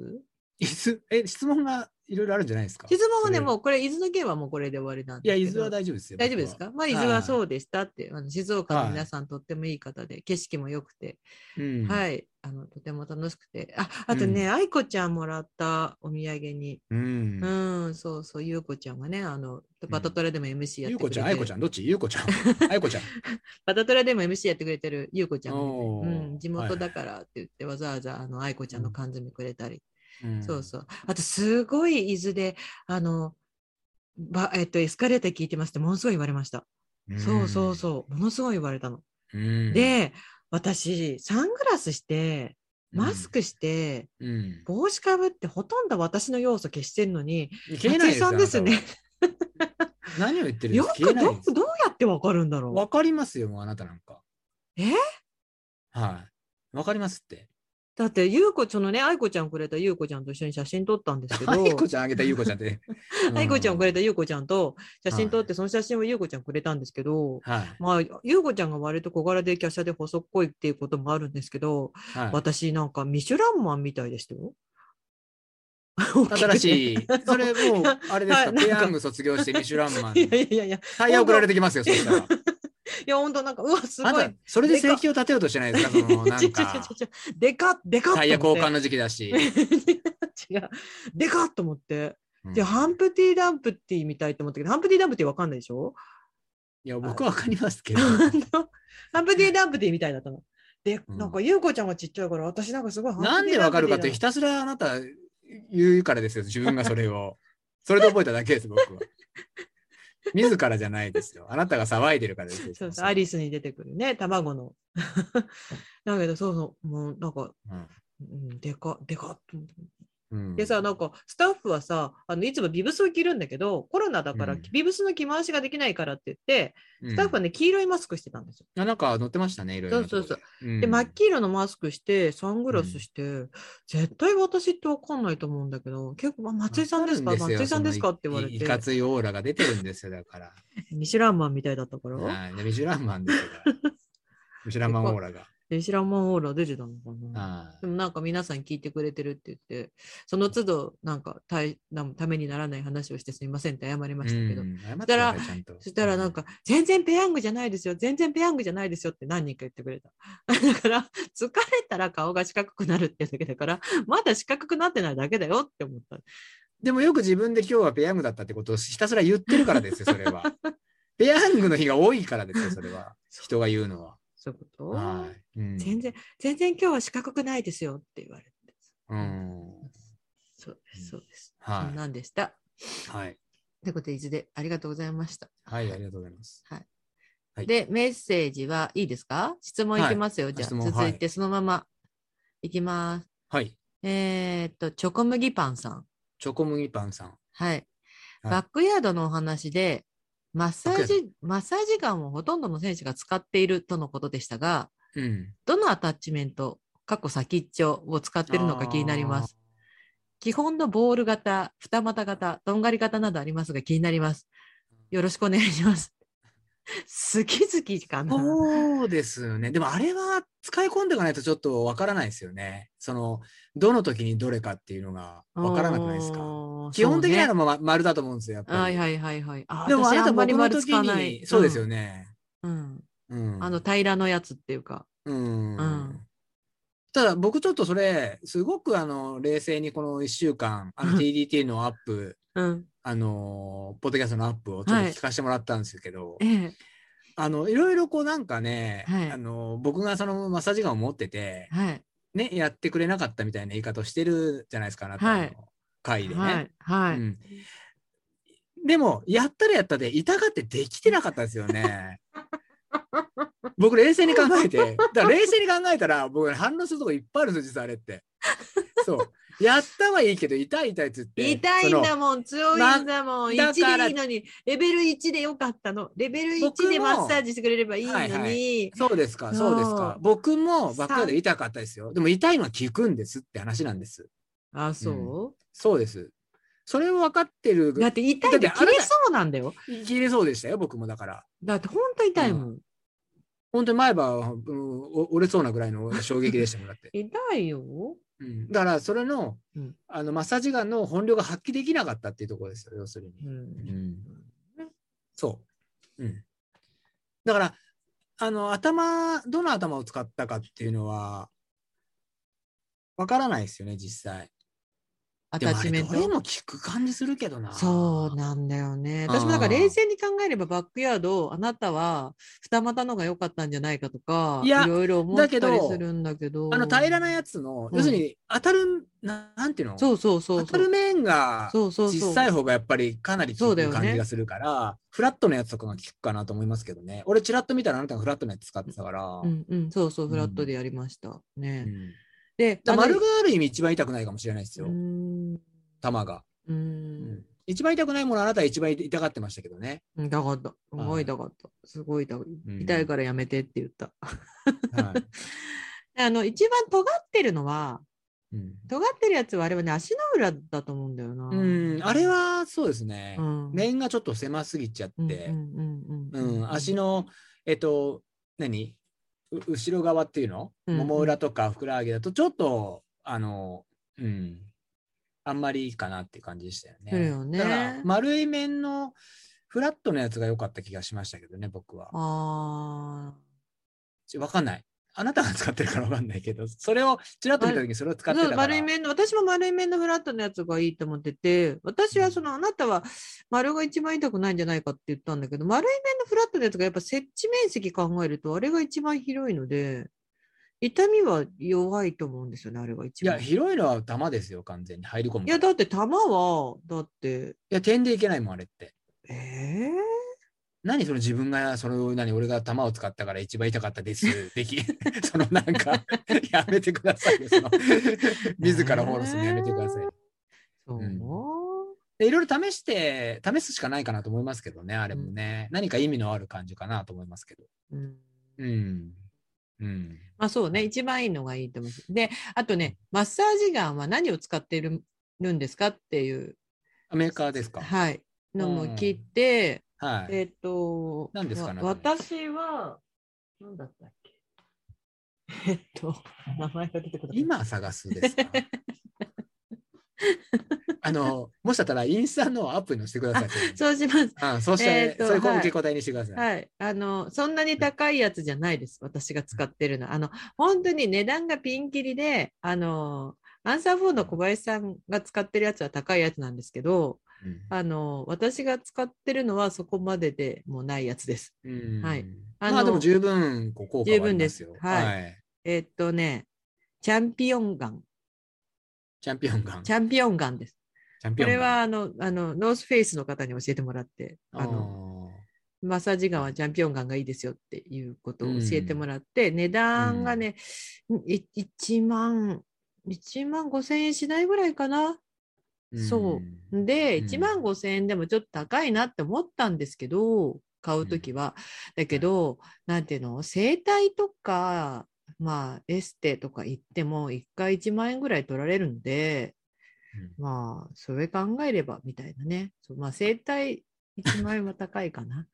Speaker 2: いつえ、質問がいろいろあるんじゃないですか
Speaker 1: 質問はね、
Speaker 2: それ
Speaker 1: もうこれ伊豆の件はもうこれで終わりなん
Speaker 2: い
Speaker 1: で
Speaker 2: や、
Speaker 1: すけ
Speaker 2: 伊
Speaker 1: ど。
Speaker 2: 豆は大丈夫ですよ。
Speaker 1: 大丈夫ですかまあ伊豆はそうでしたって、あの静岡
Speaker 2: は
Speaker 1: の
Speaker 2: い
Speaker 1: 皆さんとってもいい方で、景色も良くて、
Speaker 2: 僕はうん。
Speaker 1: はい。あの、とても楽しくて。あ、あとね、愛子ちゃんもらったお土産に。
Speaker 2: うん
Speaker 1: う。ん、そうそう、ゆうこちゃんはね、あの、バタトラでも MC やっ
Speaker 2: ゆ
Speaker 1: て
Speaker 2: う
Speaker 1: くれて
Speaker 2: こち
Speaker 1: る。
Speaker 2: ゃん、あいこちゃん、どっちゆうこちゃ ん。あいこちゃん。
Speaker 1: バタトラでも MC やってくれてるゆうこちゃんもいて
Speaker 2: お
Speaker 1: う
Speaker 2: ー
Speaker 1: ん、地元だからって言って、わざわざ、あの、愛子ちゃんの缶詰くれたり。そう
Speaker 2: う
Speaker 1: そう。あと、すごい伊豆で、あの、ばえっと、エスカレーター聞いてますって、ものすごい言われました。
Speaker 2: ん。
Speaker 1: そうそうそう。ものすごい言われたの。
Speaker 2: うん。
Speaker 1: で、私、サングラスして、
Speaker 2: うん
Speaker 1: マスクして、
Speaker 2: うん、
Speaker 1: 帽子かぶって、ほとんど私の要素消してるのに、
Speaker 2: 消えないですよ
Speaker 1: 松井さんですね。
Speaker 2: あなたは何を言ってるんで
Speaker 1: よ
Speaker 2: すか消え
Speaker 1: く
Speaker 2: ない
Speaker 1: ど
Speaker 2: です
Speaker 1: どうやってわかるんだろう。
Speaker 2: わかりますよ、もうあなたなんか。
Speaker 1: え
Speaker 2: はい。わかりますって。
Speaker 1: だって、ゆうこ、そのね、愛子ちゃんくれたゆうこちゃんと一緒に写真撮ったんですけど、
Speaker 2: あいこちゃんあげたゆうこちゃん って。
Speaker 1: 愛子ちゃんく
Speaker 2: こ
Speaker 1: れ
Speaker 2: れ
Speaker 1: たゆうこちゃんと写真撮って、その写真をゆうこちゃんくれたんですけど、
Speaker 2: はい。
Speaker 1: まあ、ゆうこちゃんが割と小柄で華奢で細っこいっていうこともあるんですけど、
Speaker 2: は
Speaker 1: 私なんかミシュランマンみたいでしたよ。
Speaker 2: い、 新
Speaker 1: い。
Speaker 2: しい。それもう、あれです
Speaker 1: は
Speaker 2: か、
Speaker 1: いなんか
Speaker 2: ペヤング卒業してミシュランマ ン。
Speaker 1: いやいやいや、い
Speaker 2: タイヤ送られてきますよ、そしたら。
Speaker 1: や、本当なんか、うわ、すご
Speaker 2: あ
Speaker 1: い。
Speaker 2: なた、それで生計を立てようとしてないですか、その、な
Speaker 1: ちょ
Speaker 2: ん
Speaker 1: ちょちょ
Speaker 2: か
Speaker 1: ちょ、ちょでかっ、でかっと思って。
Speaker 2: タイヤ交換の時期 だし。
Speaker 1: 違う。でかっと思って。
Speaker 2: うん
Speaker 1: で、ハンプティ・ダンプティみたいと思ったけど、ハンプティ・ダンプティわかんないでしょ
Speaker 2: いや、僕はわかりますけど。
Speaker 1: ハンプティ・ダンプティみたいだったの。で、
Speaker 2: うん
Speaker 1: なんか、ゆうこちゃんがちっちゃいから、私なんかすごいハンプティ
Speaker 2: なんでわかるか
Speaker 1: ダンプテ
Speaker 2: って、
Speaker 1: ィだな
Speaker 2: ひたすらあなた言うからですよ、自分がそれを。 それで覚えただけです、僕は。自らじゃないですよ。あなたが騒いでるからですよ。
Speaker 1: そうそう、
Speaker 2: もも
Speaker 1: アリスに出てくるね、卵 の。だけど、そうそう、もうなんか、うん、でか、でかっと思って。
Speaker 2: うんうん
Speaker 1: でさ、なんか、スタッフはさ、あの、いつもビブスを着るんだけど、コロナだから、
Speaker 2: うん
Speaker 1: ビブスの着回しができないからって言って、
Speaker 2: うん
Speaker 1: スタッフはね、黄色いマスクしてたんですよ。
Speaker 2: あなんか乗ってましたね、いろいろなところで。
Speaker 1: そうそう
Speaker 2: うん
Speaker 1: で、真っ黄色のマスクして、サングラスして、絶対私ってわかんないと思うんだけど、結構、あ松井さんですか
Speaker 2: わるよ
Speaker 1: 松井さんですかって言われ
Speaker 2: そのいいか
Speaker 1: て、
Speaker 2: ついオーラが出てるんですよ、だから。
Speaker 1: ミシュランマンみたいだったから、
Speaker 2: はいでミシュランマンですよだ から。ミシュランマンオーラが。
Speaker 1: ミシュランマンオーラ出てたのかな。
Speaker 2: は
Speaker 1: でもなんか皆さん聞いてくれてるって言って、その都度なんかたいなんためにならない話をしてすみませんって謝りま
Speaker 2: い
Speaker 1: したけど、
Speaker 2: うん謝ってくださ
Speaker 1: そしたら
Speaker 2: いちゃんと
Speaker 1: そしたらなんか、全然ペヤングじゃないですよ、全然ペヤングじゃないですよって何人か言ってくれた。 だから、疲れたら顔が四角くなるってだけだから、まだ四角くなってないだけだよって思った。
Speaker 2: でもよく自分で今日はペヤングだったってことをひたすら言ってるからですよ、それ は。ペヤングの日が多いからですよ、それは。人が言うのは。
Speaker 1: そういうこと、
Speaker 2: はい。うん
Speaker 1: 全。然、全然今日は四角くないですよって言われて。
Speaker 2: うん。
Speaker 1: そうです、そうです。
Speaker 2: はい
Speaker 1: そんなんでした。
Speaker 2: はい。
Speaker 1: ということで、伊豆でありがとうございました。
Speaker 2: はい、ありがとうございます。はい
Speaker 1: で、メッセージはいいですか質問いきますよ。じゃあ、
Speaker 2: 質問
Speaker 1: 続いてそのままいきます。
Speaker 2: はい。
Speaker 1: えーっと、チョコ麦パンさん。
Speaker 2: チョコ麦パンさん。
Speaker 1: はい。バックヤードのお話で、マッサージ、マッサージガンをほとんどの選手が使っているとのことでしたが、
Speaker 2: うん。
Speaker 1: どのアタッチメント、過去先っちょを使っているのか気になります。基本のボール型、二股型、とんがり型などありますが気になります。よろしくお願いします。好き好きかな。
Speaker 2: そうですよね。でもあれは使い込んでいかないとちょっとわからないですよね。その、どの時にどれかっていうのがわからなくないです
Speaker 1: あ
Speaker 2: か。
Speaker 1: ー
Speaker 2: 基本的な
Speaker 1: そ
Speaker 2: のもま丸だと思うんですよ、やっ
Speaker 1: うね
Speaker 2: ぱ
Speaker 1: は
Speaker 2: り。
Speaker 1: いはいはいはい。あ
Speaker 2: でもあ
Speaker 1: 私
Speaker 2: な
Speaker 1: あ
Speaker 2: た
Speaker 1: んま
Speaker 2: 僕
Speaker 1: り
Speaker 2: の
Speaker 1: 丸使
Speaker 2: 時
Speaker 1: わない。
Speaker 2: に、そうですよね。
Speaker 1: うん。うん。
Speaker 2: うん。
Speaker 1: あの平らのやつっていうか。
Speaker 2: うん
Speaker 1: ん
Speaker 2: ただ僕ちょっとそれ、すごくあの、冷静にこの1週間、あ
Speaker 1: うん
Speaker 2: の TDT のアップ、
Speaker 1: うん。
Speaker 2: あのー、ポッドキャストのアップをちょっと聞かせてもらったんですけど、
Speaker 1: ええ。
Speaker 2: あの、いろいろこうなんかね、
Speaker 1: はい
Speaker 2: あのー、僕がそのマッサージガンを持ってて、
Speaker 1: はい。
Speaker 2: ね、やってくれなかったみたいな言い方をしてるじゃないですか、あなた
Speaker 1: は
Speaker 2: の
Speaker 1: い
Speaker 2: 回でね。
Speaker 1: はい。は
Speaker 2: う
Speaker 1: い。
Speaker 2: んでも、やったらやったで、痛がってできてなかったですよね。僕、冷静に考えて、だから冷静に考えたら、僕、反応するとこいっぱいあるんですよ、実はあれって。そう。やったはいいけど、痛い痛いっつって。
Speaker 1: 痛いん
Speaker 2: そ
Speaker 1: だ
Speaker 2: の
Speaker 1: もん、強いんだもん、
Speaker 2: ま
Speaker 1: 1
Speaker 2: だから
Speaker 1: でいいのに、レベル1でよかったの。レベル1
Speaker 2: 僕
Speaker 1: で
Speaker 2: も
Speaker 1: マッサージしてくれればいいのに、
Speaker 2: はいはいそうですか、そうです
Speaker 1: そ
Speaker 2: か
Speaker 1: う。
Speaker 2: 僕も、ばっかり痛かったですよ。でも、痛いのは効くんですって話なんです。
Speaker 1: あ、そ
Speaker 2: そうです。それを分かってる
Speaker 1: う、だって痛い
Speaker 2: だ
Speaker 1: の
Speaker 2: ってあなた
Speaker 1: 切れそうなんだよ。
Speaker 2: 言い切れそうでしたよ、僕もだから。
Speaker 1: だって本当痛いもん。
Speaker 2: 本当に前歯は、うんお折れそうなぐらいの衝撃でしたもん、だって。
Speaker 1: 痛いよ。
Speaker 2: うんだから、それの、
Speaker 1: うん
Speaker 2: あの、マッサージガンの本領が発揮できなかったっていうところですよ、要する
Speaker 1: う
Speaker 2: に。
Speaker 1: ん。
Speaker 2: そう。うん。だから、あの、頭、どの頭を使ったかっていうのは、わからないですよね、実際。
Speaker 1: ア
Speaker 2: で
Speaker 1: タ
Speaker 2: も
Speaker 1: ッ
Speaker 2: あ
Speaker 1: チ
Speaker 2: れ
Speaker 1: メン
Speaker 2: どれ
Speaker 1: ト。
Speaker 2: も効く感じするけどな。
Speaker 1: そうなんだよね。私もだから冷静に考えればバックヤード、あなたは二股のが良かったんじゃないかとか、い
Speaker 2: いや
Speaker 1: ろいろ思ったりするんだけど。
Speaker 2: あの平らなやつの、
Speaker 1: うん
Speaker 2: 要するに当たるななんていうの
Speaker 1: そうそうそうそう。
Speaker 2: 当たる面が
Speaker 1: そうそうそう。
Speaker 2: 小さい方がやっぱりかなり
Speaker 1: そ
Speaker 2: 効
Speaker 1: うだよ
Speaker 2: く
Speaker 1: ね
Speaker 2: 感じがするから、フラットのやつとかが効くかなと思いますけどね俺ちらっと見たらあなたがフラットのやつ使ってたから、
Speaker 1: うんうん、そうそう、
Speaker 2: うん
Speaker 1: フラットでやりました。ね
Speaker 2: う。ん
Speaker 1: で、
Speaker 2: だから
Speaker 1: あの
Speaker 2: 丸がある意味一番痛くないかもしれないですよ、
Speaker 1: うーん。う
Speaker 2: 玉が、
Speaker 1: ー
Speaker 2: うん
Speaker 1: ん。
Speaker 2: 一番痛くないものあなたは一番痛がってましたけどね、
Speaker 1: 痛かった。すごい痛かった。すごい痛かった痛いからやめてって言った。
Speaker 2: ら、はい
Speaker 1: あの、一番尖ってるのは、
Speaker 2: うん
Speaker 1: 尖ってるやつはあれはね、足の裏だと思うんだよな。
Speaker 2: うん、あれ、はそうですね、
Speaker 1: うん、
Speaker 2: 面がちょっと狭すぎちゃっ
Speaker 1: うん
Speaker 2: て、
Speaker 1: うんうん
Speaker 2: うん、足の、えっと、何う後ろ側っていうの、
Speaker 1: うん
Speaker 2: もも裏とかふくらはぎだと、ちょっと、あの、うん、あんまりいいかなっていう感じでしたよね。
Speaker 1: そうよね
Speaker 2: だから、丸い面のフラットのやつが良かった気がしましたけどね、僕は。
Speaker 1: あ
Speaker 2: ちわかんない。あなたが使ってるからわかんないけど、それをちらっと見た時にそれを使
Speaker 1: あ
Speaker 2: ってたから。
Speaker 1: 丸い面の私も丸い面のフラットのやつがいいと思ってて私はそのあなたは丸が一番痛くないんじゃないかって言ったんだけど丸い面のフラットのやつがやっぱ設置面積考えるとあれが一番広いので痛みは弱いと思うんですよねあれが一
Speaker 2: いや、
Speaker 1: 番。い
Speaker 2: 広いのは玉ですよ、完全に。入り込む。い
Speaker 1: やだって弾はだって
Speaker 2: や、点でいけないもん、あれって。
Speaker 1: ええ
Speaker 2: 何その自分が、その、何、俺が弾を使ったから一番痛かった です。でき、そのなんか、やめてくださいよ。その、自らフォローするのやめてください。
Speaker 1: そう、
Speaker 2: うんでいろいろ試して、試すしかないかなと思いますけどね、あれもね。何か意味のある感じかなと思いますけど。
Speaker 1: うん
Speaker 2: うん。うん。
Speaker 1: まあそうね、一番いいのがいいと思うし。で、あとね、マッサージガンは何を使っているるんですかっていう、
Speaker 2: メーカーですか
Speaker 1: はい、のも
Speaker 2: うん
Speaker 1: 聞いて、
Speaker 2: はい。
Speaker 1: えっ、と、
Speaker 2: 何ですか
Speaker 1: わ
Speaker 2: ね
Speaker 1: 私は、何だったっけえっと、名前が出てこない。
Speaker 2: 今探すですか あの、もしだったらインスタのアップに載せてください。
Speaker 1: そうします。
Speaker 2: あそうして、
Speaker 1: えーと
Speaker 2: それこ
Speaker 1: はい
Speaker 2: 受け答えにしてください。
Speaker 1: はい。あの、そんなに高いやつじゃないです。私が使ってるの。あの、本当に値段がピンキリで、あの、アンサー4の小林さんが使ってるやつは高いやつなんですけど、
Speaker 2: うん
Speaker 1: あの、私が使ってるのはそこまででもないやつです。
Speaker 2: うん
Speaker 1: はい。あの
Speaker 2: まあでも十分こう効果はありますよ。
Speaker 1: 十分ですはい
Speaker 2: い。
Speaker 1: えっとね、チャンピオンガン。
Speaker 2: チャンピオンガン。
Speaker 1: チャンピオンガンです。
Speaker 2: チャンピ
Speaker 1: こ
Speaker 2: オ
Speaker 1: れ
Speaker 2: ンガン。
Speaker 1: は、あの、あの、ノースフェイスの方に教えてもらって、あの、マッサージガンはチャンピオンガンがいいですよっていうことを教えてもらって、値段がね、い1万、1万5千円しないぐらいかな。
Speaker 2: あー
Speaker 1: そ
Speaker 2: ん
Speaker 1: で、
Speaker 2: うん
Speaker 1: 1万5千円でもちょっと高いなって思ったんですけど、買うときは。だけど、なんていうの、整体とか、まあ、エステとか行っても、1回1万円ぐらい取られるんで、まあ、それ考えれば、みたいなね。そうまあ、整体1万円は高いか な。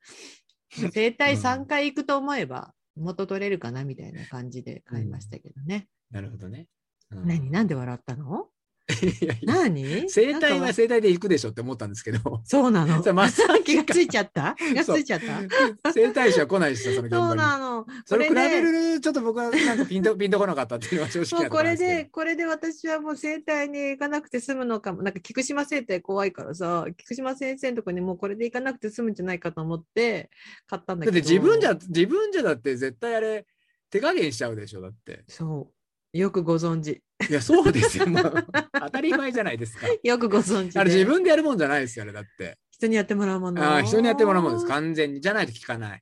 Speaker 1: 整体3回行くと思えば、元取れるかな、みたいな感じで買いましたけどね。
Speaker 2: なるほどね。うん
Speaker 1: 何なんで笑ったの
Speaker 2: いやいや
Speaker 1: 何
Speaker 2: 整体
Speaker 1: なん
Speaker 2: は
Speaker 1: か
Speaker 2: 整体で行くでしょって思ったんですけど。
Speaker 1: そうなの
Speaker 2: そ。れマッサージ
Speaker 1: 気がついちゃった気がついちゃった
Speaker 2: た整体師は来ないしさ、その現
Speaker 1: そう
Speaker 2: 場に。
Speaker 1: なの。
Speaker 2: それ比べ
Speaker 1: で
Speaker 2: るちょっと僕はなんかピンとピンとこなかったっていうのは正直
Speaker 1: もう
Speaker 2: なと
Speaker 1: こ
Speaker 2: ころな
Speaker 1: れ
Speaker 2: んすけど
Speaker 1: で、これで私はもう整体に行かなくて済むのかも。なんか菊島整体怖いからさ、菊島先生のとこにもうこれで行かなくて済むんじゃないかと思って買ったんだ
Speaker 2: だ
Speaker 1: け
Speaker 2: っ
Speaker 1: ど。
Speaker 2: て自分じゃ、自分じゃだって絶対あれ、手加減しちゃうでしょ、だって。
Speaker 1: そう。よくご存知。
Speaker 2: いや、そうですよ。もう 当たり前じゃないですか。
Speaker 1: よくご存知で。
Speaker 2: あれ自分でやるもんじゃないですよ、あれだって。
Speaker 1: 人にやってもらうもの。
Speaker 2: ああ、人にやってもらうもんです。完全に。じゃないと聞かない。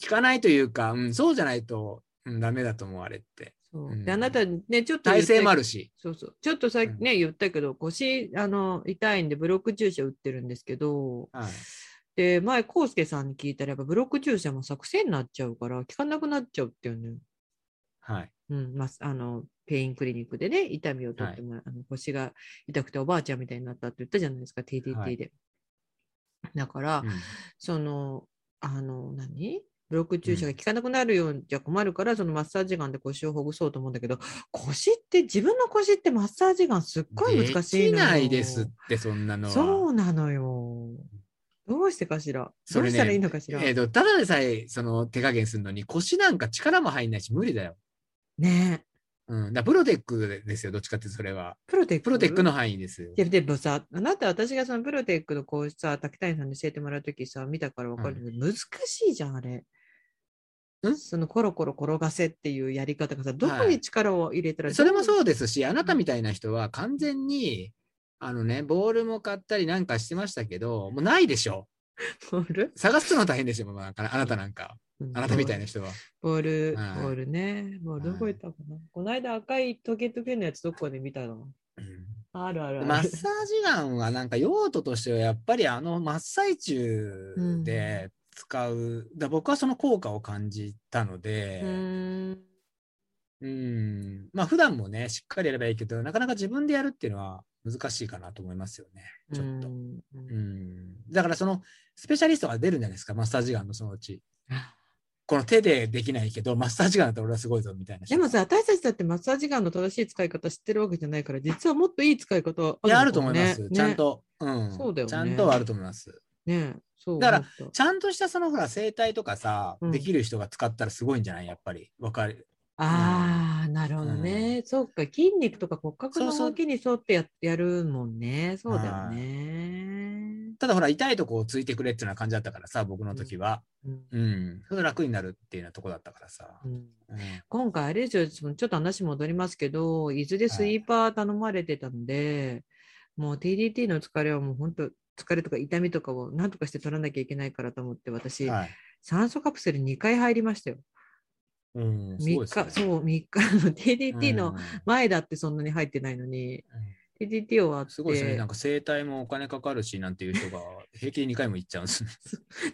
Speaker 2: 聞かないというか、うん、そうじゃないと、うん、ダメだと思われって。
Speaker 1: そう
Speaker 2: うん
Speaker 1: であなたね、ちょっと言
Speaker 2: 体
Speaker 1: って
Speaker 2: 勢もあるし。
Speaker 1: そうそう。ちょっとさっきね、
Speaker 2: うん
Speaker 1: 言ったけど、腰、あの、痛いんでブロック注射打ってるんですけど、
Speaker 2: はい。
Speaker 1: で、前、康介さんに聞いたら、やっぱブロック注射もさ、癖になっちゃうから、効かなくなっちゃうっていうね。
Speaker 2: はい。
Speaker 1: うん、まあ、あの、ペインクリニックでね、痛みを取ってもらう、あの腰が痛くておばあちゃんみたいになったって言ったじゃないですか、
Speaker 2: は
Speaker 1: TDT
Speaker 2: い
Speaker 1: で。だから、
Speaker 2: うん
Speaker 1: その、あの、何ブロック注射が効かなくなるようじゃ困るから、そのマッサージガンで腰をほぐそうと思うんだけど、腰って、自分の腰ってマッサージガンすっごい難しい
Speaker 2: で
Speaker 1: の
Speaker 2: き
Speaker 1: よ
Speaker 2: ないですって、そんなのは。
Speaker 1: そうなのよ。どうしてかしら。ど
Speaker 2: それ
Speaker 1: う
Speaker 2: ね
Speaker 1: したらいいのかしら。
Speaker 2: えっ、と、ただでさえ、その、手加減するのに、腰なんか力も入んないし、無理だよ。
Speaker 1: ね
Speaker 2: うん、だからプロテックですよ、どっちかっていうとそれは。
Speaker 1: プロテック
Speaker 2: プロテックの範囲です。
Speaker 1: いやでもさあなた私がそのプロテックのこうさ竹谷さんに教えてもらう時さ見たから分かるけど、難しいじゃんあれ
Speaker 2: ん
Speaker 1: そのコロコロ転がせっていうやり方がさどこに力を入れたら、
Speaker 2: それも
Speaker 1: う
Speaker 2: そうですし、あなたみたいな人は完全に、あのね、ボールも買ったりなんかしてましたけど、もうないでしょ。
Speaker 1: ボール
Speaker 2: 探すの大変でしょ、もうなんかあなたなんか。あなたみたいな人は。
Speaker 1: ボール、
Speaker 2: はい
Speaker 1: ボールね。ボールどこ行ったかな、この間赤いトゲトゲのやつどこで見たの
Speaker 2: うん
Speaker 1: あるあるある。
Speaker 2: マッサージガンはなんか用途としてはやっぱりあの真っ最中で使う、だ僕はその効果を感じたので、
Speaker 1: うーん。
Speaker 2: うんまあ普段もねしっかりやればいいけどなかなか自分でやるっていうのは難しいかなと思いますよねちょっと、
Speaker 1: うん
Speaker 2: うんだからそのスペシャリストが出るんじゃないですかマッサージガンのそのうち
Speaker 1: あ
Speaker 2: この手でできないけどマッサージガンだったら俺はすごいぞみたいな人
Speaker 1: でもさ、私たちだってマッサージガンの正しい使い方知ってるわけじゃないから、実はもっといい使い方あ
Speaker 2: いやあ
Speaker 1: る
Speaker 2: る
Speaker 1: のかも
Speaker 2: と思い
Speaker 1: ね
Speaker 2: ます、ちゃん。と、うん、
Speaker 1: そうだよね
Speaker 2: ちゃんとはあると思います
Speaker 1: ねねそう。
Speaker 2: だから
Speaker 1: 思った
Speaker 2: ちゃんとしたそのほら生態とかさ、
Speaker 1: うん
Speaker 2: できる人が使ったらすごいんじゃないやっぱりわかる。
Speaker 1: ああ、なるほどね。そうか、筋肉とか骨格の
Speaker 2: そうそう
Speaker 1: 動きに沿ってややるもんね。そうだよね。
Speaker 2: ただほら痛いとこをついてくれっていうような感じだったからさ僕の時は。
Speaker 1: うん
Speaker 2: うん。それ楽になるっていうようなとこだったからさ。
Speaker 1: うん
Speaker 2: うん
Speaker 1: 今回あれですよそのちょっと話戻りますけど伊豆でスイーパー頼まれてたんで、もう TDT の疲れはもう本当疲れとか痛みとかを何とかして取らなきゃいけないからと思って私、
Speaker 2: はい。
Speaker 1: 酸素カプセル2回入りましたよ
Speaker 2: うん。す
Speaker 1: 3
Speaker 2: ごい
Speaker 1: 日
Speaker 2: ですね
Speaker 1: そう3日あの TDT
Speaker 2: うん
Speaker 1: の前だってそんなに入ってないのに、TDT 終わって
Speaker 2: すごいですね。なんか生態もお金かかるしなんていう人が平気で2回も行っちゃうんですね。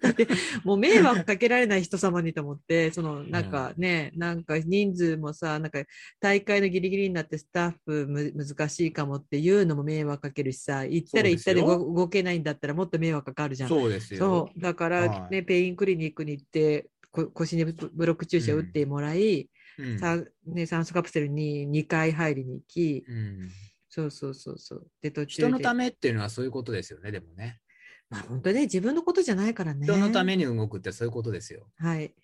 Speaker 1: だって もう迷惑かけられない人様にと思って、そのなんかね、なんか人数もさ、なんか大会のギリギリになってスタッフむ難しいかもっていうのも迷惑かけるしさ、行ったら行ったで
Speaker 2: そうです
Speaker 1: ご動けないんだったらもっと迷惑かか るじゃん。そう
Speaker 2: そうですよ。
Speaker 1: だからね、
Speaker 2: はい
Speaker 1: ペインクリニックに行って、こ腰にブブロック注射打ってもらい、
Speaker 2: うん
Speaker 1: さね、酸素カプセルに2回入りに行き、
Speaker 2: うん
Speaker 1: そうそうそうそう。で、途中で。
Speaker 2: 人のためっていうのはそういうことですよね、でもね。
Speaker 1: まあ本当ね、自分のことじゃないからね。
Speaker 2: 人のために動くってそういうことですよ。
Speaker 1: はい。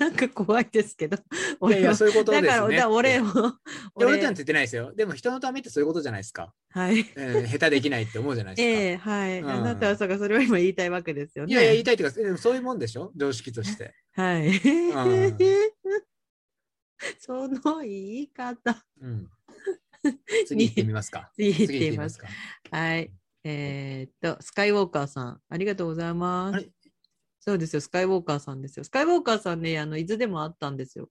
Speaker 1: なんか怖いですけど。
Speaker 2: いやい
Speaker 1: 俺
Speaker 2: や、
Speaker 1: は
Speaker 2: そういうことです
Speaker 1: だ
Speaker 2: ね。
Speaker 1: から、だ俺
Speaker 2: い
Speaker 1: も。
Speaker 2: や俺なんて言ってないですよ。でも人のためってそういうことじゃないですか。
Speaker 1: はい。
Speaker 2: うん下手できないって思うじゃないですか。
Speaker 1: ええはい、
Speaker 2: うん
Speaker 1: あなたはそうか、それを今言いたいわけですよ
Speaker 2: い
Speaker 1: ね。
Speaker 2: やいや、言いたいというか、でもそういうもんでしょ常識 として。
Speaker 1: はい。
Speaker 2: ん
Speaker 1: その言い方。
Speaker 2: うん、 次行ってみますか。
Speaker 1: 次言っ
Speaker 2: 次行って
Speaker 1: てい
Speaker 2: み
Speaker 1: ま
Speaker 2: ます
Speaker 1: す。
Speaker 2: か。
Speaker 1: はい。えーっと、スカイウォーカーさん、ありがとうございま
Speaker 2: あ
Speaker 1: す
Speaker 2: れ。
Speaker 1: そうですよ、スカイウォーカーさんですよ。スカイウォーカーさんね、あの、伊豆でもあったんですよ。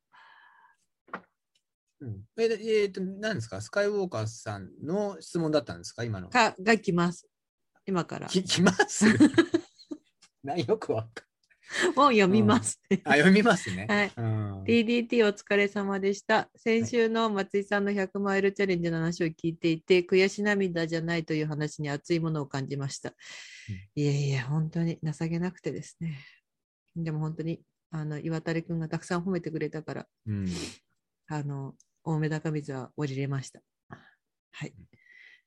Speaker 2: うん、えっ、えーと、何ですかスカイウォーカーさんの質問だったんですか今の。
Speaker 1: か、が来ます。今から。
Speaker 2: ききます なよくわか
Speaker 1: もう読みます。
Speaker 2: あ、読みますね。
Speaker 1: はい
Speaker 2: うん、
Speaker 1: DDT お疲れ様でした。先週の松井さんの100マイルチャレンジの話を聞いていて、悔し涙じゃないという話に熱いものを感じました。いえいえ、本当に情けなくてですね。でも本当に、あの、岩垂くんがたくさん褒めてくれたから、
Speaker 2: うん
Speaker 1: あの、青梅高水は降りれました。はい。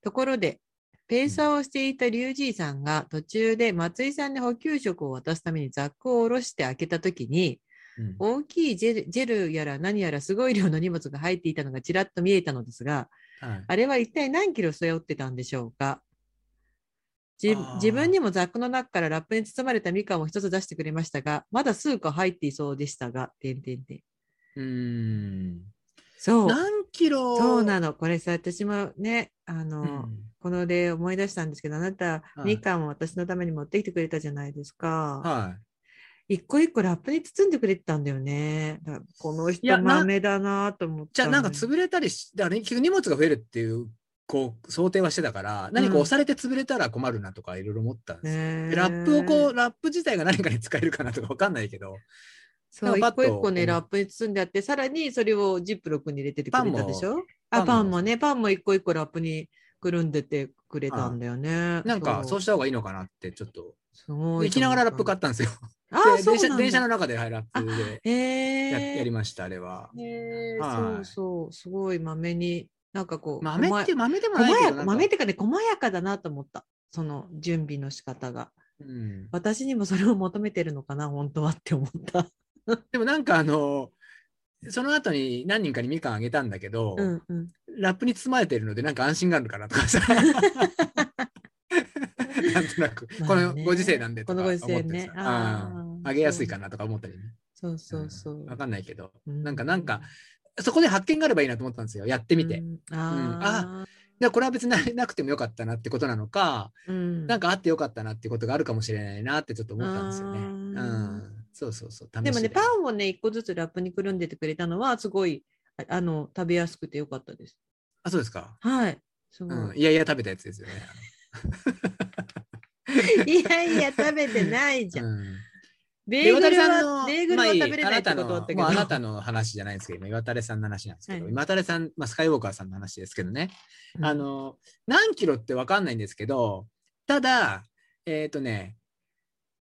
Speaker 1: ところで、ペーサーをしていたリュウジーさんが途中で松井さんに補給食を渡すためにザックを下ろして開けたときに、
Speaker 2: うん
Speaker 1: 大きいジェルジェルやら何やらすごい量の荷物が入っていたのがちらっと見えたのですが、
Speaker 2: はい
Speaker 1: あれは一体何キロ背負ってたんでしょうかじ
Speaker 2: あー
Speaker 1: 自分にもザックの中からラップに包まれたみかんを一つ出してくれましたが、まだ数個入っていそうでしたが、てんてんてん。
Speaker 2: うん。
Speaker 1: そう。
Speaker 2: 何キロ
Speaker 1: そうなの。これさ、私もね、あの、
Speaker 2: うん
Speaker 1: この例思い出したんですけど、あなた、
Speaker 2: い
Speaker 1: みかんを私のために持ってきてくれたじゃないですか。
Speaker 2: は
Speaker 1: 一個一個ラップに包んでくれてたんだよね。だからこの
Speaker 2: い
Speaker 1: 人、
Speaker 2: やな
Speaker 1: 豆だなと思っ
Speaker 2: い。じ
Speaker 1: た
Speaker 2: ゃあ
Speaker 1: のに。
Speaker 2: なんか潰れたりし、だから結局荷物が増えるっていう、こう、想定はしてたから、何か押されて潰れたら困るなとかいろいろ思ったんですよ
Speaker 1: ねえ
Speaker 2: ラップをこう、ラップ自体が何かに使えるかなとかわかんないけど、
Speaker 1: そう、
Speaker 2: なん
Speaker 1: 一
Speaker 2: かパ
Speaker 1: 個
Speaker 2: ッと
Speaker 1: 一個ね、ラップに包んであって、さらにそれをジップロックに入れててくれたでしょあ、パ
Speaker 2: パンも
Speaker 1: ンもね、パンも一個一個ラップにくるんでてくれたんだよね。
Speaker 2: なんかそう
Speaker 1: し
Speaker 2: した方がいいのかなってちょっと、
Speaker 1: すごい
Speaker 2: 行
Speaker 1: と思った。
Speaker 2: きながらラップ買ったんですよ。
Speaker 1: あー、
Speaker 2: で
Speaker 1: そう
Speaker 2: 電
Speaker 1: なんだ
Speaker 2: 車電車の中で、はい、ラップで
Speaker 1: へ
Speaker 2: や,、
Speaker 1: え
Speaker 2: やりました、あれは。
Speaker 1: へえ
Speaker 2: はい
Speaker 1: そうそう、すごい豆に、なんかこう、
Speaker 2: 豆
Speaker 1: こま
Speaker 2: って豆でも
Speaker 1: 細
Speaker 2: ないけ
Speaker 1: や
Speaker 2: どな
Speaker 1: か、
Speaker 2: んか
Speaker 1: 豆っ、てかね、細やかだなと思った。その準備の仕方が。
Speaker 2: うん。
Speaker 1: 私にもそれを求めてるのかな、本当はって思った。
Speaker 2: でもなんかあの、その後に何人かにみかんあげたんだけど、
Speaker 1: うんうん。
Speaker 2: ラップに包まれてるのでなんか安心があるのかな とかさなんとなく、
Speaker 1: まあね
Speaker 2: このご時世なんでと
Speaker 1: この
Speaker 2: か思
Speaker 1: ご
Speaker 2: って
Speaker 1: 時
Speaker 2: さ、
Speaker 1: 世ね。
Speaker 2: うんあ
Speaker 1: ー
Speaker 2: げやすいか。なとか思ったりね、
Speaker 1: そうそうそう。
Speaker 2: んわかんないけど
Speaker 1: うん
Speaker 2: なんかなんか、そこで発見があればいいなと思ったんですよやってみて、
Speaker 1: う
Speaker 2: だか
Speaker 1: ん。あ
Speaker 2: らこれは別にななくてもよかったなってことなのか
Speaker 1: あ。うん
Speaker 2: なんかあってよかったなってことがあるかもしれないなってちょっと思ったんですよね。
Speaker 1: あ
Speaker 2: う
Speaker 1: ー
Speaker 2: ん、そうそうそう。
Speaker 1: でもね、パ
Speaker 2: ン
Speaker 1: ンをね、一個ずつラップにくるんでてくれたのは、すごい、ああの、食べやすくてよかったです。
Speaker 2: あ、そうですか。
Speaker 1: はい。すごい。
Speaker 2: うん、いやいや食べたやつですよね。
Speaker 1: いやいや、食べてないじゃん。
Speaker 2: うん、
Speaker 1: ベー
Speaker 2: で
Speaker 1: グル
Speaker 2: さん
Speaker 1: は、
Speaker 2: の
Speaker 1: ベーグル
Speaker 2: ま
Speaker 1: は
Speaker 2: あいい
Speaker 1: 食べれないってことだったけど。
Speaker 2: あなたの,、まあ、あなたの話じゃないんですけど、今岩垂さんの話なんですけど、
Speaker 1: はい
Speaker 2: 岩垂さん、まあ、スカイウォーカーさんの話ですけどね、
Speaker 1: うん
Speaker 2: あ、の何キロってわかんないんですけど、ただ、えっ、とね、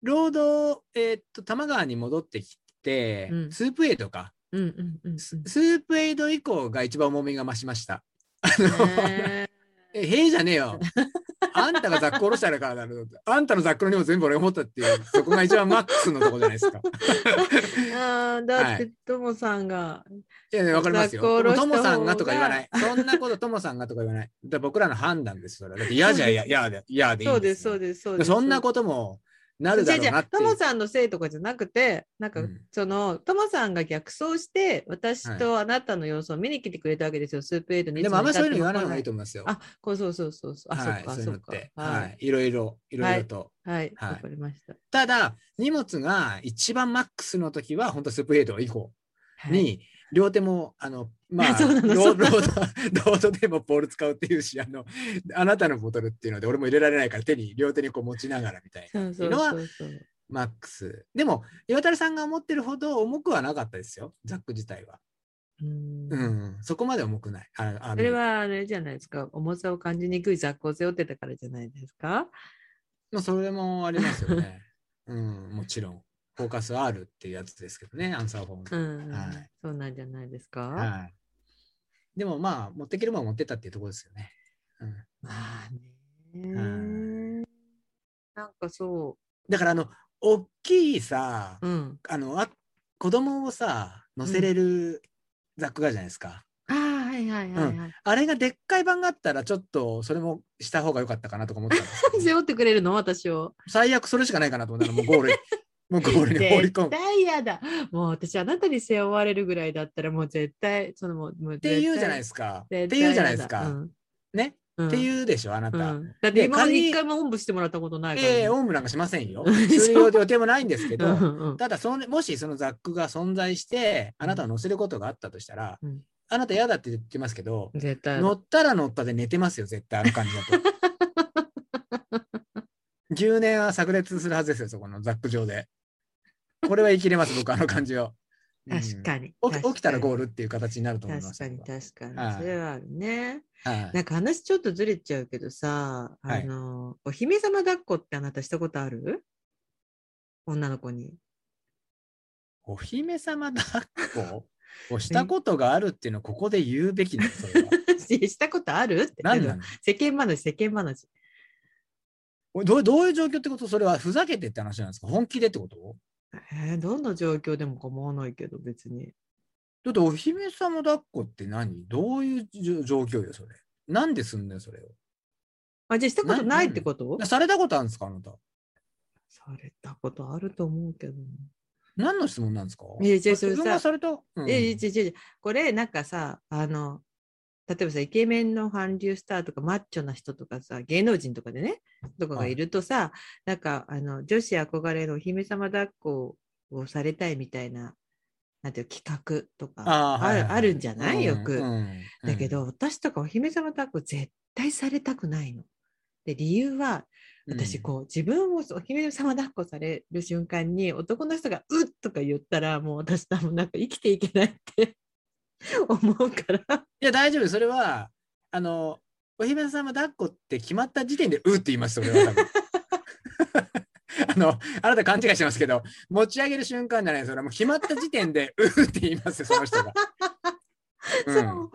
Speaker 2: ロード、えっ、と、多摩川に戻ってきて、
Speaker 1: うん
Speaker 2: スープエイドか、
Speaker 1: うんうん うんうん。
Speaker 2: ススープエイド以降が一番重みが増しました。あの
Speaker 1: ね
Speaker 2: え、へえじゃねえ よ。あんたがザック下ろしたからだろう。あんたのザックの荷物全部俺が持ったっていう、そこが一番マックスのとこじゃないですか。
Speaker 1: えあーだって、ともさんが、
Speaker 2: いやね、わかりますよ。
Speaker 1: ザック下
Speaker 2: で
Speaker 1: ろ
Speaker 2: も
Speaker 1: した
Speaker 2: と
Speaker 1: 方が
Speaker 2: もさんがとか言わない。そんなことともさんがとか言わない。だから僕らの判断です、それは。だって嫌じ ゃ嫌、嫌で、嫌でいい
Speaker 1: そうんで、
Speaker 2: ですすよ。
Speaker 1: そうです、そう
Speaker 2: で
Speaker 1: です。
Speaker 2: そんなこともなるだろうなって
Speaker 1: と
Speaker 2: いう
Speaker 1: も。さんのせいとかじゃなくて、なんか
Speaker 2: うん、
Speaker 1: その、ともさんが逆走して、私とあなたの様子を見に来てくれたわけですよ、スープエイドにい
Speaker 2: で
Speaker 1: つ
Speaker 2: もあんまりそういうの
Speaker 1: 至
Speaker 2: 言わ
Speaker 1: って
Speaker 2: な
Speaker 1: 来
Speaker 2: い方がいいと思いますよ。
Speaker 1: あ、こうそうそうそうそう。あ、
Speaker 2: はい、
Speaker 1: そっか、
Speaker 2: ういう
Speaker 1: そ
Speaker 2: の
Speaker 1: っ
Speaker 2: っ
Speaker 1: か。
Speaker 2: て。
Speaker 1: は
Speaker 2: はい
Speaker 1: い。、
Speaker 2: いろいろ、いろいろと。
Speaker 1: はい。
Speaker 2: は
Speaker 1: わ、
Speaker 2: い
Speaker 1: かりました。
Speaker 2: ただ、荷物が一番マックスの時は、本当スープエイド以降。
Speaker 1: はい、
Speaker 2: に、両手も、あの、ま あ、ロ
Speaker 1: そうなのそう
Speaker 2: ー
Speaker 1: なの
Speaker 2: ロード、 ロードでもボール使うっていうし、あの、あなたのボトルっていうので、俺も入れられないから手に、両手にこう持ちながらみたいな。
Speaker 1: そうそう
Speaker 2: のは
Speaker 1: そうそう。
Speaker 2: マックス。でも、岩谷さんが思ってるほど重くはなかったですよ、ザック自体は。
Speaker 1: う。
Speaker 2: うんん、そこまで重くない。ああの
Speaker 1: それはあれじゃないですか。重さを感じにくい雑魚を背負ってたからじゃないですか。
Speaker 2: まあそれもありますよね。 うん、もちろん。フォーカス R っていうやつですけどね、アンサーフォーム
Speaker 1: う。ん。
Speaker 2: はい
Speaker 1: そうなんじゃないですか。
Speaker 2: はい。でもまあ、持ってけるもんは持ってったっていうところですよね。うん。
Speaker 1: まあね。なんかそ
Speaker 2: だからあの大きいさ、
Speaker 1: う。うん。
Speaker 2: あのあ子供をさ乗せれるザックがあるじゃないですか、
Speaker 1: ああ、はいはいはいはい。
Speaker 2: あれがでっかい版があったらちょっとそれもした方が良かったかなとか思ったんです けど
Speaker 1: 背負ってくれるの私 を。
Speaker 2: 最悪それしかないかなと思ったらもうゴール にもうゴールに放り込
Speaker 1: 絶
Speaker 2: むっ
Speaker 1: 対嫌だ。もう私あなたに背負われるぐらいだったらもう絶対、そのもう。もう
Speaker 2: ていうじゃない
Speaker 1: ですか
Speaker 2: ですかって
Speaker 1: 絶
Speaker 2: いうじゃない
Speaker 1: 対
Speaker 2: で
Speaker 1: や
Speaker 2: す
Speaker 1: だ
Speaker 2: か、ね、
Speaker 1: うん
Speaker 2: っていうでしょあな
Speaker 1: う
Speaker 2: た、
Speaker 1: ん
Speaker 2: え
Speaker 1: だって今ま
Speaker 2: 仮
Speaker 1: で
Speaker 2: に
Speaker 1: 一回もおんぶしてもらったことないからね、
Speaker 2: えオウムなんかしませんよ
Speaker 1: そう
Speaker 2: する予定もないんですけ
Speaker 1: う
Speaker 2: ど
Speaker 1: んうん
Speaker 2: ただその、もしそのザックが存在して、あなたを乗せることがあったとしたら、
Speaker 1: うん
Speaker 2: あなた嫌だって言ってますけど、
Speaker 1: 絶対
Speaker 2: 乗ったら乗ったで寝てますよ、絶対あの感じだと。10年は炸裂するはずですよ、そこのザック上で。これは言い切れます、僕、あの感じを。うん
Speaker 1: 確かに、
Speaker 2: 起き起きたらゴー
Speaker 1: ル
Speaker 2: ルっていう形になると思います。
Speaker 1: 確かに確かに、
Speaker 2: はい
Speaker 1: それはあるね
Speaker 2: はい
Speaker 1: なんか話ちょっとずれちゃうけどさあ
Speaker 2: はい
Speaker 1: の、お姫様抱っこってあなたしたことある女の子に
Speaker 2: お姫様抱っこをしたことがあるっていうのをここで言うべきなの、そ れは。
Speaker 1: ししたことあるって
Speaker 2: 何なの
Speaker 1: 世間話世間話
Speaker 2: おいどうどういう状況ってことそれはふざけてって話なんですか本気でってこと
Speaker 1: えー、どんな状況でも構わないけど別に
Speaker 2: だってお姫様抱っこって何どういうじょ状況よ、それ。なんですんだよ、それを。
Speaker 1: あじゃあしたこと
Speaker 2: な
Speaker 1: ないってこと
Speaker 2: されたことあるんですかあなた。
Speaker 1: されたことあると思うけどな
Speaker 2: 何の質問なんですか
Speaker 1: いや違うそれさ
Speaker 2: 自分がされた。うん
Speaker 1: え、違う違う違うこれなんかさあの例えばさイケメンの韓流スターとかマッチョな人とかさ芸能人とかでねとかがいるとさ、なんかあの女子憧れのお姫様抱っこをされたいみたいななんていう企画とか
Speaker 2: あ
Speaker 1: あ,、
Speaker 2: ーはいはい
Speaker 1: あるんじゃない、よく、
Speaker 2: うんうん
Speaker 1: だけど、私とかお姫様抱っこ絶対されたくないの。で理由は
Speaker 2: うん
Speaker 1: 私こう自分をお姫様抱っこされる瞬間に男の人が「うっ!」とか言ったらもう私多分なんか生きていけないって 思うから
Speaker 2: いや、大丈夫。それは、あの、お姫様抱っこって決まった時点で、うって言います、それは多分。 あの、あなた勘違いしてますけど、持ち上げる瞬間じゃないです。それはもう決 まった時点で、うって言いますよ、その人が。うん、
Speaker 1: そう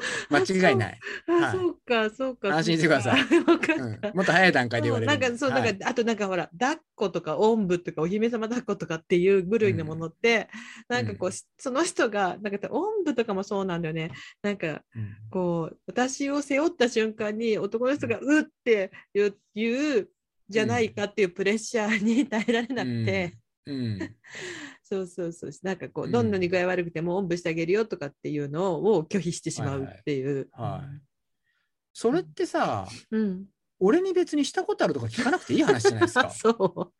Speaker 2: 間違いない。
Speaker 1: あ
Speaker 2: はい
Speaker 1: そうか、そうか。
Speaker 2: 安心してください
Speaker 1: そうか わかった。
Speaker 2: うんもっと早い段階で言われる
Speaker 1: なんん
Speaker 2: で。
Speaker 1: かそう、
Speaker 2: はい
Speaker 1: なんかあとなんかほら抱っことかおんぶとかお姫様抱っことかっていう部類のものって、
Speaker 2: ん
Speaker 1: なんかこう、その人がなんかおんぶとかもそうなんだよねなんか
Speaker 2: うん
Speaker 1: こう私を背負った瞬間に男の人がうって言う言うじゃないかっていうプレッシャーに耐えられなくて、
Speaker 2: うん。
Speaker 1: そうそうそうなんかこ
Speaker 2: う
Speaker 1: うんどんなに具合悪くてもおんぶしてあげるよとかっていうのを拒否してしまうっていう。
Speaker 2: はいはいそれってさ、
Speaker 1: うん
Speaker 2: 俺に別にしたことあるとか聞かなくていい話じゃないです
Speaker 1: あ
Speaker 2: か。
Speaker 1: そう。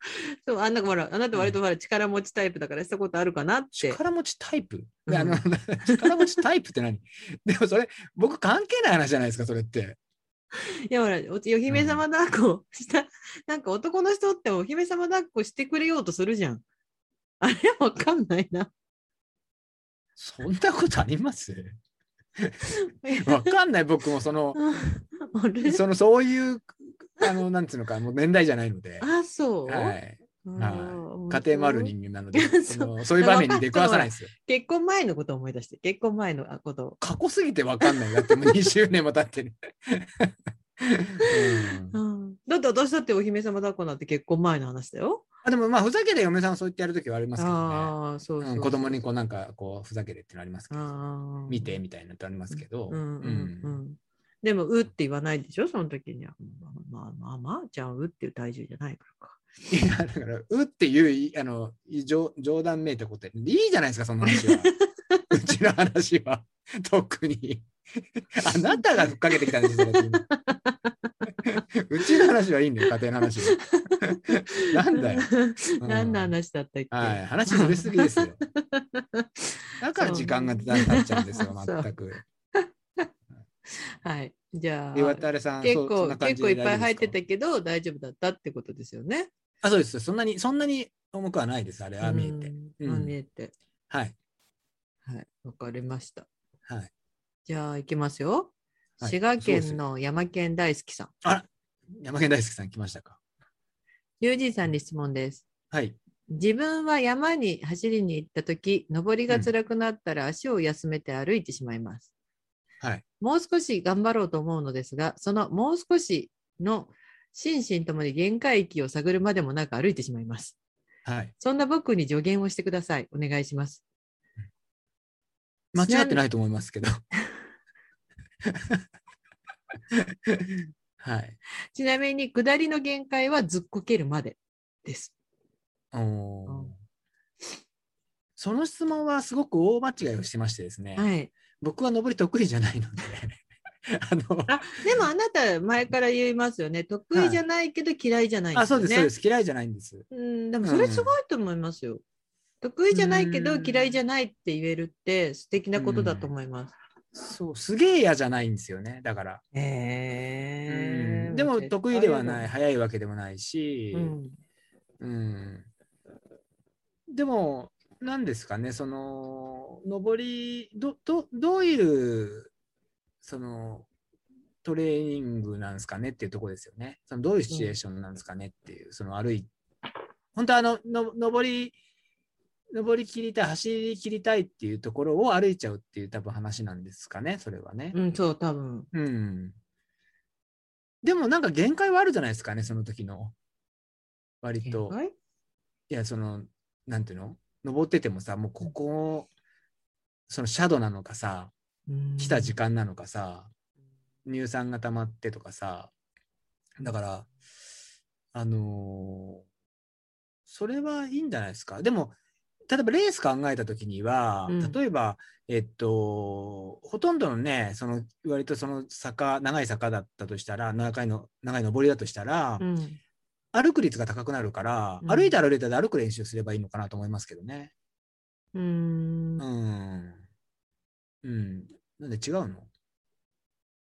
Speaker 1: そう、あんなほら、あなた割とほら、力持ちタイプだからしたことあるかなって。
Speaker 2: 力持ちタイプ、
Speaker 1: うん
Speaker 2: あの 力持ちタイプって何 でもそれ僕関係ない話じゃないですかそれって。
Speaker 1: いや、ほら、おお姫様抱っこした、なんか男の人ってお姫様抱っこしてくれようとするじゃん。あれわかんない な。
Speaker 2: そんなことありますわかんない僕もその
Speaker 1: あれ
Speaker 2: そのそういうあのなんつうのかもう年代じゃないので、
Speaker 1: あ、そう。
Speaker 2: はい、
Speaker 1: うん
Speaker 2: 家庭もある人間な の
Speaker 1: そう
Speaker 2: でそのそういう場面に出くわさないですよ。
Speaker 1: 結婚前のことを思い出して、結婚前のあことを。
Speaker 2: 過去すぎてわかんないだってもう20年も経ってる。うん
Speaker 1: うん、だって私だってお姫様抱っこなんて結婚前の話だよ。
Speaker 2: あでもまあふざけて嫁さんはそう言ってやるときはありますけどね。
Speaker 1: ああ、そうそう
Speaker 2: うん、子供にこうなんかこうふざけてってのありますけど
Speaker 1: ああ
Speaker 2: 見てみたいなってありますけど、
Speaker 1: うんうんう
Speaker 2: うん
Speaker 1: んでも、うって言わないでしょ、その時には。まあまあまあ、じゃあ、うっていう体重じゃないからか。
Speaker 2: いやだから 「う」っていういあのい冗冗談めいたことでいいじゃないですかその 話はうちの話は特にあなたがふっかけてきたんですよそれ 今うちの話はいいんだよ家庭の話はなんだよ、。うん
Speaker 1: 何の話だったっけ、
Speaker 2: はい、話ずれすぎですよだから時間が経っちゃうんですよ
Speaker 1: そう
Speaker 2: 全く
Speaker 1: はい。じゃあ、
Speaker 2: 岩田さん
Speaker 1: 結
Speaker 2: そうそん
Speaker 1: 構
Speaker 2: な感
Speaker 1: 結
Speaker 2: じで
Speaker 1: 構いっぱい入
Speaker 2: 大
Speaker 1: って
Speaker 2: 丈夫ですか
Speaker 1: たけど、大丈夫だったってことですよね。
Speaker 2: あ、そうです。そんなに、そんなに重くはないです。あれ、ああ見えて。
Speaker 1: うん
Speaker 2: うん
Speaker 1: ああ見えて。
Speaker 2: はい。
Speaker 1: はい。わかりました。
Speaker 2: はい。
Speaker 1: じゃあ、いきますよ。
Speaker 2: はい
Speaker 1: 滋賀
Speaker 2: そうです
Speaker 1: 県の山県大好きさん。
Speaker 2: あら、山県大輔さん来ましたか。
Speaker 1: 友人さんに質問です。
Speaker 2: はい。
Speaker 1: 自分は山に走りに行った時登りが辛くなったら足を休めて歩いてしまいます、
Speaker 2: はい。
Speaker 1: もう少し頑張ろうと思うのですがそのもう少しの心身ともに限界域を探るまでもなく歩いてしまいます
Speaker 2: はい。
Speaker 1: そんな僕に助言をしてくださいお願いします
Speaker 2: 間違ってないと思いますけど。 はい。
Speaker 1: ちなみに下りの限界はずっこけるまでです
Speaker 2: おー
Speaker 1: うん
Speaker 2: その質問はすごく大間違いをしてましてですね。
Speaker 1: はい
Speaker 2: 僕は登り得意じゃないので。 あの、
Speaker 1: あでもあなた前から言いますよね得意じゃないけど嫌いじゃないん
Speaker 2: あ、そうです、そうですす。嫌いじゃないんです。
Speaker 1: うん、でもそれすごいと思いますよ。得意じゃないけど
Speaker 2: うん
Speaker 1: 嫌いじゃないって言えるって素敵なことだと思います。
Speaker 2: そう、すげえ嫌じゃないんですよね。だから。
Speaker 1: へ
Speaker 2: うんでも得意ではない、。早いわけでもないし、
Speaker 1: うん、
Speaker 2: うんでも、なんですかね、その、上り、ど、ど、どういう、その、トレーニングなんですかねっていうところですよね。そのどういうシチュエーションなんですかねっていう、その歩い、本当はあの、の上り、上り切りたい、走り切りたいっていうところを歩いちゃうっていう多分話なんですかね、それはね。
Speaker 1: うん、そう、多分。
Speaker 2: うん。でもなんか限界はあるじゃないですかね、その時の。割と。
Speaker 1: はい
Speaker 2: いや、その、なんていうの登っててもさ、もうここ、そのシャドウなのかさ、来た時間なのかさ、乳酸が溜まってとかさ、だから、あのーそれはいいんじゃないですか。でも、例えばレース考えた時には、
Speaker 1: うん
Speaker 2: 例えば、えっと、ほとんどのね、その、割とその坂、長い坂だったとしたら、長いの、長い登りだとしたら、
Speaker 1: うんうん
Speaker 2: 歩く率が高くなるから、
Speaker 1: うん
Speaker 2: 歩いたら歩いたで歩く練習すればいいのかなと思いますけどね。
Speaker 1: うーん
Speaker 2: うん。うん。なんで違うの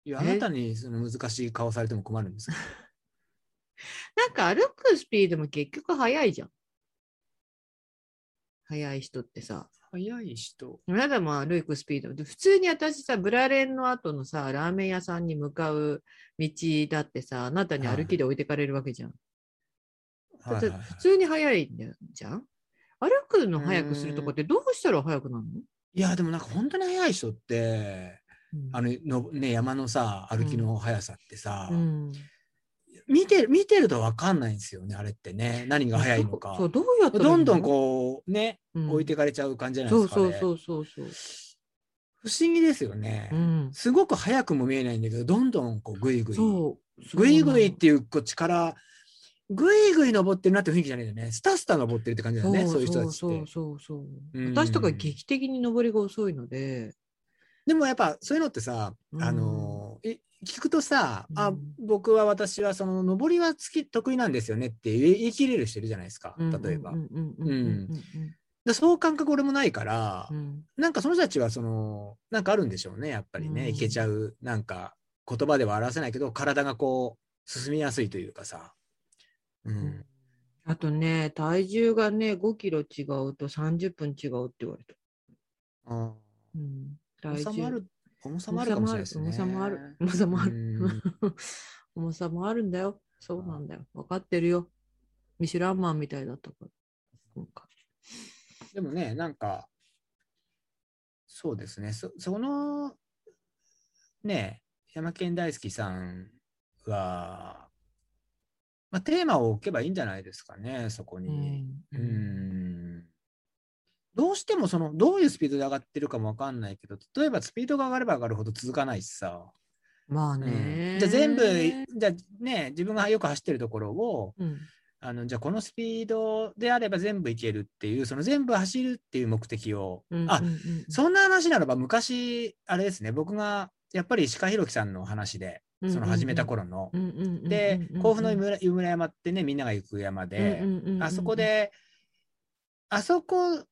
Speaker 2: いや、あ
Speaker 1: え
Speaker 2: なたにその難しい顔されても困るんですけど。
Speaker 1: なんか歩くスピードも結局速いじゃん。速い人ってさ、
Speaker 2: 早い人。
Speaker 1: あなたも歩くスピード。で普通に私さ、ブラレンの後のさ、ラーメン屋さんに向かう道だってさ、あなたに歩きで置いてかれるわけじゃん。
Speaker 2: はいはいはい
Speaker 1: 普通に速いんだよじゃん歩くの速くするとかってどうしたら速くなるの
Speaker 2: いや、でもなんか本当に早い人って、あのの、ね、山のさ歩きの速さってさ、
Speaker 1: うん
Speaker 2: 見て見てると分かんないんですよねあれってね何が速いのか
Speaker 1: そう、どうやって
Speaker 2: どんどんこうね、
Speaker 1: うん
Speaker 2: 置いてかれちゃう感じじゃない
Speaker 1: そ
Speaker 2: で
Speaker 1: う
Speaker 2: すか、ね
Speaker 1: そうそうそうそう。
Speaker 2: 不思議ですよね、
Speaker 1: うん。
Speaker 2: すごく速くも見えないんだけどどんどんこうグイグイ
Speaker 1: そう。
Speaker 2: グイグイっていうこう力グイグイ登ってるなって雰囲気じゃないんだよねスタスタ登ってるって感じ
Speaker 1: そ
Speaker 2: だよ
Speaker 1: う
Speaker 2: ねそういう人たちって
Speaker 1: そうそうそうそう、
Speaker 2: うん
Speaker 1: 私とか劇的に登りが遅いので、
Speaker 2: でもやっぱそういうのってさ、
Speaker 1: うん
Speaker 2: あのい聞くとさ、
Speaker 1: う
Speaker 2: あ
Speaker 1: ん
Speaker 2: 僕は私はその登りは好き得意なんですよねって言い言い切れる人いるじゃないですか例えば、
Speaker 1: うんうんうんうん
Speaker 2: でそういう感覚俺もないから、
Speaker 1: うんうん
Speaker 2: なんかその人たちはそのなんかあるんでしょうねやっぱりね、
Speaker 1: うん
Speaker 2: いけちゃうなんか言葉では表せないけど体がこう進みやすいというかさ、う
Speaker 1: うん
Speaker 2: ん、
Speaker 1: あとね体重がね5キロ違うと30分違うって言われた。
Speaker 2: あ
Speaker 1: うん、
Speaker 2: ー
Speaker 1: 体
Speaker 2: 重さもある重さもあるかもしれないですね
Speaker 1: 重さもある重さもある
Speaker 2: う
Speaker 1: 重
Speaker 2: ん
Speaker 1: さもある 重さもあるんだよそうなんだよ分かってるよミシュランマンみたいだったから今回
Speaker 2: でもね、なんか、そうですね、そその、ね、山県大好きさんは、まあ、テーマを置けばいいんじゃないですかね、そこに。
Speaker 1: う
Speaker 2: う
Speaker 1: ん
Speaker 2: んどうしてもその、どういうスピードで上がってるかもわかんないけど、例えばスピードが上がれば上がるほど続かないしさ。
Speaker 1: まあ
Speaker 2: うん
Speaker 1: ね、
Speaker 2: じゃあ全部、じゃあね、自分がよく走ってるところを、
Speaker 1: うん
Speaker 2: あのじゃあこのスピードであれば全部いけるっていうその全部走るっていう目的を、
Speaker 1: うん
Speaker 2: あ
Speaker 1: うんうん
Speaker 2: そんな話ならば昔あれですね僕がやっぱり石川弘樹さんのお話で
Speaker 1: うん
Speaker 2: その始めた頃の、
Speaker 1: うんうんうんうん
Speaker 2: で
Speaker 1: うんうんうん
Speaker 2: 甲府の湯村湯村山ってねみんなが行く山で、
Speaker 1: うんうんうんうん
Speaker 2: あそこであそこ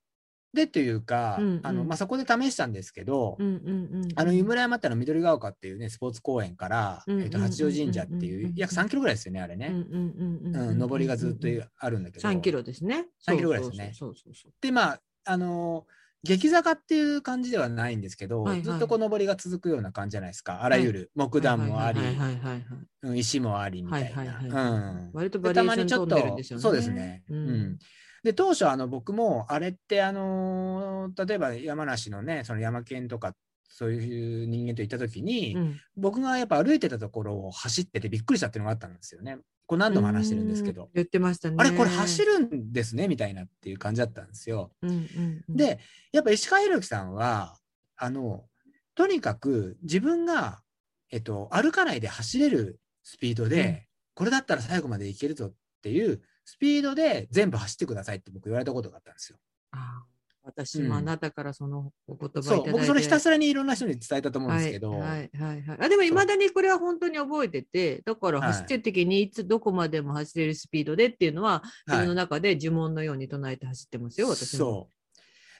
Speaker 2: でというか、
Speaker 1: うんうん
Speaker 2: あのまあ、そこで試したんですけど、
Speaker 1: うんうんうん
Speaker 2: あの湯村山ってあの緑ヶ丘っていうねスポーツ公園から、
Speaker 1: うん
Speaker 2: えっと八丈神社って
Speaker 1: うんうんうん
Speaker 2: いううん約3キロぐらいですよねあれ
Speaker 1: うんう
Speaker 2: ね、
Speaker 1: んうんうん
Speaker 2: うん、上りがずっとあるんだけど
Speaker 1: 3キロですね
Speaker 2: 3キロぐらいですね
Speaker 1: そうそうそう
Speaker 2: でまああの激坂っていう感じではないんですけど、
Speaker 1: はいはい
Speaker 2: ずっとこう上りが続くような感じじゃないですかあらゆる木
Speaker 1: そう
Speaker 2: 段もあり、
Speaker 1: はいはいはいはい
Speaker 2: うん石もありみた
Speaker 1: はいい
Speaker 2: な、
Speaker 1: はいはいはい
Speaker 2: うん
Speaker 1: 割と
Speaker 2: で
Speaker 1: バリエ
Speaker 2: た
Speaker 1: ー
Speaker 2: ま
Speaker 1: ショ
Speaker 2: に
Speaker 1: ン
Speaker 2: ちょっ
Speaker 1: 飛ん
Speaker 2: と
Speaker 1: でるんですよね
Speaker 2: そうですね、
Speaker 1: う
Speaker 2: うんんで当初あの僕もあれってあのー例えば山梨のねその山県とかそういう人間と行った時に、
Speaker 1: うん
Speaker 2: 僕がやっぱ歩いてたところを走っててびっくりしたっていうのがあったんですよねこれ何度も話してるんですけ
Speaker 1: う
Speaker 2: ど、
Speaker 1: 言ってましたね
Speaker 2: あれこれ走
Speaker 1: る、
Speaker 2: るんですねみたいなっていう感じだったんですよ。
Speaker 1: うんうんうん、
Speaker 2: で、やっぱ石川博樹さんは、あの、とにかく自分が、えっと、歩かないで走れるスピードで、
Speaker 1: うん
Speaker 2: これだったら最後までいけるぞっていうスピードで全部走ってくださいって僕言われたことがあったんですよ。
Speaker 1: あ私もあなたからそのお言葉いただ
Speaker 2: そ
Speaker 1: いて、
Speaker 2: う、僕それひたすらにいろんな人に伝えたと思うんですけど、
Speaker 1: はいはいはいはい、あでもいまだにこれは本当に覚えててだから
Speaker 2: はい
Speaker 1: 走ってる時にいつどこまでも走れるスピードでっていうのは自分の
Speaker 2: はい
Speaker 1: 中で呪文のように唱えて走ってますよ、私も。
Speaker 2: そ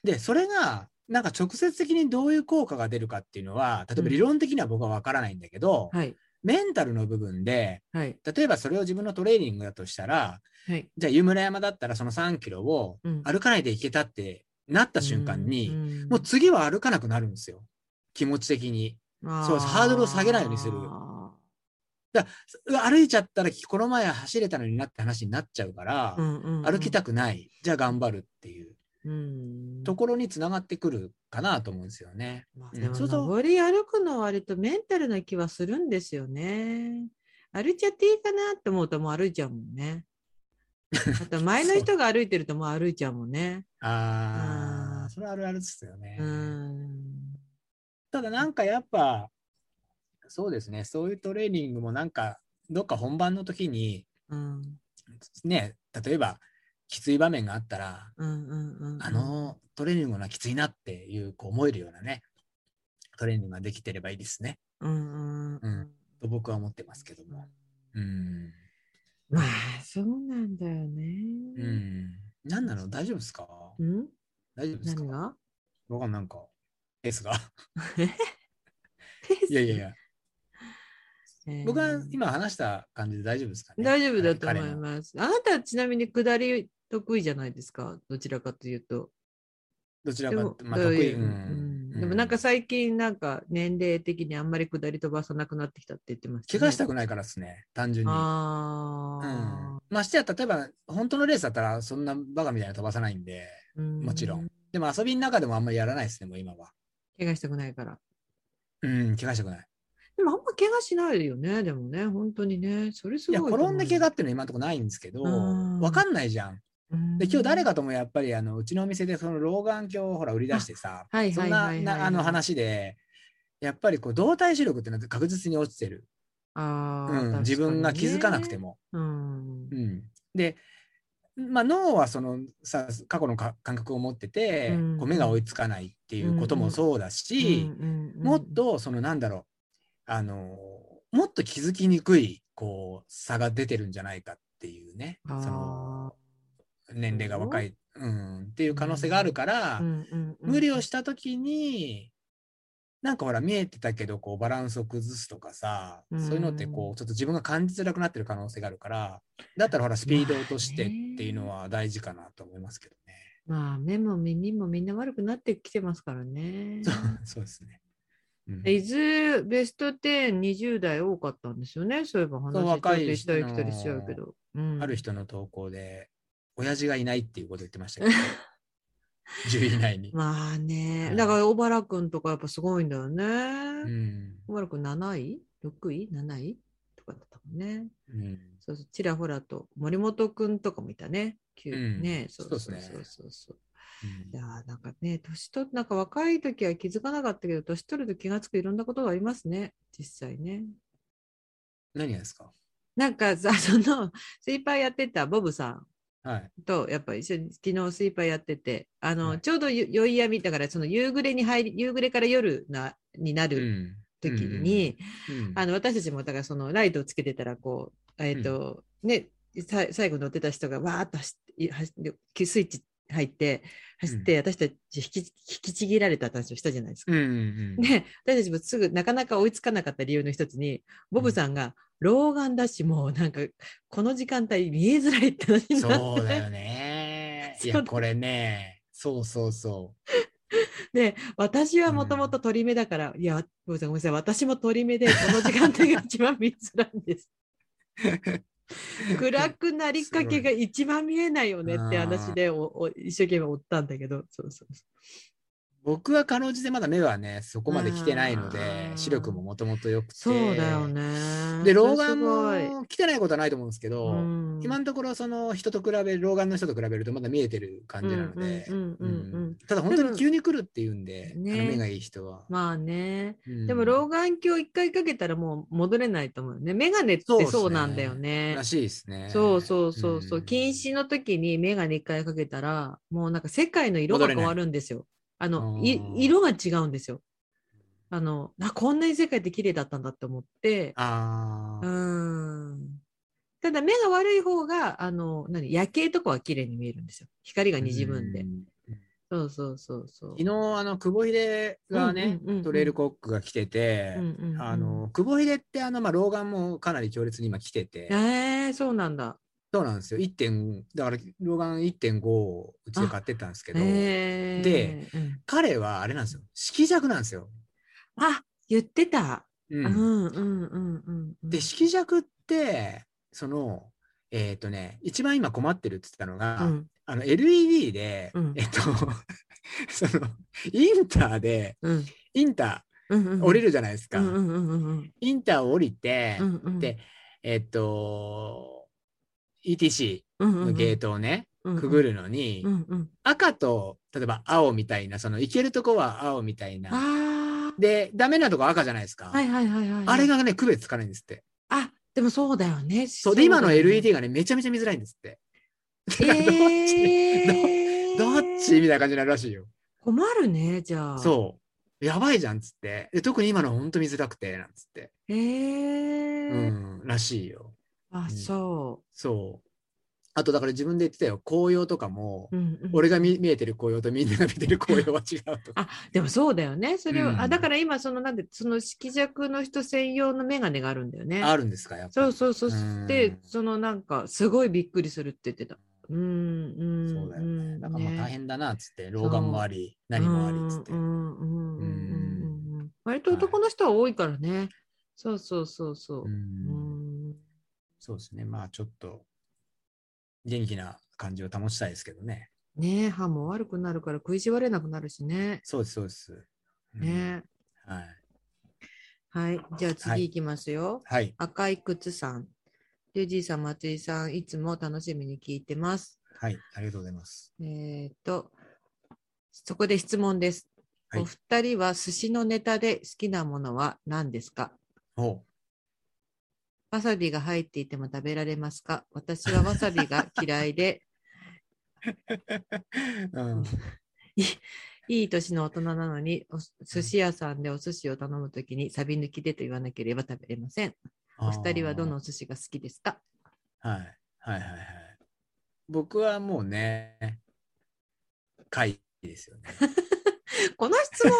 Speaker 2: う。で、それが、なんか直接的にどういう効果が出るかっていうのは、例えば理論的には僕はわからないんだけど、
Speaker 1: はい
Speaker 2: メンタルの部分で、
Speaker 1: はい
Speaker 2: 例えばそれを自分のトレーニングだとしたら、
Speaker 1: はい。
Speaker 2: じゃあ湯村山だったらその3キロを
Speaker 1: うん
Speaker 2: 歩かないで行けたってなった瞬間に、
Speaker 1: ん
Speaker 2: もう次は歩かなくなるんですよ気持ち的にそうハードルを下げないようにする
Speaker 1: あ
Speaker 2: うわ歩いちゃったらこの前は走れたのになって話になっちゃうから
Speaker 1: ー、うんうんうん
Speaker 2: 歩きたくないじゃあ頑張るっていう
Speaker 1: うん
Speaker 2: ところにつながってくるかなと思うんですよね。
Speaker 1: まあ、
Speaker 2: うん
Speaker 1: でも
Speaker 2: そうそう
Speaker 1: 登り歩くのは割とメンタルな気はするんですよね。歩いちゃっていいかなって思うともう歩いちゃうもん ね。あと前の人が歩いてるともう歩いちゃうもんね。
Speaker 2: あ
Speaker 1: う
Speaker 2: あ
Speaker 1: ん
Speaker 2: それはあるあるですよね。
Speaker 1: うん。
Speaker 2: ただなんかやっぱそうですねそういうトレーニングもなんかどっか本番の時に
Speaker 1: うん。
Speaker 2: ね例えばきつい場面があったら
Speaker 1: うんうんうん。
Speaker 2: あ、のトレーニングのはきついなっていうこう思えるようなね、トレーニングができてればいいですね、
Speaker 1: うんうんう
Speaker 2: うんん。と僕は思ってますけども。うん。
Speaker 1: まあ、そうなんだよね。
Speaker 2: うん。何なの大丈夫ですか
Speaker 1: うん。
Speaker 2: 大丈夫です
Speaker 1: 何
Speaker 2: か
Speaker 1: が
Speaker 2: 僕はなんか、 ですが。い
Speaker 1: い
Speaker 2: やいやい、や、
Speaker 1: えー
Speaker 2: 僕は今話した感じで大丈夫ですかね
Speaker 1: 大丈夫だと思
Speaker 2: はい彼の
Speaker 1: ます。あなたはちなみに下り得意じゃないですか。どちらかというと。
Speaker 2: どちら
Speaker 1: で
Speaker 2: か
Speaker 1: も
Speaker 2: って、、まあ
Speaker 1: どう
Speaker 2: 得意。
Speaker 1: いううんうん
Speaker 2: う
Speaker 1: でもなんか最近なんか年齢的にあんまり下り飛ばさなくなってきたって言ってました、
Speaker 2: 怪我したくないからですね、単純に。
Speaker 1: あ
Speaker 2: うん、ましてや、例えば、本当のレースだったら、そんなバカみたいな飛ばさないんで、
Speaker 1: あ、も
Speaker 2: もちろん。でも遊びの中でもあんまりやらないですね、もう今は。
Speaker 1: 怪我したくないから。
Speaker 2: うん、怪我したくない。
Speaker 1: でもあんま怪我しないよね。でもね、本当にね。それすごい
Speaker 2: いや、
Speaker 1: と思う。
Speaker 2: 転んで怪我っていうのは今のところないんですけど、
Speaker 1: うん
Speaker 2: わかんないじゃん。
Speaker 1: うん。
Speaker 2: で、今日誰かともやっぱり、あの、うちのお店でその老眼鏡をほら売り出してさ、
Speaker 1: はい
Speaker 2: そ
Speaker 1: は
Speaker 2: ん
Speaker 1: い
Speaker 2: な
Speaker 1: はいはいはい
Speaker 2: なあの話で、やっぱりこう動体視力ってのは確実に落ちてる。
Speaker 1: あー
Speaker 2: うん
Speaker 1: 確かにね
Speaker 2: 自分が気づかなくても。
Speaker 1: うん。
Speaker 2: うん、で、まあ、脳はそのさ過去のか感覚を持ってて、
Speaker 1: うん
Speaker 2: こう目が追いつかないっていうこともそうだし、も
Speaker 1: も
Speaker 2: っとそのなんだろうあのもっと気づきにくいこう差が出てるんじゃないかっていうねその年齢が若い、うん、っていう可能性があるから、無理を
Speaker 1: し
Speaker 2: した時になんかほら見えてたけどこうバランスを崩すとかさ、
Speaker 1: うん
Speaker 2: そういうのってこうちょっと自分が感じづらくなってる可能性があるからだったらほらスピードを落としてっ
Speaker 1: まあ
Speaker 2: て
Speaker 1: ね
Speaker 2: いうのは大事かなと思いますけどね。
Speaker 1: まあ目も耳もみんな悪くなってきてますからね。
Speaker 2: そうですね。うん
Speaker 1: 伊豆ベスト10、20代多かったんですよね。そういえば話
Speaker 2: そう若い
Speaker 1: ちょっとしたり来たりしちゃうけど。うん
Speaker 2: ある人の投稿で親父がいないっていうこと言ってま したけど10位以内に。
Speaker 1: まあね、
Speaker 2: うん
Speaker 1: だから小原くんとかやっぱすごいんだよね。
Speaker 2: うん
Speaker 1: 小原くん7位 ?6 位 ?7 位とかだったもんね。
Speaker 2: うん
Speaker 1: そうそう、ちらほらと森本くんとかもいたね。九
Speaker 2: うん
Speaker 1: ね、そうそうそ
Speaker 2: そう
Speaker 1: う
Speaker 2: ですね
Speaker 1: そうそう。いやーなんかね、年取っなんか若い時は気づかなかったけど、年取ると気がつくいろんなことがありますね、実際ね。
Speaker 2: 何がですか
Speaker 1: なんかさ、 その、スイーパーやってたボブさ
Speaker 2: はい。
Speaker 1: んと、やっぱ一緒に昨日スイーパーやってて、あの、
Speaker 2: はい
Speaker 1: ちょうどよ宵闇だから、その夕暮れに入り、夕暮れから夜な、になる時に、あ
Speaker 2: の、
Speaker 1: の、私たちも、だからそのライトをつけてたら、こう、えっ、と、ね、さ最後乗ってた人がわーっと走ってい走って、スイッチ入って、走って、私たち引き引きちぎられた話をしたじゃないですか
Speaker 2: うんうん
Speaker 1: ね、私たちもすぐなかなか追いつかなかった理由の一つに、ボブさんが老眼だし、もうなんか、この時間帯見えづらいって話にな
Speaker 2: そうだよね。い
Speaker 1: そう
Speaker 2: や、
Speaker 1: だ
Speaker 2: これね。そうそう そ
Speaker 1: で、私はもともと鳥目だから、いや、ボブさんごめんなさい、私も鳥目で、この時間帯が一番見えづらいん です。
Speaker 2: う。
Speaker 1: 暗くなりかけが一番見えないよねって話で、おお一生懸命追ったんだけど、そうそうそ
Speaker 2: 僕はかろうじてまだ目はね、そこまで来てないので、
Speaker 1: あー
Speaker 2: 視力ももともと良くて。
Speaker 1: う。そうだよ。ね。そ
Speaker 2: で、
Speaker 1: れ
Speaker 2: 老眼
Speaker 1: すごい
Speaker 2: も来てないことはないと思うんですけど、
Speaker 1: うん
Speaker 2: 今のところ、その人と比べ、老眼の人と比べるとまだ見えてる感じなので、
Speaker 1: うんうんうんうんうん
Speaker 2: うんただ本当に急に来るっていうんで、
Speaker 1: でもね
Speaker 2: あの目がいい人は。
Speaker 1: まあね。
Speaker 2: うん
Speaker 1: でも老眼鏡一回かけたらもう戻れないと思うよね。メガネって
Speaker 2: そうっすね
Speaker 1: そうなんだよね
Speaker 2: ら。しいですね。
Speaker 1: そうそうそうそう。
Speaker 2: ん
Speaker 1: 禁止の時にメガネ一回かけたら、もうなんか世界の色が変わるんですよ。あのい
Speaker 2: あー
Speaker 1: 色が違うんですよ。あのあこんなに世界って綺麗だったんだって思って。
Speaker 2: あ
Speaker 1: う
Speaker 2: あ、
Speaker 1: ーん。ただ目が悪い方があの何夜景とかは綺麗に見えるんですよ。光が滲むんで
Speaker 2: う。
Speaker 1: そうそうそうそう
Speaker 2: 昨。日、あの、久保秀がね、
Speaker 1: うんうんうんうん
Speaker 2: トレイルコックが来てて、
Speaker 1: うんうんうん
Speaker 2: あの、久保秀って、あの、まあ、老眼もかなり強烈に今来てて、
Speaker 1: えー、そうなんだ。
Speaker 2: そうなんですよ。1.5、だから、老眼1.5をうちで買ってったんですけど、
Speaker 1: えー、
Speaker 2: で
Speaker 1: うん
Speaker 2: 彼はあれなんですよ。色弱なんですよ。
Speaker 1: あ、言ってた。
Speaker 2: う
Speaker 1: うんんうんうんうんうん。
Speaker 2: で、色弱って、その、えっ、とね、一番今困ってるって言ってたのが、
Speaker 1: うん
Speaker 2: あの、LED で、
Speaker 1: うん
Speaker 2: えっと、 その、インターで、
Speaker 1: うん
Speaker 2: インタ
Speaker 1: うんうん。
Speaker 2: ー降り
Speaker 1: る
Speaker 2: るじゃないですか。
Speaker 1: うんうんうんうん
Speaker 2: インターを降りて、
Speaker 1: うんうん。
Speaker 2: でえっと、ETC
Speaker 1: うんうんう
Speaker 2: の
Speaker 1: ん、
Speaker 2: ゲートをね、くぐるのに、
Speaker 1: うんうん。
Speaker 2: 赤と、例えば青みたいな、その、行けるとこは青みたいな。
Speaker 1: あ
Speaker 2: で、ダメなとこ赤じゃないですか。
Speaker 1: あ、はいはいはいはい。
Speaker 2: あれ。がね、区別つかないんですって。
Speaker 1: あ、でもそうだよね。
Speaker 2: そうで、今の LED がね、めちゃめちゃ見づらいんですって。
Speaker 1: え
Speaker 2: どっち
Speaker 1: ー、
Speaker 2: どっちみたいな感じになるらしいよ。
Speaker 1: 困るね、じゃあ。う。
Speaker 2: そう。やばいじゃんっつって。で特に今のほんと見づらくて、なんつって。
Speaker 1: えー
Speaker 2: うん、らしいよ。
Speaker 1: あ、そ
Speaker 2: そう。あと、だから自分で言ってたよ。紅葉とかも
Speaker 1: う。、うんうん、
Speaker 2: 俺が見見えてる紅葉とみんなが見てる紅葉は違うとか。
Speaker 1: あでもそうだよね。それを、
Speaker 2: うん
Speaker 1: あだから今そのなんでその色弱の人専用のメガネがあるんだよね。
Speaker 2: あるんですか、やっぱ
Speaker 1: そ
Speaker 2: り
Speaker 1: うそうそう
Speaker 2: う。ん
Speaker 1: で、そのなんか、すごいびっくりするって言ってた。うん、うん。
Speaker 2: そうだよね。だからまあ大
Speaker 1: ね
Speaker 2: 変だな、っつって。老眼もあり、何もあり、っつって
Speaker 1: う。んうんうんうんうんうん割と
Speaker 2: はい
Speaker 1: 男の人は多いからね。そうそうそうそう
Speaker 2: う。ん
Speaker 1: ん。
Speaker 2: そうですね。まあちょっと、元気な感じを保ちたいですけどね。
Speaker 1: ね歯も悪くなるから食いしばれなくなるしね。
Speaker 2: そうです、そうです。うん
Speaker 1: ね、
Speaker 2: はい。
Speaker 1: はい。じゃあ次いきますよ。
Speaker 2: はい。
Speaker 1: 赤い靴さん。リュウジーさん、松井さん、いつも楽しみに聞いてます。
Speaker 2: はい。ありがとうございます。
Speaker 1: えっと、そこで質問です。
Speaker 2: はい
Speaker 1: お二人は寿司のネタで好きなものは何ですか
Speaker 2: おう
Speaker 1: わさびが入っていても食べられますか私はわさびが嫌い で、
Speaker 2: うん。
Speaker 1: いい年の大人なのに、お寿司屋さんでお寿司を頼むときに、サビ抜きでと言わなければ食べれません。 お二人はどのお寿司が好きですか
Speaker 2: あーはい。はいはいはい。僕はもうね、貝で すよね。
Speaker 1: この質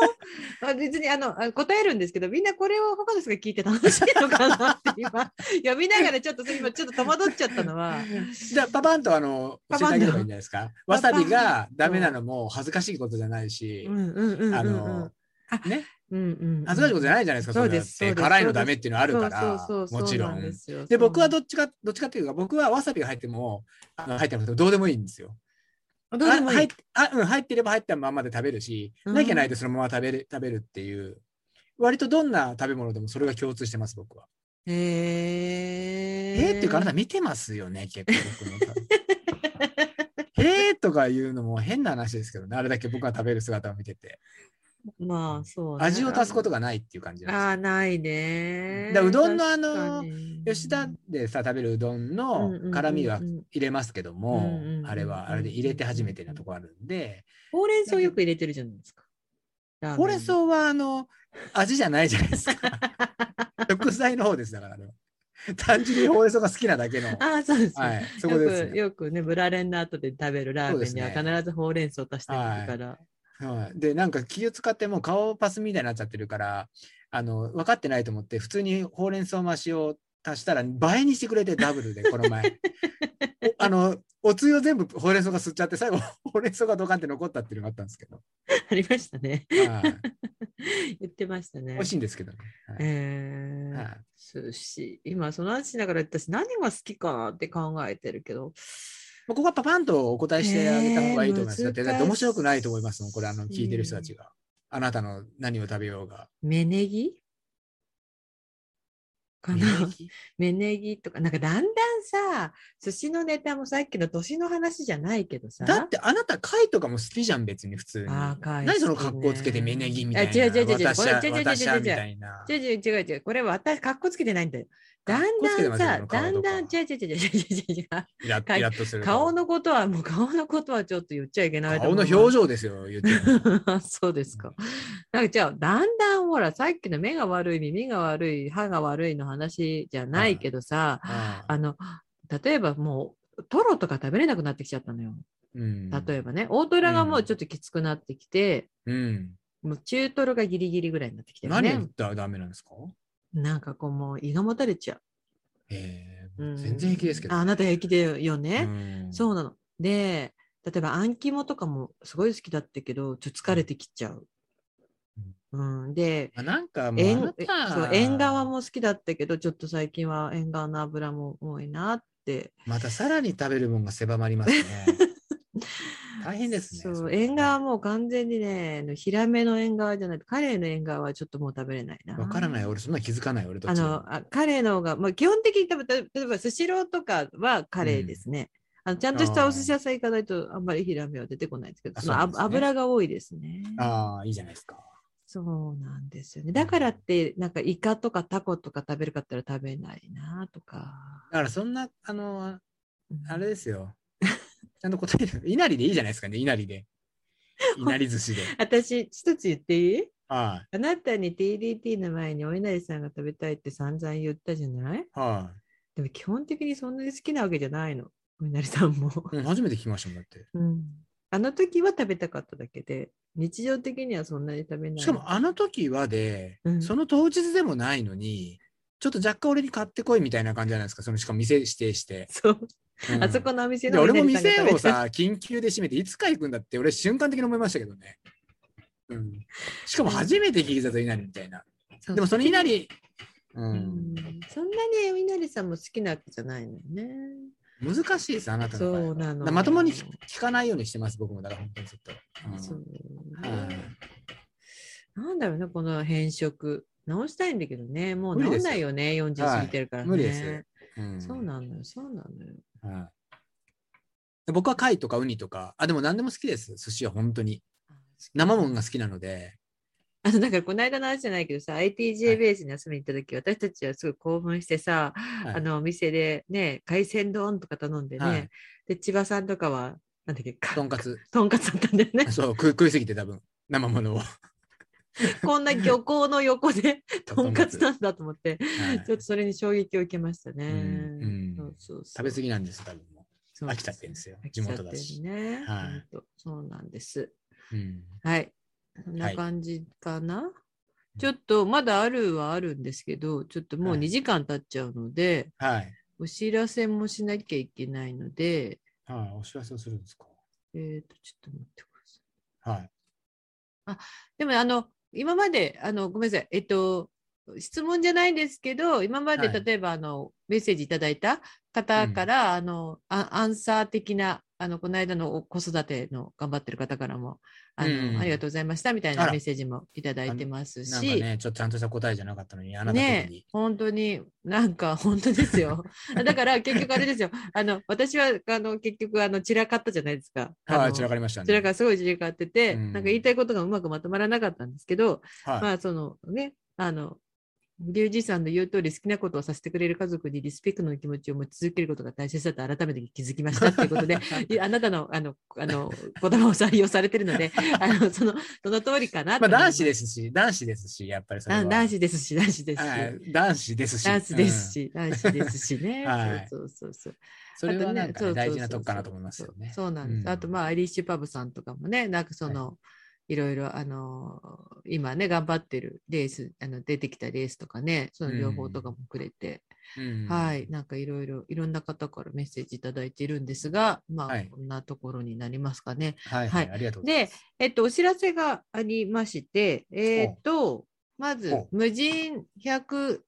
Speaker 1: 問、あ別にあのあ答えるんですけど、みんなこれを他の人が聞いて楽しいのかなって今、読みながらちょっと今ちょっと戸惑っちゃったの は、
Speaker 2: じゃあ、パパンとあの、
Speaker 1: パ
Speaker 2: 教えて
Speaker 1: パ
Speaker 2: あ
Speaker 1: ン
Speaker 2: げ
Speaker 1: と
Speaker 2: ればいいんじゃないですか。わさびがダメなのも恥ずかしいことじゃないし
Speaker 1: う、んうんうんうんうん。
Speaker 2: あの、ね、
Speaker 1: うんうんうん、
Speaker 2: 恥ずかしいことじゃないじゃないですか。
Speaker 1: そうです
Speaker 2: れだって
Speaker 1: そうです
Speaker 2: 辛いのダメっていうのあるか
Speaker 1: そう
Speaker 2: ら、
Speaker 1: そうそう
Speaker 2: もちろ
Speaker 1: そうなん
Speaker 2: ん
Speaker 1: で。すよ
Speaker 2: で、僕はどっちか、どっちかっていうか、僕はわさびが入っても、あの入ってなくてもどうでもいいんですよ。
Speaker 1: あどうでも
Speaker 2: あ
Speaker 1: いい
Speaker 2: 入っあうん、入ってれば入ったままで食べるし、
Speaker 1: うん
Speaker 2: なきゃないとそのまま食べる食べるっていう、割とどんな食べ物でもそれが共通してます、僕は。
Speaker 1: へ
Speaker 2: え
Speaker 1: え
Speaker 2: ー、っていうか、あなた見てますよね、結構僕の。 えーとか言うのも変な話ですけどね、あれだけ僕が食べる姿を見てて、
Speaker 1: まあそう、
Speaker 2: 味を足すこと
Speaker 1: が
Speaker 2: がないっていう感じなんですよ
Speaker 1: ああないね
Speaker 2: だからうどんのあの
Speaker 1: 確かに
Speaker 2: 吉田でさ食べるうどん
Speaker 1: うん
Speaker 2: の
Speaker 1: うんうんうん
Speaker 2: 辛みは入れますけども、
Speaker 1: うんうんうん
Speaker 2: あれはあれで入れて初めてなとこあるんで、
Speaker 1: ほうれん草よく入れてるじゃないですかラーメンに
Speaker 2: ほうれん草はあの味じゃないじゃないです か食材の方ですだからあれは単純にほうれん草が好きなだけのは
Speaker 1: ああそうです、
Speaker 2: いそこ
Speaker 1: よ
Speaker 2: です、
Speaker 1: く
Speaker 2: ね
Speaker 1: よくねブラレンの後で食べるラーメンには必
Speaker 2: そうですね
Speaker 1: ずほうれん草足してくるから、
Speaker 2: はい、でなんか気を使ってもう顔パスみたいになっちゃってるからあの分かってないと思って普通にほうれん草増しを足したら倍にしてくれてダブルでこ の前おあのおつゆを全部ほうれん草が吸っちゃって最後ほうれん草がドカンって残ったっていうのがあったんですけど
Speaker 1: ありましたね
Speaker 2: はい
Speaker 1: 言ってましたね
Speaker 2: 美味しいんですけどね。はい
Speaker 1: えー
Speaker 2: はい
Speaker 1: 寿司今その話しながら私何が好きかなって考えてるけど
Speaker 2: まあここはパパンとお答えしてあげた方がいいと思います
Speaker 1: えー
Speaker 2: よ。だってだって面白くないと思いますもん、これ、あの、
Speaker 1: 難しい
Speaker 2: 聞いてる人たちが。あなたの何を食べようが。
Speaker 1: 芽ネギかな 芽ネギとかなんかだんだんさ寿司のネタもさっきの年の話じゃないけどさ
Speaker 2: だって、あなた、貝とかも好きじゃん、別に、普通に。
Speaker 1: あー貝好きね
Speaker 2: 何その格好つけて、メネギみたいな。
Speaker 1: あ違う違う違う違う
Speaker 2: 私
Speaker 1: こ
Speaker 2: は
Speaker 1: れ違う違う違う違う
Speaker 2: 私はみたいな。
Speaker 1: 違う違う違う違うこれは私かっこつけてないんだよだん
Speaker 2: かっこつけ
Speaker 1: だん
Speaker 2: てますよ
Speaker 1: さ
Speaker 2: この
Speaker 1: だ
Speaker 2: 顔
Speaker 1: ん
Speaker 2: とか
Speaker 1: だん違う違う違う違う違う違う
Speaker 2: イラッ
Speaker 1: 貝
Speaker 2: イラッとする。
Speaker 1: 顔。のことはもう顔のことはちょっと言っちゃいけないと
Speaker 2: 顔
Speaker 1: 思う
Speaker 2: の表情ですよ、言っても。
Speaker 1: そうですか。なんかじゃあ、だんだんほら、さっきの目が悪い、耳が悪い、歯が悪いの話じゃないけどさ、
Speaker 2: あ あ
Speaker 1: あの、例えばもう、トロとか食べれなくなってきちゃったのよ。
Speaker 2: うん
Speaker 1: 例えばね、大トロがもう
Speaker 2: うん
Speaker 1: ちょっときつくなってきて、
Speaker 2: うん。
Speaker 1: もう中トロがギリギリぐらいになってきてる
Speaker 2: 何言
Speaker 1: ね
Speaker 2: っ。たらダメなんですか
Speaker 1: なんかこう、もう胃がもたれちゃ
Speaker 2: え
Speaker 1: う。うん
Speaker 2: ー、全然平気ですけど。
Speaker 1: ああなた平気だよね。そううんなの。で、例えば、あん肝とかもすごい好きだったけど、ちょっと疲れてきちゃう。うん、で、
Speaker 2: あなんかもうあ
Speaker 1: 縁
Speaker 2: な
Speaker 1: え
Speaker 2: た、
Speaker 1: そう縁側も好きだったけどちょっと最近は縁側の油も多いなって
Speaker 2: またさらに食べるもんが狭まりま すね。大変ですね。
Speaker 1: そ
Speaker 2: れ
Speaker 1: う
Speaker 2: ね
Speaker 1: 縁側はもう完全にねあのヒラメの縁側じゃないカレイの縁側はちょっともう食べれないな
Speaker 2: わからない。俺、そんな気づかない。俺と。
Speaker 1: あのあカレイの方が、まあ、基本的に多分た例えばスシローとかはカレイですね、あのちゃんとしたお寿司屋さん行かないとあんまりヒラメは出てこないんですけど
Speaker 2: あ
Speaker 1: その
Speaker 2: そ
Speaker 1: あ
Speaker 2: うなんですね
Speaker 1: 油が多いですね
Speaker 2: ああ、いいじゃないですか。
Speaker 1: そうなんですよねだからってなんかイカとかタコとか食べるかって言ったら食べないなとか、
Speaker 2: だから、そんな、あの、
Speaker 1: うん
Speaker 2: あれですよ。ちゃんと答える。いなりでいいじゃないですかね。いなりで。いなり寿司で。
Speaker 1: 私一つ言っていい
Speaker 2: は
Speaker 1: あなたに TDT の前にお稲荷さんが食べたいって散々言ったじゃない
Speaker 2: い。は
Speaker 1: でも基本的にそんなに好きなわけじゃないの。お稲荷さんも。
Speaker 2: い。うん初めて聞きましたもん、だって。
Speaker 1: うん。あの時は食べたかっただけで、日常的にはそんなに食べない。
Speaker 2: しかも、あの時はで
Speaker 1: う、ん
Speaker 2: その当日でもないのに、ちょっと若干俺に買ってこいみたいな感じじゃないですか。その、しかも店指定して。
Speaker 1: そう、
Speaker 2: うん
Speaker 1: あそこのお店
Speaker 2: で
Speaker 1: のお
Speaker 2: 俺
Speaker 1: 稲
Speaker 2: も
Speaker 1: 荷さんが
Speaker 2: 店
Speaker 1: 食べ
Speaker 2: を
Speaker 1: た
Speaker 2: さ、緊急で閉めて、いつか行くんだって、俺、瞬間的に思いましたけどね。うん、しかも、初めて聞いたと稲荷みたいな。
Speaker 1: そう
Speaker 2: でも、その稲荷、う、
Speaker 1: うんんそんなにお稲荷さんも好きなわけじゃないのよね。
Speaker 2: 難しいです、あなたの場合は
Speaker 1: そうなの
Speaker 2: だからまともに聞聞かないようにしてます、僕も。だから、本当にちょっと。うん
Speaker 1: そう
Speaker 2: はい
Speaker 1: なんだろうね、この変色。直したいんだけどね、もう
Speaker 2: 無理
Speaker 1: 直
Speaker 2: で
Speaker 1: ん
Speaker 2: すよ
Speaker 1: ないよね、40
Speaker 2: はい
Speaker 1: 過ぎてるからね。
Speaker 2: 無理ですうん
Speaker 1: そうなのよ、そうなのよ。
Speaker 2: はいで僕は貝とかウニとか、あ、でも何でも好きです。寿司は本当に。生もんが好きなので。
Speaker 1: あの、だからこの間の話じゃないけどさ、
Speaker 2: は
Speaker 1: ITJ
Speaker 2: い
Speaker 1: ベースに遊びに行った時、私たちはすごい興奮してさ、
Speaker 2: い
Speaker 1: あの、お店でね、海鮮丼とか頼んでね、
Speaker 2: はい
Speaker 1: で、千葉さんとかは、なんだっけ、か
Speaker 2: とんかつ。
Speaker 1: とんかつだったんだよ ね。
Speaker 2: そう、食い食いすぎて多分。生ものを。は
Speaker 1: こんな漁港の横 で とんかつなんだと思って、
Speaker 2: い
Speaker 1: ちょっとそれに衝撃を受けましたね。
Speaker 2: うんうん
Speaker 1: そうそうそう
Speaker 2: 食べ過ぎなんです、多分も。
Speaker 1: そうう
Speaker 2: 飽きちゃってるんですよ
Speaker 1: 飽。き
Speaker 2: 地
Speaker 1: ちゃっ
Speaker 2: 元
Speaker 1: てる
Speaker 2: だし。
Speaker 1: ね。
Speaker 2: はい
Speaker 1: ほんとそうなんです。
Speaker 2: うん
Speaker 1: はい。そんな感じかな、ちょっとまだあるはあるんですけど、ちょっともう
Speaker 2: はい
Speaker 1: 2時間経っちゃうので、
Speaker 2: はい。
Speaker 1: お知らせもしなきゃいけないので、
Speaker 2: はい。お知らせをするんですか。
Speaker 1: えっ、と、ちょっと待ってください。
Speaker 2: はい。
Speaker 1: でも、あの、今まで、あの、ごめんなさい。えっと、質問じゃないんですけど、今まで
Speaker 2: はい
Speaker 1: 例えば、あの、メッセージいただいた方から、あのあ、アンサー的な、あの、この間のお子育ての頑張ってる方からも、あの、
Speaker 2: うん
Speaker 1: ありがとうございましたみたいな
Speaker 2: あら
Speaker 1: メッセージもいただいてます
Speaker 2: なんか
Speaker 1: し、
Speaker 2: ね、ちょっとちゃんとした答えじゃなかったのに、あなた
Speaker 1: ね
Speaker 2: 的に。
Speaker 1: 本当に、なんか本当です よ。だから結局あれですよ。あの、私は、あの、結局、あの、散らかったじゃないですか。あ
Speaker 2: は
Speaker 1: の
Speaker 2: い、散らかりましたね。
Speaker 1: 散らかすごい散らかってて、
Speaker 2: うん
Speaker 1: なんか言いたいことがうまくまとまらなかったんですけど、ま
Speaker 2: はい。
Speaker 1: あそのね、あの、リュウジさんの言う通り好きなことをさせてくれる家族にリスペクトの気持ちを持ち続けることが大切だと改めて気づきましたということ で、いあなたのあのあの言葉を採用されてるので、あのそのその通りかな
Speaker 2: まあ、男子
Speaker 1: 子
Speaker 2: ですし、男子ですし、やっぱりそれは。
Speaker 1: 男子ですし、男子ですし。
Speaker 2: はい。男子ですし。
Speaker 1: ダンスですし、ダンスですしね。
Speaker 2: はい
Speaker 1: そうそうそうそう。
Speaker 2: うん。それ
Speaker 1: あと
Speaker 2: はなんか
Speaker 1: そ
Speaker 2: ね
Speaker 1: う
Speaker 2: 大
Speaker 1: そう
Speaker 2: 事な
Speaker 1: そう
Speaker 2: とこかなと思いますよね。
Speaker 1: そうそうなんです。あと、まあ、アイリッシュパブさんとかもね、なんかその、い、ろいろ、あのー今ね、頑張ってるレース、あの出てきたレースとかね、その両方とかもくれて、
Speaker 2: うん
Speaker 1: はい、。なんかいろいろ、いろんな方からメッセージいただいているんですが、まあ、
Speaker 2: はい
Speaker 1: こんなところになりますかね。
Speaker 2: はい。
Speaker 1: は
Speaker 2: はいい。ありがとうござい
Speaker 1: で
Speaker 2: ます。、
Speaker 1: えっと、お知らせがありまして、えっと、まず
Speaker 2: お、
Speaker 1: 無人 100T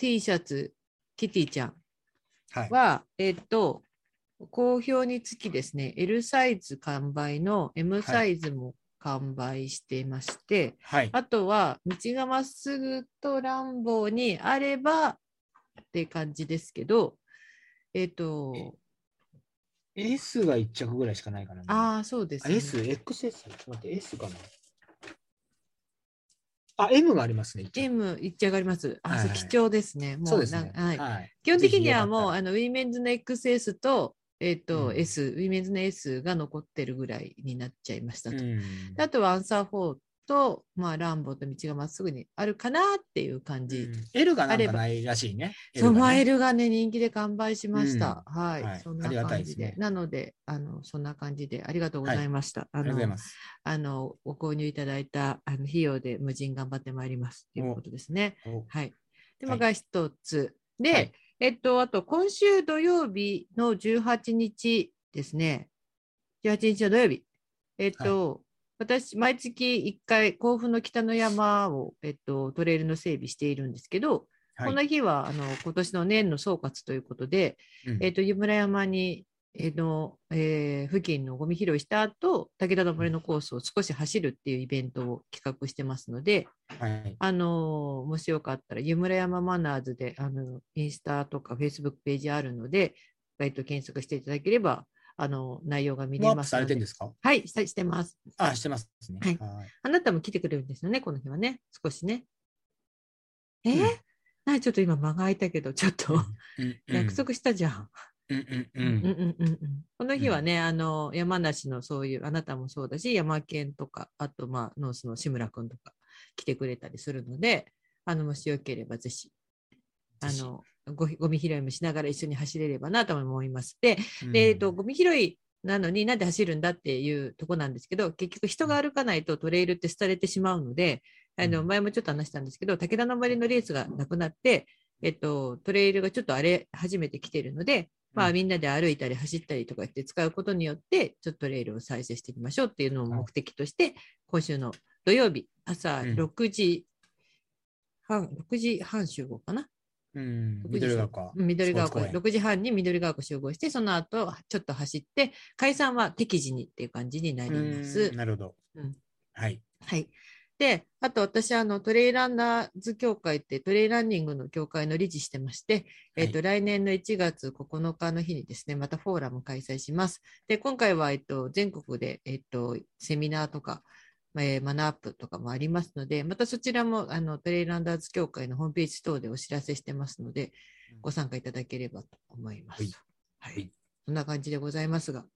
Speaker 1: シャツ、キティちゃん。
Speaker 2: はい。
Speaker 1: は、えっと、好評につきですね、L サイズ完売の M サイズも完売していまして、
Speaker 2: はい。
Speaker 1: あとは、道がまっすぐと乱暴にあればって感じですけど、えっと、
Speaker 2: S が1着ぐらいしかないかな。
Speaker 1: ああ、そうです
Speaker 2: あ、
Speaker 1: ね。
Speaker 2: S、XS、ちょっと待って、S かな。あ、M がありますね。一応
Speaker 1: M 一着あります。あ、そう
Speaker 2: はい
Speaker 1: 貴重ですね。も
Speaker 2: そうですね
Speaker 1: なん。かはい
Speaker 2: はい。
Speaker 1: 基本的には
Speaker 2: ぜひよ
Speaker 1: もう
Speaker 2: かっ
Speaker 1: あのウィメンズの XS と,、えっと
Speaker 2: うん
Speaker 1: S、ウィメンズの S が残ってるぐらいになっちゃいました
Speaker 2: た
Speaker 1: と
Speaker 2: ら。うん
Speaker 1: であとはアンサー4と、まあ、ランボーと道がまっすぐにあるかなっていう感じ。
Speaker 2: うん L がな
Speaker 1: あ
Speaker 2: ん
Speaker 1: れ
Speaker 2: か
Speaker 1: ば
Speaker 2: ないらしいね。
Speaker 1: そう、
Speaker 2: が
Speaker 1: マ
Speaker 2: ね
Speaker 1: エルがね、人気で完売しました。はい、
Speaker 2: はい
Speaker 1: そんな
Speaker 2: ありがた
Speaker 1: 感
Speaker 2: いで
Speaker 1: じ
Speaker 2: す
Speaker 1: で。
Speaker 2: ね
Speaker 1: なので、あの、そんな感じで、ありがとうございました。
Speaker 2: あ
Speaker 1: あ
Speaker 2: りがとうござい
Speaker 1: の
Speaker 2: ま、す。
Speaker 1: あの、ご購入いただいた、あの、費用で無人頑張ってまいります。ということですね。
Speaker 2: お
Speaker 1: はい。で、
Speaker 2: は
Speaker 1: ま
Speaker 2: い
Speaker 1: が一つ。で、
Speaker 2: はい
Speaker 1: えっと、あと、今週土曜日の18日ですね。18日の土曜日。えっと、私、毎月1回、甲府の北の山を、えっと、トレイルの整備しているんですけど、
Speaker 2: はい
Speaker 1: この日は、あの、今年の年の総括ということで、
Speaker 2: うん
Speaker 1: えっと、湯村山に、えの、えー付近のゴミ拾いした後、武田の森のコースを少し走るっていうイベントを企画してますので、
Speaker 2: はい。
Speaker 1: あのーもしよかったら、湯村山マナーズで、あの、インスタとかフェイスブックページあるので、えっと、検索していただければ、あの、内容が見
Speaker 2: も
Speaker 1: れ
Speaker 2: うアッ
Speaker 1: ま
Speaker 2: プ
Speaker 1: す
Speaker 2: さ
Speaker 1: の
Speaker 2: れて
Speaker 1: で。
Speaker 2: るんですか
Speaker 1: はい、したしてます。
Speaker 2: あ、してますね。
Speaker 1: はい
Speaker 2: はい
Speaker 1: あなたも来てくれるんですよね、この日はね、少しね。えー
Speaker 2: うん
Speaker 1: なにちょっと今間が空いたけど、ちょっと
Speaker 2: うんうん
Speaker 1: 約束したじゃん。
Speaker 2: うんう
Speaker 1: うん
Speaker 2: ん
Speaker 1: うん
Speaker 2: うん
Speaker 1: うんうん、この日はね、あの山梨のそういうあなたもそうだし山県とかあとまあノースの志村くんとか来てくれたりするのであのもしよければぜひあ
Speaker 2: ぜひ
Speaker 1: のごゴミ拾いもしながら一緒に走れればなとも思います。で、
Speaker 2: うん。
Speaker 1: でえっとゴミ拾いなのになんで走るんだっていうとこなんですけど結局人が歩かないとトレイルって廃れてしまうのであの
Speaker 2: うん
Speaker 1: 前もちょっと話したんですけど武田の森のレースがなくなって、えっと、トレイルがちょっと荒れ始めてきてるので、まあ、みんなで歩いたり走ったりとかって使うことによってちょっとトレイルを再生していきましょうっていうのを目的として今週の土曜日朝
Speaker 2: うん
Speaker 1: 6時半、6時半集合かな
Speaker 2: うん。緑川か。
Speaker 1: うん緑川
Speaker 2: ス
Speaker 1: 湖
Speaker 2: ポーツ園
Speaker 1: 6時半に緑川湖集合してその後ちょっと走って解散は適時にっていう感じになりま
Speaker 2: う
Speaker 1: す
Speaker 2: ん。なるほど
Speaker 1: うん。
Speaker 2: はい。
Speaker 1: はいで、あと私、あの、トレイランナーズ協会って、トレイランニングの協会の理事してまして、えっ、と、来年の1月9日の日にですね、またフォーラム開催します。で、今回は、えっ、と、全国で、えっ、と、セミナーとか、えーマナーアップとかもありますので、またそちらも、あの、トレイランナーズ協会のホームページ等でお知らせしてますので、ご参加いただければと思います。は。
Speaker 2: はいい
Speaker 1: そんな感じでございますが、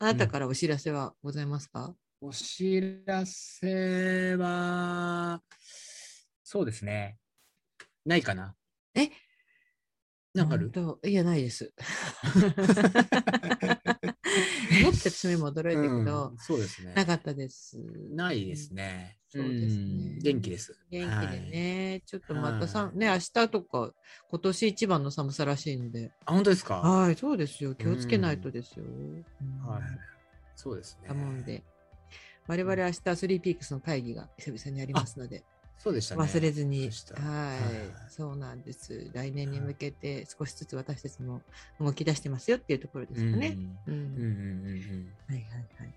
Speaker 1: あなたからお知らせはございますか、
Speaker 2: お知らせは、そうですね。ないかな。
Speaker 1: え
Speaker 2: なんかある
Speaker 1: 本当いや、ない です。持って私も今驚いたけど、
Speaker 2: うんそうですね。
Speaker 1: なかったです。
Speaker 2: ないですね。
Speaker 1: そうですね
Speaker 2: ん元気です。
Speaker 1: 元気でね、ちょっとまたさ、
Speaker 2: はい
Speaker 1: ね、明日とか、今年一番の寒さらしいんで、
Speaker 2: はい。あ、本当ですか。は
Speaker 1: はい、そうですよ。気をつけないとですよ。
Speaker 2: い
Speaker 1: はい。
Speaker 2: そうですね。
Speaker 1: だもんで。我々明日、スリーピークスの会議が久々にありますので、
Speaker 2: そうでしたね。
Speaker 1: 忘れずに
Speaker 2: でし、た
Speaker 1: は
Speaker 2: はい
Speaker 1: い、そうなんです。来年に向けて少しずつ私たちも動き出してますよっていうところですかね。う
Speaker 2: うん。
Speaker 1: ん、
Speaker 2: うんうんうんうん。
Speaker 1: はいはいはい。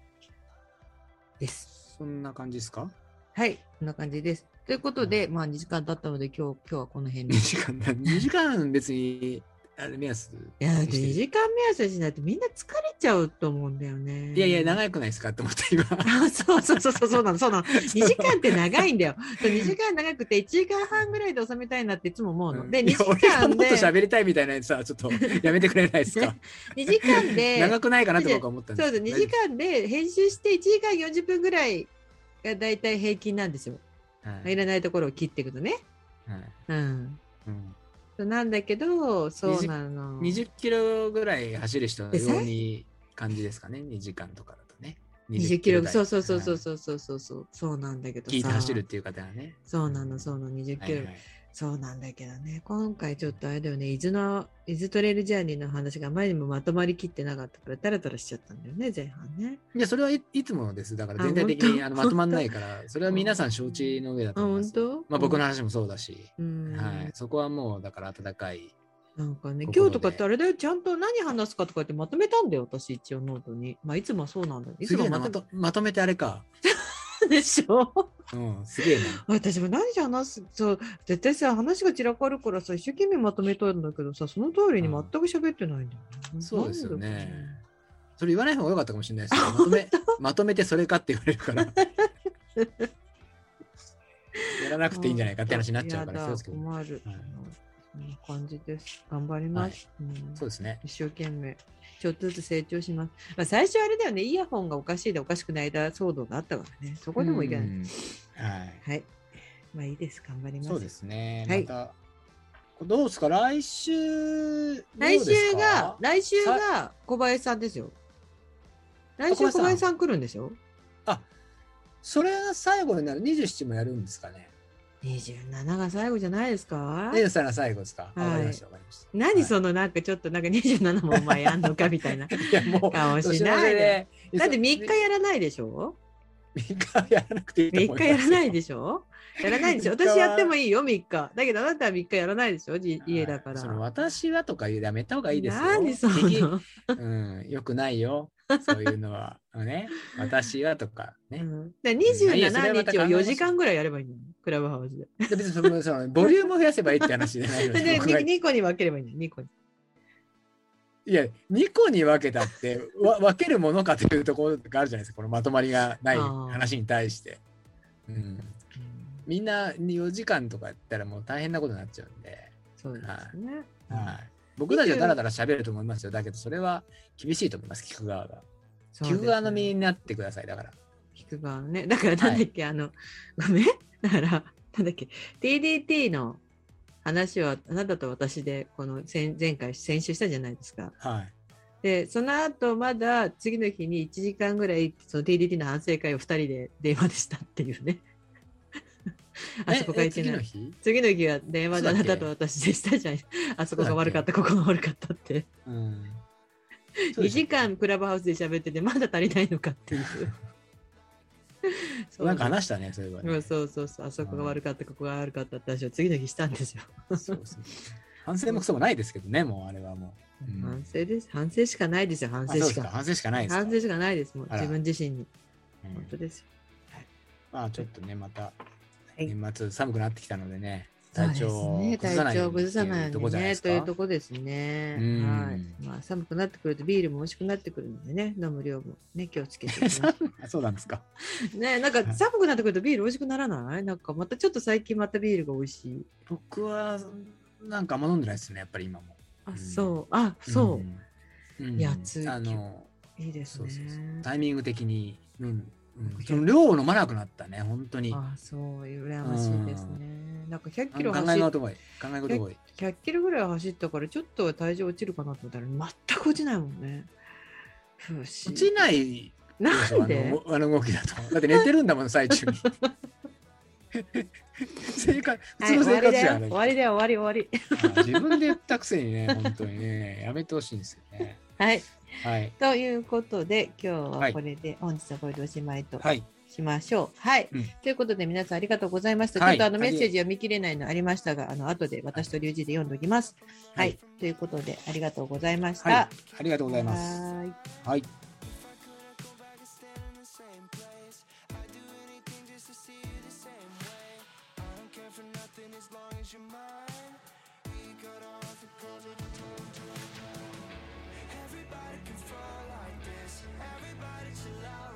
Speaker 1: です。
Speaker 2: そんな感じです か
Speaker 1: はい、こんな感じです。ということで、まあ2時間経ったので、今日、今日はこの辺で。
Speaker 2: ?2
Speaker 1: い
Speaker 2: 時間だ。2時間別に、あれ目安。
Speaker 1: や、だって
Speaker 2: してる
Speaker 1: 2時間目安しないとみんな疲れちゃうと思うんだよね。
Speaker 2: いやいや、
Speaker 1: い。
Speaker 2: 長くないですかって思った 今。
Speaker 1: そうそうそうそうそうなのそうなの2時間って長いんだよ2時間長くて1時間半ぐらいで収めたいなっていつも思うの、で2
Speaker 2: うんいや
Speaker 1: 時間
Speaker 2: 俺がもっと
Speaker 1: で2
Speaker 2: 喋りたいみたいなやつはちょっとやめてくれないですか
Speaker 1: 時間 で
Speaker 2: 長くないかなって僕は思ったんで
Speaker 1: そう
Speaker 2: す
Speaker 1: そう2時間で編集して1時間40分ぐらいが大体平均なんですよ
Speaker 2: 間はい
Speaker 1: らないところを切っていくとね
Speaker 2: はい
Speaker 1: うん
Speaker 2: うん
Speaker 1: なんだけどそうなの
Speaker 2: 20キロぐらい走る人の
Speaker 1: でさ
Speaker 2: ように感じですかね2時間とかだとね
Speaker 1: 20キロ
Speaker 2: 台
Speaker 1: そうそうそうそう
Speaker 2: はい
Speaker 1: そうそうそうそうそうなんだけど
Speaker 2: 聞いて
Speaker 1: さ
Speaker 2: 走るっていう方はね
Speaker 1: そうなのそうなの20
Speaker 2: は
Speaker 1: キ
Speaker 2: い
Speaker 1: ロ、
Speaker 2: はい
Speaker 1: そうなんだけどね今回ちょっとあれだよね伊豆の伊豆トレイルジャーニーの話が前にもまとまりきってなかったからタラタラしちゃったんだよね前半ね
Speaker 2: いやそれはいいつものですだから
Speaker 1: あ
Speaker 2: 全体的に
Speaker 1: 本当
Speaker 2: あのまとまんない からそれは皆さん承知の上だ
Speaker 1: あ
Speaker 2: と思いま
Speaker 1: 本
Speaker 2: す
Speaker 1: 当
Speaker 2: まあ僕の話もそうだし
Speaker 1: うん、
Speaker 2: はいそこはもうだから温かい
Speaker 1: なんかね、
Speaker 2: と
Speaker 1: 今
Speaker 2: ころ
Speaker 1: 日
Speaker 2: で
Speaker 1: とかってあれだよ、ちゃんと何話すかとかってまとめたんだよ、私一応ノートに。まあ、いつもはそうなんだよ。い
Speaker 2: す
Speaker 1: つ
Speaker 2: げ
Speaker 1: も
Speaker 2: えな
Speaker 1: ま
Speaker 2: ま
Speaker 1: と
Speaker 2: とまとめてあれか
Speaker 1: めでしょ
Speaker 2: うんすげえな
Speaker 1: 私も何じゃ話す、そう、絶対さ、話が散らかるからさ、一生懸命まとめたんだけどさ、その通りに全く喋ってないんだよ、ね
Speaker 2: そうですよね
Speaker 1: なんでだろうね
Speaker 2: それ言わない方が良かったかもしれないですけどまとめまとめてそれかって言われるからやらなくていいんじゃないかって話になっちゃうから
Speaker 1: や
Speaker 2: そう
Speaker 1: だ
Speaker 2: ですけど
Speaker 1: 困る、
Speaker 2: はい
Speaker 1: そんな感じです。頑張ります。うん
Speaker 2: そうですね
Speaker 1: 一生懸命ちょっとずつ成長します、まあ、最初あれだよねイヤホンがおかしいでおかしくないだ騒動があったからねそこでもいかない、
Speaker 2: うんはい
Speaker 1: はい。まあいいです。頑張ります。
Speaker 2: そうですね
Speaker 1: はい
Speaker 2: またどうですか来週どう
Speaker 1: 来
Speaker 2: です
Speaker 1: 週
Speaker 2: か
Speaker 1: が、来週が
Speaker 2: さ
Speaker 1: 小林さんですよ。来週
Speaker 2: あ小
Speaker 1: 小
Speaker 2: 林さん
Speaker 1: 林さん来るんでしょ
Speaker 2: それが最後になる27もやるんですかね
Speaker 1: ?27 が最後じゃないですか
Speaker 2: 27が最後ですか、あ
Speaker 1: はい
Speaker 2: わかりましたわかりました
Speaker 1: 何そ
Speaker 2: の、
Speaker 1: のなんかちょっとなんか27もお前やんのかみたい な
Speaker 2: い、やもう
Speaker 1: 顔しないで。
Speaker 2: で
Speaker 1: だって3日やらないでしょ
Speaker 2: 3日やらなくていいと思
Speaker 1: ?3
Speaker 2: います
Speaker 1: 日やらないでしょやらないでしょ私やっても
Speaker 2: い
Speaker 1: いいよ3日。だけどあなたは3日やらないでしょじ家だから。
Speaker 2: その私はとか言うやめた方がいいですよ
Speaker 1: 何そ
Speaker 2: 敵
Speaker 1: の、
Speaker 2: うん、よくないよそういうのは ね私はとか
Speaker 1: う
Speaker 2: ね、
Speaker 1: ん、だから
Speaker 2: いやそれはま
Speaker 1: 27
Speaker 2: た
Speaker 1: 日
Speaker 2: 考
Speaker 1: を
Speaker 2: えましょう
Speaker 1: 4時間ぐらいやればいいのクラブハウスで。
Speaker 2: で別にそのそのボリュームを増やせばいいって話じゃないの
Speaker 1: それで
Speaker 2: で僕がい
Speaker 1: 2個に分ければいいの2個に。
Speaker 2: や2個に分けたってわ分けるものかというところがあるじゃないですかこのまとまりがない
Speaker 1: あー
Speaker 2: 話に対して、うん、みんな4時間とかやったらもう大変なことになっちゃうんで、
Speaker 1: そうですね。
Speaker 2: はい、僕たちはだらだら喋ると思いますよだけどそれは厳しいと思います聞く側が。
Speaker 1: そうです
Speaker 2: 聞
Speaker 1: ね
Speaker 2: く側の身になってくださいだから。
Speaker 1: 聞く側のね。だからなんだっけ、あの、ごめん。だから、なんだっけ、TDT の話はあなたと私で、この前前回、先週したじゃないですか。
Speaker 2: はい。
Speaker 1: で、その後まだ次の日に1時間ぐらい、その TDT の反省会を2人で電話でしたっていうね。あそこが
Speaker 2: ええ
Speaker 1: いけ
Speaker 2: 次
Speaker 1: な
Speaker 2: の
Speaker 1: い。
Speaker 2: 日、
Speaker 1: 次の日は電話であ
Speaker 2: そ
Speaker 1: な
Speaker 2: うだ
Speaker 1: た
Speaker 2: っけ
Speaker 1: と私でしたじゃん。あそこが悪かった、ここが悪かったって。
Speaker 2: うん、
Speaker 1: 2時間クラブハウスで喋っててまだ足りないのか っていう
Speaker 2: そうでしたっけなんか話したね、そういえば
Speaker 1: う
Speaker 2: ね、
Speaker 1: んそうそうそうあそこが悪かったここが悪かったって話を次の日したんですよ、
Speaker 2: そうそう反省もクソもないですけどね、もうあれはもう。うん
Speaker 1: 反省です反省しかないですよ反
Speaker 2: あ
Speaker 1: 省
Speaker 2: そうで
Speaker 1: し
Speaker 2: すか
Speaker 1: か
Speaker 2: 反省しかないですか。
Speaker 1: 反省しかないですもう
Speaker 2: あら
Speaker 1: 自分自身に
Speaker 2: うん
Speaker 1: 本当ですよ
Speaker 2: ままあちょっとね、また
Speaker 1: い
Speaker 2: 年末寒くなってきたのでね、
Speaker 1: そう
Speaker 2: 体
Speaker 1: です
Speaker 2: 調を
Speaker 1: ね、
Speaker 2: 崩さな
Speaker 1: 体
Speaker 2: いよ
Speaker 1: 調
Speaker 2: う
Speaker 1: を
Speaker 2: にっ
Speaker 1: 崩
Speaker 2: て
Speaker 1: さないいうよ
Speaker 2: と
Speaker 1: う
Speaker 2: こ
Speaker 1: に
Speaker 2: じゃないで
Speaker 1: ね、
Speaker 2: す
Speaker 1: という
Speaker 2: か
Speaker 1: と。こですね。
Speaker 2: うん
Speaker 1: はい。まあ、寒くなってくるとビールも美味しくなってくるのでね、飲む量もね、気をつけていきまし ょう
Speaker 2: あそうなんですか。
Speaker 1: ねなんか寒くなってくるとビール美味しくならないなんかまたちょっと最近またビールが美味しい。
Speaker 2: 僕はなんかあんま飲んでないですね、やっぱり今も。う
Speaker 1: あ、
Speaker 2: ん
Speaker 1: そう。あ、そう。
Speaker 2: うん。うん
Speaker 1: いやつい
Speaker 2: あの、
Speaker 1: いいです
Speaker 2: そう
Speaker 1: ね。
Speaker 2: そうそう。タイミング的に、うん。うん、
Speaker 1: 僕
Speaker 2: その量を飲まなくなったね、本当に。
Speaker 1: あ、そう。羨ましいですね。なんか100
Speaker 2: あ
Speaker 1: キロ
Speaker 2: の考
Speaker 1: 走
Speaker 2: え
Speaker 1: っ
Speaker 2: 事がいい。考え事がいい。
Speaker 1: 100キロぐらい走ったからちょっとは体重落ちるかなと思ったら全く落ちないもんね。不思議
Speaker 2: 落ちない
Speaker 1: な
Speaker 2: そうん
Speaker 1: で
Speaker 2: あのあの動きだと。だって寝てるんだもん、最中に。
Speaker 1: はい、終わりだよ
Speaker 2: 生活、普通の生活じゃない。
Speaker 1: 終わりだよ終わり終わ
Speaker 2: あー自分で言ったくせにね、 本当にね、やめてほしいんですよね。
Speaker 1: り。はい。
Speaker 2: はい。
Speaker 1: ということで今日
Speaker 2: は
Speaker 1: はいこれで、本日はこれでおしまいと
Speaker 2: はい。
Speaker 1: しましょう。はい。
Speaker 2: うん
Speaker 1: ということで皆さんありがとうございました。
Speaker 2: はい
Speaker 1: ちょっとあの
Speaker 2: あり
Speaker 1: メッセージ読み切れないのありましたが、あの後で私と龍二で読んでおきます。は、
Speaker 2: はいい。
Speaker 1: ということでありがとうございました。
Speaker 2: はい。ありがとうございます。
Speaker 1: はーい
Speaker 2: はい。
Speaker 3: If I could go back and stay in the same place, I'd do anything just to see you the same way. I don't care for nothing as long as you're mine. We got off the project. Everybody can fall like this. Everybody chill out.